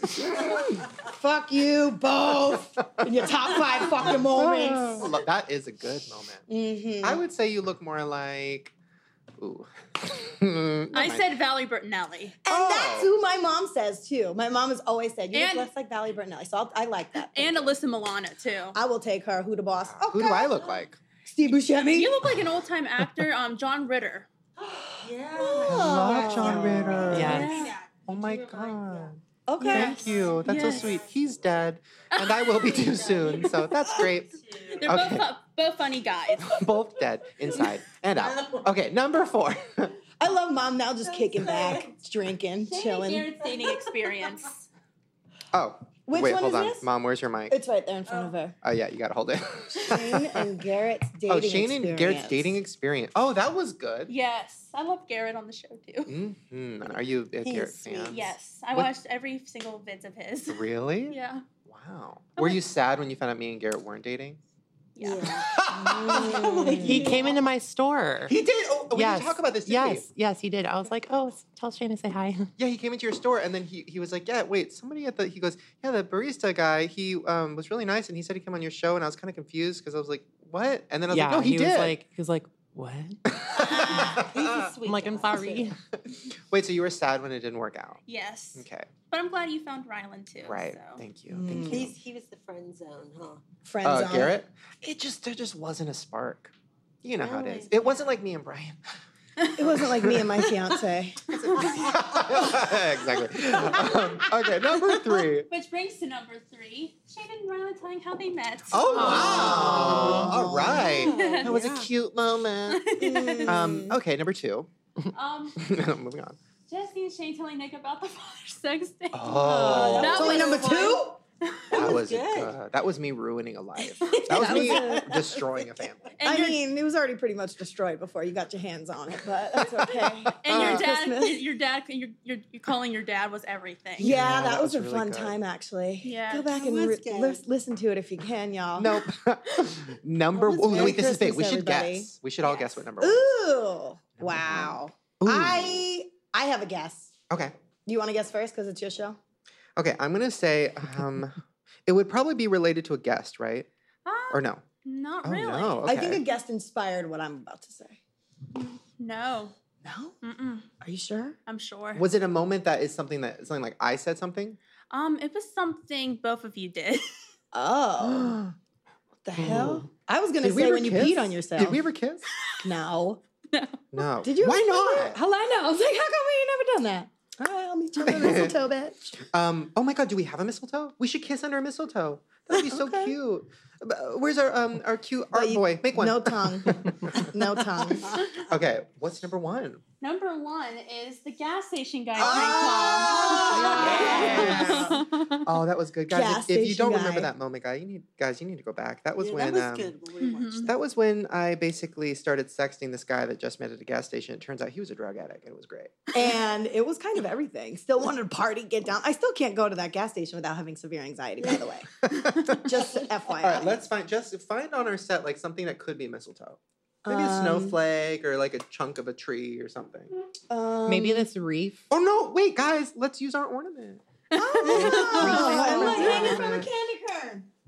[SPEAKER 2] fuck you both in your top five fucking moments."
[SPEAKER 1] Lo- that is a good moment.
[SPEAKER 2] Mm-hmm.
[SPEAKER 1] I would say you look more like. Ooh. Never
[SPEAKER 6] I
[SPEAKER 1] mind.
[SPEAKER 6] said Valerie Bertinelli.
[SPEAKER 2] And
[SPEAKER 1] Oh.
[SPEAKER 2] that's who my mom says too. My mom has always said, "You
[SPEAKER 6] And-
[SPEAKER 2] look less like Valerie Bertinelli," so I'll, I like that.
[SPEAKER 6] And Alyssa Milano too.
[SPEAKER 2] I will take her. Who the boss? Okay.
[SPEAKER 1] Who do I look like?
[SPEAKER 2] Steve Buscemi.
[SPEAKER 6] You look like an old time actor, um, John Ritter.
[SPEAKER 7] Yeah.
[SPEAKER 1] I love John Ritter.
[SPEAKER 5] Yes.
[SPEAKER 6] Yeah.
[SPEAKER 1] Oh my god.
[SPEAKER 2] okay.
[SPEAKER 1] Thank you. That's
[SPEAKER 6] Yes.
[SPEAKER 1] so sweet. He's dead, and I will be too soon. So that's great.
[SPEAKER 6] They're both
[SPEAKER 1] Okay.
[SPEAKER 6] both both funny guys.
[SPEAKER 1] Both dead inside and out. Okay, number four.
[SPEAKER 2] I love mom now, just kicking back, drinking, chilling.
[SPEAKER 6] Jared dating experience.
[SPEAKER 1] Oh,
[SPEAKER 2] Which
[SPEAKER 1] wait,
[SPEAKER 2] one
[SPEAKER 1] hold
[SPEAKER 2] is
[SPEAKER 1] on,
[SPEAKER 2] this?
[SPEAKER 1] mom. Where's your mic?
[SPEAKER 2] It's right there in front of her.
[SPEAKER 1] Oh yeah, you gotta hold it.
[SPEAKER 2] Shane and Garrett's dating.
[SPEAKER 1] oh, Shane and Oh, Garrett's
[SPEAKER 2] experience.
[SPEAKER 1] dating experience. Oh, that was good.
[SPEAKER 6] Yes, I love Garrett on the show too.
[SPEAKER 1] hmm Are you a
[SPEAKER 2] He's
[SPEAKER 1] Garrett
[SPEAKER 2] sweet.
[SPEAKER 1] fan?
[SPEAKER 6] Yes, I
[SPEAKER 1] What-
[SPEAKER 6] watched every single vids of his.
[SPEAKER 1] Really?
[SPEAKER 6] Yeah,
[SPEAKER 1] Wow.
[SPEAKER 6] Oh
[SPEAKER 1] Were
[SPEAKER 6] my-
[SPEAKER 1] you sad when you found out me and Garrett weren't dating?
[SPEAKER 6] yeah.
[SPEAKER 1] Mm.
[SPEAKER 5] He came into my store.
[SPEAKER 1] He did. Oh, we
[SPEAKER 5] yes.
[SPEAKER 1] didn't talk about this, did
[SPEAKER 5] yes. Yes, he did. I was like, oh, s- tell Shane to say hi.
[SPEAKER 1] Yeah, he came into your store and then he, he was like, Yeah, wait, somebody at the he goes, Yeah, the barista guy, he um, was really nice and he said he came on your show and I was kind of confused because I was like, What? And then I was
[SPEAKER 5] yeah,
[SPEAKER 1] like, No, he, did.
[SPEAKER 5] was like, he was like, what? I'm like, I'm sorry.
[SPEAKER 1] wait, so you were sad when it didn't work out.
[SPEAKER 6] Yes,
[SPEAKER 1] Okay.
[SPEAKER 6] but I'm glad you found Rylan too.
[SPEAKER 1] Right.
[SPEAKER 6] So.
[SPEAKER 1] Thank you. Thank you.
[SPEAKER 7] He's, he was the friend zone, huh?
[SPEAKER 2] Friend
[SPEAKER 1] Uh,
[SPEAKER 2] zone.
[SPEAKER 1] Garrett? It just there just wasn't a spark. You know how it is.
[SPEAKER 7] Really?
[SPEAKER 1] It wasn't like me and Brian.
[SPEAKER 2] It wasn't like me and my fiance.
[SPEAKER 1] exactly. Um, okay, number three.
[SPEAKER 6] Which brings to number three, Shane and Rylan telling how they met.
[SPEAKER 1] Oh wow! All right,
[SPEAKER 7] Yeah,
[SPEAKER 1] that was
[SPEAKER 7] yeah.
[SPEAKER 1] a cute moment. Um, okay, number two.
[SPEAKER 6] um,
[SPEAKER 1] Moving on.
[SPEAKER 6] Jesse and Shane telling Nick about the father sex thing.
[SPEAKER 1] Oh,
[SPEAKER 6] that
[SPEAKER 2] It's only
[SPEAKER 6] was
[SPEAKER 2] number
[SPEAKER 6] one.
[SPEAKER 2] two.
[SPEAKER 1] that
[SPEAKER 7] was
[SPEAKER 1] was
[SPEAKER 7] good.
[SPEAKER 1] good. That was me ruining a life. That was
[SPEAKER 2] That
[SPEAKER 1] me
[SPEAKER 2] was
[SPEAKER 1] destroying a family.
[SPEAKER 6] And
[SPEAKER 2] I
[SPEAKER 6] your,
[SPEAKER 2] mean, it was already pretty much destroyed before you got your hands on it, but that's okay.
[SPEAKER 6] and your
[SPEAKER 1] uh,
[SPEAKER 6] dad,
[SPEAKER 2] Christmas.
[SPEAKER 6] your dad, your, your, your calling your dad was everything.
[SPEAKER 2] Yeah, that,
[SPEAKER 1] that was
[SPEAKER 2] was, a
[SPEAKER 1] really
[SPEAKER 2] fun
[SPEAKER 1] good.
[SPEAKER 2] time, actually.
[SPEAKER 6] Yeah.
[SPEAKER 2] Go back
[SPEAKER 7] That
[SPEAKER 2] and
[SPEAKER 7] was
[SPEAKER 2] re-
[SPEAKER 7] good.
[SPEAKER 2] lis- listen to it if you can, y'all.
[SPEAKER 1] Um, Nope. number.
[SPEAKER 2] That was
[SPEAKER 1] Oh
[SPEAKER 2] Merry
[SPEAKER 1] no, wait. This is big. We
[SPEAKER 2] Christmas,
[SPEAKER 1] should
[SPEAKER 2] everybody.
[SPEAKER 1] guess. We should all
[SPEAKER 6] Yes.
[SPEAKER 1] guess what number one. is.
[SPEAKER 2] Ooh. Wow.
[SPEAKER 1] Ooh.
[SPEAKER 2] I I have a guess.
[SPEAKER 1] Okay.
[SPEAKER 2] You want to guess first because it's your show?
[SPEAKER 1] Okay. I'm gonna say. Um, it would probably be related to a guest, right?
[SPEAKER 6] Ah,
[SPEAKER 1] Or no?
[SPEAKER 6] not
[SPEAKER 1] Oh
[SPEAKER 6] really.
[SPEAKER 1] no.
[SPEAKER 2] I think a
[SPEAKER 1] okay.
[SPEAKER 2] guest inspired what I'm about to say.
[SPEAKER 6] No.
[SPEAKER 2] No?
[SPEAKER 6] Mm-mm,
[SPEAKER 2] Are you sure?
[SPEAKER 6] I'm sure.
[SPEAKER 1] Was it a moment that is something that something like I said something?
[SPEAKER 6] Um, it was something both of you did.
[SPEAKER 2] Oh. what the hell? I was going to
[SPEAKER 1] Did we
[SPEAKER 2] say
[SPEAKER 1] ever
[SPEAKER 2] when
[SPEAKER 1] kiss?
[SPEAKER 2] you peed on yourself.
[SPEAKER 1] Did we ever kiss?
[SPEAKER 2] No.
[SPEAKER 1] No.
[SPEAKER 2] Did you?
[SPEAKER 1] Why
[SPEAKER 2] ever do that?
[SPEAKER 1] not?
[SPEAKER 2] Hell, I know. I was like, how come we ain't never done that? All right, I'll meet you at mistletoe, bitch.
[SPEAKER 1] Um, oh my god, do we have a mistletoe? We should kiss under a mistletoe. That would be so
[SPEAKER 2] Okay.
[SPEAKER 1] cute. b- where's our um our cute art
[SPEAKER 2] you-
[SPEAKER 1] boy? Make one.
[SPEAKER 2] no tongue. No tongue.
[SPEAKER 1] okay, what's number one?
[SPEAKER 6] Number one is the gas station guy.
[SPEAKER 1] Ah!
[SPEAKER 2] Oh,
[SPEAKER 6] prank call.
[SPEAKER 1] Oh, that was good, guys.
[SPEAKER 2] Gas
[SPEAKER 1] if- if you
[SPEAKER 2] station
[SPEAKER 1] don't remember
[SPEAKER 2] guy.
[SPEAKER 1] that moment, guy, you need guys, you need to go back. That was
[SPEAKER 7] Yeah,
[SPEAKER 1] when
[SPEAKER 7] that was
[SPEAKER 1] um,
[SPEAKER 7] good. when we watched
[SPEAKER 6] Mhm.
[SPEAKER 1] That was when I basically started sexting this guy that just met at a gas station. It turns out he was a drug addict, and it was great.
[SPEAKER 2] And it was kind of everything. Still wanted to party, get down. I still can't go to that gas station without having severe anxiety, by the way. Just FYI.
[SPEAKER 1] All right, let's find just find on our set like something that could be mistletoe. Maybe a
[SPEAKER 2] Um,
[SPEAKER 1] snowflake or like a chunk of a tree or something.
[SPEAKER 8] Maybe
[SPEAKER 2] Um,
[SPEAKER 8] this reef.
[SPEAKER 1] Oh no, wait, guys, let's use our ornament.
[SPEAKER 2] Oh, and look,
[SPEAKER 1] Yeah.
[SPEAKER 2] hanging from a candy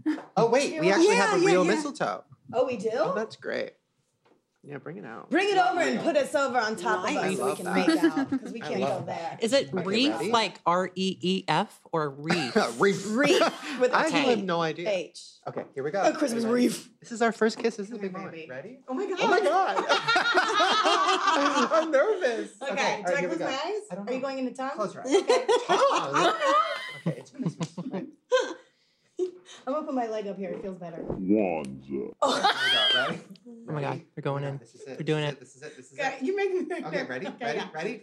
[SPEAKER 2] kern.
[SPEAKER 1] Oh wait, we actually have a
[SPEAKER 2] Yeah, yeah,
[SPEAKER 1] real
[SPEAKER 2] yeah.
[SPEAKER 1] mistletoe.
[SPEAKER 2] Oh, we do?
[SPEAKER 1] Oh, that's great. Yeah, bring it out.
[SPEAKER 2] Bring it over and put us over on top
[SPEAKER 7] Nice.
[SPEAKER 2] of
[SPEAKER 1] I
[SPEAKER 2] us so we
[SPEAKER 1] love
[SPEAKER 2] can
[SPEAKER 1] that.
[SPEAKER 2] make out because we
[SPEAKER 1] I
[SPEAKER 2] can't
[SPEAKER 1] love
[SPEAKER 2] go there.
[SPEAKER 8] Is it
[SPEAKER 1] Okay,
[SPEAKER 8] reef
[SPEAKER 1] ready?
[SPEAKER 8] like R E E F or reef?
[SPEAKER 1] reef.
[SPEAKER 2] Reef with a
[SPEAKER 1] I
[SPEAKER 2] T.
[SPEAKER 1] have no idea.
[SPEAKER 2] H.
[SPEAKER 1] Okay, here we go.
[SPEAKER 2] A Christmas
[SPEAKER 1] Are you ready?
[SPEAKER 2] reef.
[SPEAKER 1] This is our first kiss. This is
[SPEAKER 2] Come
[SPEAKER 1] a big
[SPEAKER 2] here,
[SPEAKER 1] moment.
[SPEAKER 2] baby.
[SPEAKER 1] Ready?
[SPEAKER 2] Oh my god.
[SPEAKER 1] Oh my god. I'm nervous.
[SPEAKER 2] Okay,
[SPEAKER 1] all
[SPEAKER 2] do
[SPEAKER 1] right,
[SPEAKER 2] I
[SPEAKER 1] here we
[SPEAKER 2] close
[SPEAKER 1] go.
[SPEAKER 2] my eyes?
[SPEAKER 1] I don't
[SPEAKER 2] Are you
[SPEAKER 1] know.
[SPEAKER 2] going into town?
[SPEAKER 1] Close your eyes.
[SPEAKER 2] Okay.
[SPEAKER 1] Oh, okay, it's Christmas. Right.
[SPEAKER 2] I'm gonna put my leg up here. It feels better.
[SPEAKER 4] Wanza.
[SPEAKER 1] Here we go. Ready?
[SPEAKER 5] Oh my god, they're going in.
[SPEAKER 1] This is it.
[SPEAKER 5] We're doing
[SPEAKER 1] this
[SPEAKER 5] it.
[SPEAKER 1] This is it. This is
[SPEAKER 2] Okay,
[SPEAKER 1] it.
[SPEAKER 2] you're making me
[SPEAKER 1] Okay, ready?
[SPEAKER 2] Okay,
[SPEAKER 1] ready?
[SPEAKER 2] yeah.
[SPEAKER 1] Ready?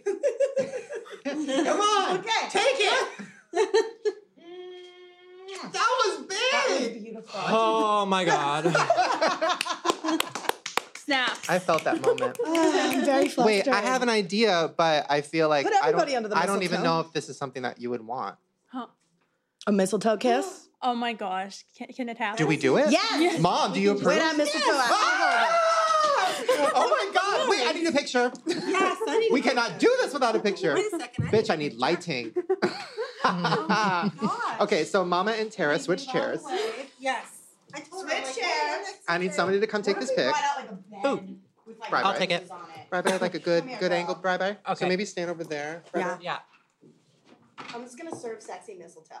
[SPEAKER 1] Come on.
[SPEAKER 2] Okay.
[SPEAKER 1] Take it. that was
[SPEAKER 2] That was
[SPEAKER 1] big.
[SPEAKER 2] beautiful.
[SPEAKER 8] oh my god.
[SPEAKER 6] Snap.
[SPEAKER 1] I felt that moment.
[SPEAKER 2] I'm very flustered.
[SPEAKER 1] Wait, I have an idea, but I feel like
[SPEAKER 2] Put
[SPEAKER 1] I
[SPEAKER 2] everybody
[SPEAKER 1] don't,
[SPEAKER 2] under the
[SPEAKER 1] I don't even
[SPEAKER 2] mistletoe.
[SPEAKER 1] know if this is something that you would want.
[SPEAKER 6] Huh.
[SPEAKER 2] a mistletoe kiss.
[SPEAKER 6] Oh my gosh. Can, can it happen?
[SPEAKER 1] Do we do it?
[SPEAKER 2] Yes.
[SPEAKER 1] Mom, do you approve?
[SPEAKER 2] Wait, I mistletoe. I
[SPEAKER 1] oh my god! Wait, I need a picture.
[SPEAKER 7] Yes, I need
[SPEAKER 1] We
[SPEAKER 7] to-
[SPEAKER 1] cannot do this without a picture.
[SPEAKER 7] Wait a second.
[SPEAKER 1] Bitch, I need lighting. okay, so Mama and Tara switch chairs.
[SPEAKER 7] Yes. I told her,
[SPEAKER 2] Switch
[SPEAKER 7] I'm like,
[SPEAKER 2] chairs.
[SPEAKER 7] wait,
[SPEAKER 1] I need somebody to come take
[SPEAKER 2] What if
[SPEAKER 1] this
[SPEAKER 2] we
[SPEAKER 1] pic.
[SPEAKER 2] brought out, like, a bed with, like,
[SPEAKER 1] Right, I'll
[SPEAKER 8] take
[SPEAKER 2] roses
[SPEAKER 8] it.
[SPEAKER 2] on it?
[SPEAKER 1] Bye bye, like a good
[SPEAKER 2] Come here,
[SPEAKER 1] good
[SPEAKER 2] girl.
[SPEAKER 1] angle. Bye bye. So
[SPEAKER 8] Okay.
[SPEAKER 1] maybe stand over there. Bri-bri.
[SPEAKER 2] Yeah.
[SPEAKER 8] yeah.
[SPEAKER 2] I'm just gonna serve sexy mistletoe.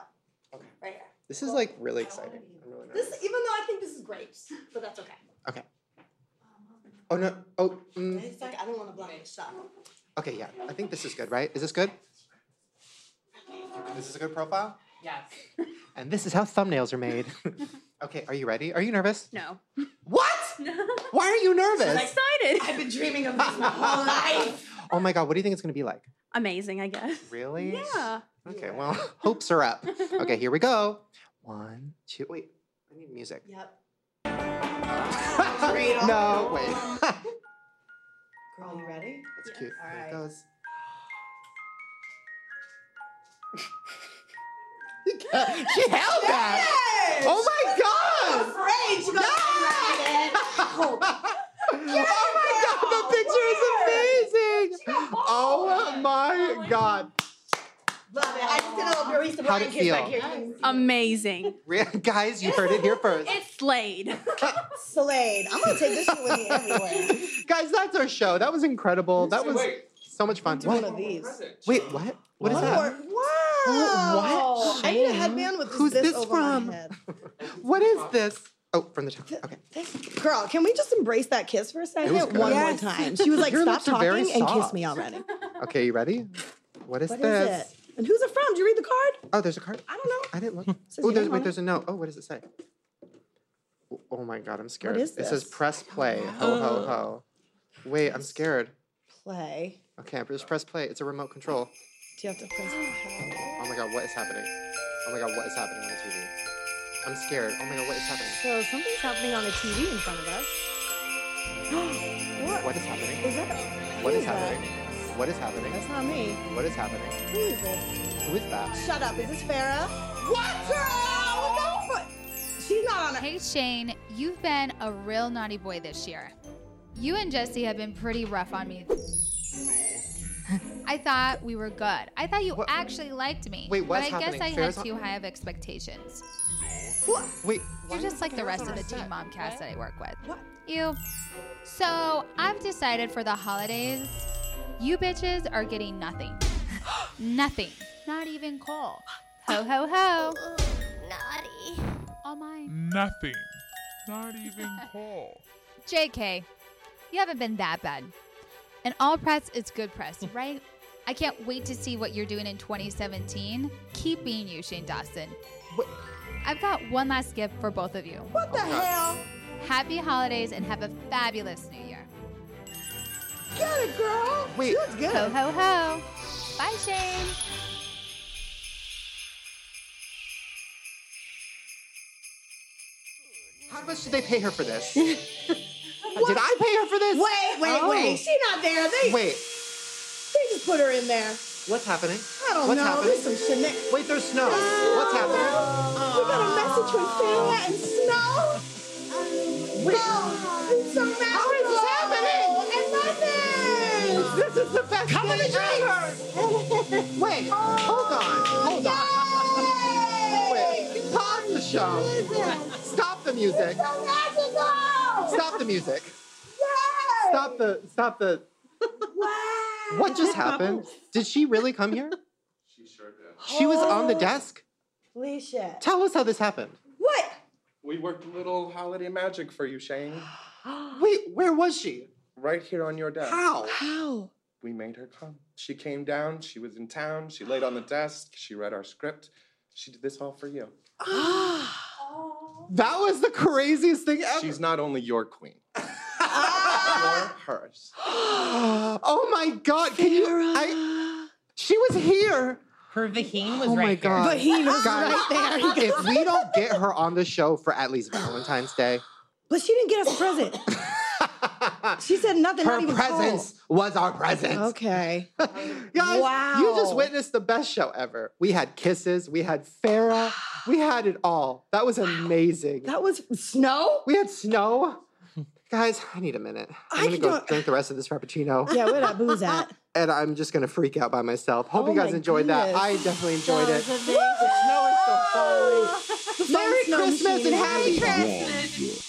[SPEAKER 1] Okay.
[SPEAKER 2] Right here.
[SPEAKER 1] This is like really exciting. I'm really
[SPEAKER 2] This,
[SPEAKER 1] nervous.
[SPEAKER 2] even though I think this is grapes, but that's okay.
[SPEAKER 1] Oh no. Oh. mm.
[SPEAKER 2] It's like I don't want to blind the shot.
[SPEAKER 1] Okay. Yeah. I think this is good, right? Is this good? This is a good profile.
[SPEAKER 5] Yes.
[SPEAKER 1] And this is how thumbnails are made. okay. Are you ready? Are you nervous?
[SPEAKER 6] No.
[SPEAKER 1] What?
[SPEAKER 6] No.
[SPEAKER 1] Why are you
[SPEAKER 6] I'm
[SPEAKER 1] nervous?
[SPEAKER 6] excited.
[SPEAKER 2] I've been dreaming of this my whole life.
[SPEAKER 1] Oh my god. What do you think it's gonna be like?
[SPEAKER 6] Amazing, I guess.
[SPEAKER 1] Really?
[SPEAKER 6] Yeah.
[SPEAKER 1] Okay, well, hopes are up. Okay, here we go. One, two, wait, I need music.
[SPEAKER 2] Yep. Straight on.
[SPEAKER 1] no, wait. That's
[SPEAKER 2] Girl, you ready?
[SPEAKER 1] cute.
[SPEAKER 2] All
[SPEAKER 1] Here
[SPEAKER 2] right.
[SPEAKER 1] it goes. You can't- she held that!
[SPEAKER 2] Yes!
[SPEAKER 1] Oh my god!
[SPEAKER 2] Afraid you
[SPEAKER 1] Oh
[SPEAKER 2] girl,
[SPEAKER 1] my god, Oh the picture is amazing! Oh my god.
[SPEAKER 2] Love it. I just did a little barista
[SPEAKER 1] How'd
[SPEAKER 2] How'd
[SPEAKER 1] it
[SPEAKER 2] kiss back
[SPEAKER 1] feel?
[SPEAKER 2] here. You can see.
[SPEAKER 6] Amazing.
[SPEAKER 1] Re- Guys, you heard it here first.
[SPEAKER 6] It slayed.
[SPEAKER 2] Slade. I'm gonna take this shit with me everywhere.
[SPEAKER 1] Guys, that's our show. That was incredible. That was
[SPEAKER 3] Wait,
[SPEAKER 1] so much fun.
[SPEAKER 2] Do one
[SPEAKER 1] What?
[SPEAKER 2] of these.
[SPEAKER 3] present.
[SPEAKER 1] Wait, what? What is
[SPEAKER 8] One
[SPEAKER 1] that?
[SPEAKER 2] Lord, wow.
[SPEAKER 1] what?
[SPEAKER 2] I need a headband with
[SPEAKER 1] Who's
[SPEAKER 2] this,
[SPEAKER 1] this
[SPEAKER 2] over
[SPEAKER 1] from?
[SPEAKER 2] my head.
[SPEAKER 1] What is this? Oh, from the top. Okay.
[SPEAKER 2] Girl, can we just embrace that kiss for a second?
[SPEAKER 1] was good.
[SPEAKER 2] One
[SPEAKER 7] Yes.
[SPEAKER 2] more time. She was like,
[SPEAKER 1] Your
[SPEAKER 2] stop
[SPEAKER 1] lips are very
[SPEAKER 2] talking and kiss
[SPEAKER 1] soft.
[SPEAKER 2] me already. What
[SPEAKER 1] Okay, you ready? What is
[SPEAKER 2] is
[SPEAKER 1] this?
[SPEAKER 2] it? And who's it from? Did you read the card?
[SPEAKER 1] Oh, there's a card.
[SPEAKER 2] I don't know.
[SPEAKER 1] I didn't look.
[SPEAKER 2] says
[SPEAKER 1] oh,
[SPEAKER 2] your
[SPEAKER 1] there's,
[SPEAKER 2] name
[SPEAKER 1] wait,
[SPEAKER 2] on it.
[SPEAKER 1] there's a note. Oh, what does it say? Oh, Oh my god, I'm scared.
[SPEAKER 2] is
[SPEAKER 1] It says
[SPEAKER 2] this? Oh.
[SPEAKER 1] press play. Ho ho ho. Wait, I'm scared.
[SPEAKER 2] Play.
[SPEAKER 1] Okay, I just press play. It's a remote control.
[SPEAKER 2] Do you have to press play?
[SPEAKER 1] Oh my god, what is happening? Oh my god, what is happening on the TV? I'm scared. Oh my god, what is happening?
[SPEAKER 2] So something's happening on a TV in front of us. what?
[SPEAKER 1] What is happening?
[SPEAKER 2] Is that?
[SPEAKER 1] What
[SPEAKER 2] who
[SPEAKER 1] is
[SPEAKER 2] that?
[SPEAKER 1] happening? What is happening?
[SPEAKER 2] That's not me.
[SPEAKER 1] What is happening?
[SPEAKER 2] Who is this?
[SPEAKER 1] Who is that?
[SPEAKER 2] Shut up. Is this Farah? What? Girl, no. fu- She's not on it.
[SPEAKER 9] Hey Shane, you've been a real naughty boy this year. You and Jesse have been pretty rough on me. I thought we were good. I thought you
[SPEAKER 1] What-
[SPEAKER 9] actually liked me.
[SPEAKER 1] Wait, what's
[SPEAKER 9] but I
[SPEAKER 1] happening?
[SPEAKER 9] guess I
[SPEAKER 1] Farrah's on-
[SPEAKER 9] had too high of expectations.
[SPEAKER 1] Wait.
[SPEAKER 9] You're just like the rest of the
[SPEAKER 1] set?
[SPEAKER 9] Team Mom cast that I work with.
[SPEAKER 2] What?
[SPEAKER 9] You. So I've decided for the holidays, you bitches are getting nothing. nothing. Not even coal. Ho ho ho.
[SPEAKER 10] Naughty.
[SPEAKER 9] All mine.
[SPEAKER 4] Nothing. Not even call.
[SPEAKER 9] JK, you haven't been that bad. And all press is good press, right? I can't wait to see what you're doing in 2017. Keep being you, Shane Dawson.
[SPEAKER 1] What?
[SPEAKER 9] I've got one last gift for both of you.
[SPEAKER 2] What the hell?
[SPEAKER 9] Happy holidays and have a fabulous new year.
[SPEAKER 2] Get it, girl.
[SPEAKER 1] Wait.
[SPEAKER 2] She's good.
[SPEAKER 9] Ho, ho, ho. Bye, Shane.
[SPEAKER 1] How much did they pay her for this? did I pay her for this?
[SPEAKER 2] Wait, wait,
[SPEAKER 1] Oh.
[SPEAKER 2] wait. She not there. They,
[SPEAKER 1] Wait,
[SPEAKER 2] they just put her in there.
[SPEAKER 1] what's happening?
[SPEAKER 2] I don't
[SPEAKER 1] What's
[SPEAKER 2] know.
[SPEAKER 1] happening?
[SPEAKER 2] There's some shenan-
[SPEAKER 1] Wait, there's snow. What's happening?
[SPEAKER 2] We got a message from Santa and Snow. Wait. Oh, it's so magical. And nothing.
[SPEAKER 1] This is the best Come day ever. Wait, hold on, hold on. Wait, pause the show. Stop the music.
[SPEAKER 2] Magical.
[SPEAKER 1] Stop the music. Stop the. Stop the. What just happened? Did she really come here?
[SPEAKER 3] She sure did.
[SPEAKER 1] She was on the desk.
[SPEAKER 2] Alicia.
[SPEAKER 1] Tell us how this happened.
[SPEAKER 2] What?
[SPEAKER 3] We worked a little holiday magic for you, Shane.
[SPEAKER 1] Wait, where was she?
[SPEAKER 3] Right here on your desk.
[SPEAKER 1] How?
[SPEAKER 2] How?
[SPEAKER 3] We made her come. She came down. She was in town. She laid on the desk. She read our script. She did this all for you.
[SPEAKER 1] That was the craziest thing ever.
[SPEAKER 3] She's not only your queen,
[SPEAKER 1] Ah.
[SPEAKER 3] you're hers.
[SPEAKER 1] oh my god, can you I She was here.
[SPEAKER 8] Her vagine was
[SPEAKER 1] oh
[SPEAKER 8] right
[SPEAKER 1] my god.
[SPEAKER 2] But he was
[SPEAKER 1] Guys,
[SPEAKER 2] right there.
[SPEAKER 1] if we don't get her on the show for at least Valentine's Day,
[SPEAKER 2] But she didn't get us a present. She said nothing. not
[SPEAKER 1] her
[SPEAKER 2] even
[SPEAKER 1] presence was our presence.
[SPEAKER 2] cold. Okay.
[SPEAKER 1] Guys, you just
[SPEAKER 2] Wow.
[SPEAKER 1] witnessed the best show ever. We had kisses, we had Farah, we had it all. That was amazing.
[SPEAKER 2] That was snow?
[SPEAKER 1] we had snow. Guys, I need a minute. I'm
[SPEAKER 2] I
[SPEAKER 1] gonna go
[SPEAKER 2] don't-
[SPEAKER 1] drink the rest of this frappuccino.
[SPEAKER 2] Yeah, where that booze at?
[SPEAKER 1] and I'm just gonna freak out by myself. Hope
[SPEAKER 2] Oh
[SPEAKER 1] you guys
[SPEAKER 2] my
[SPEAKER 1] enjoyed that.
[SPEAKER 2] goodness.
[SPEAKER 1] I definitely enjoyed it. Merry
[SPEAKER 2] Merry
[SPEAKER 1] Christmas and happy
[SPEAKER 2] Christmas.
[SPEAKER 1] Christmas.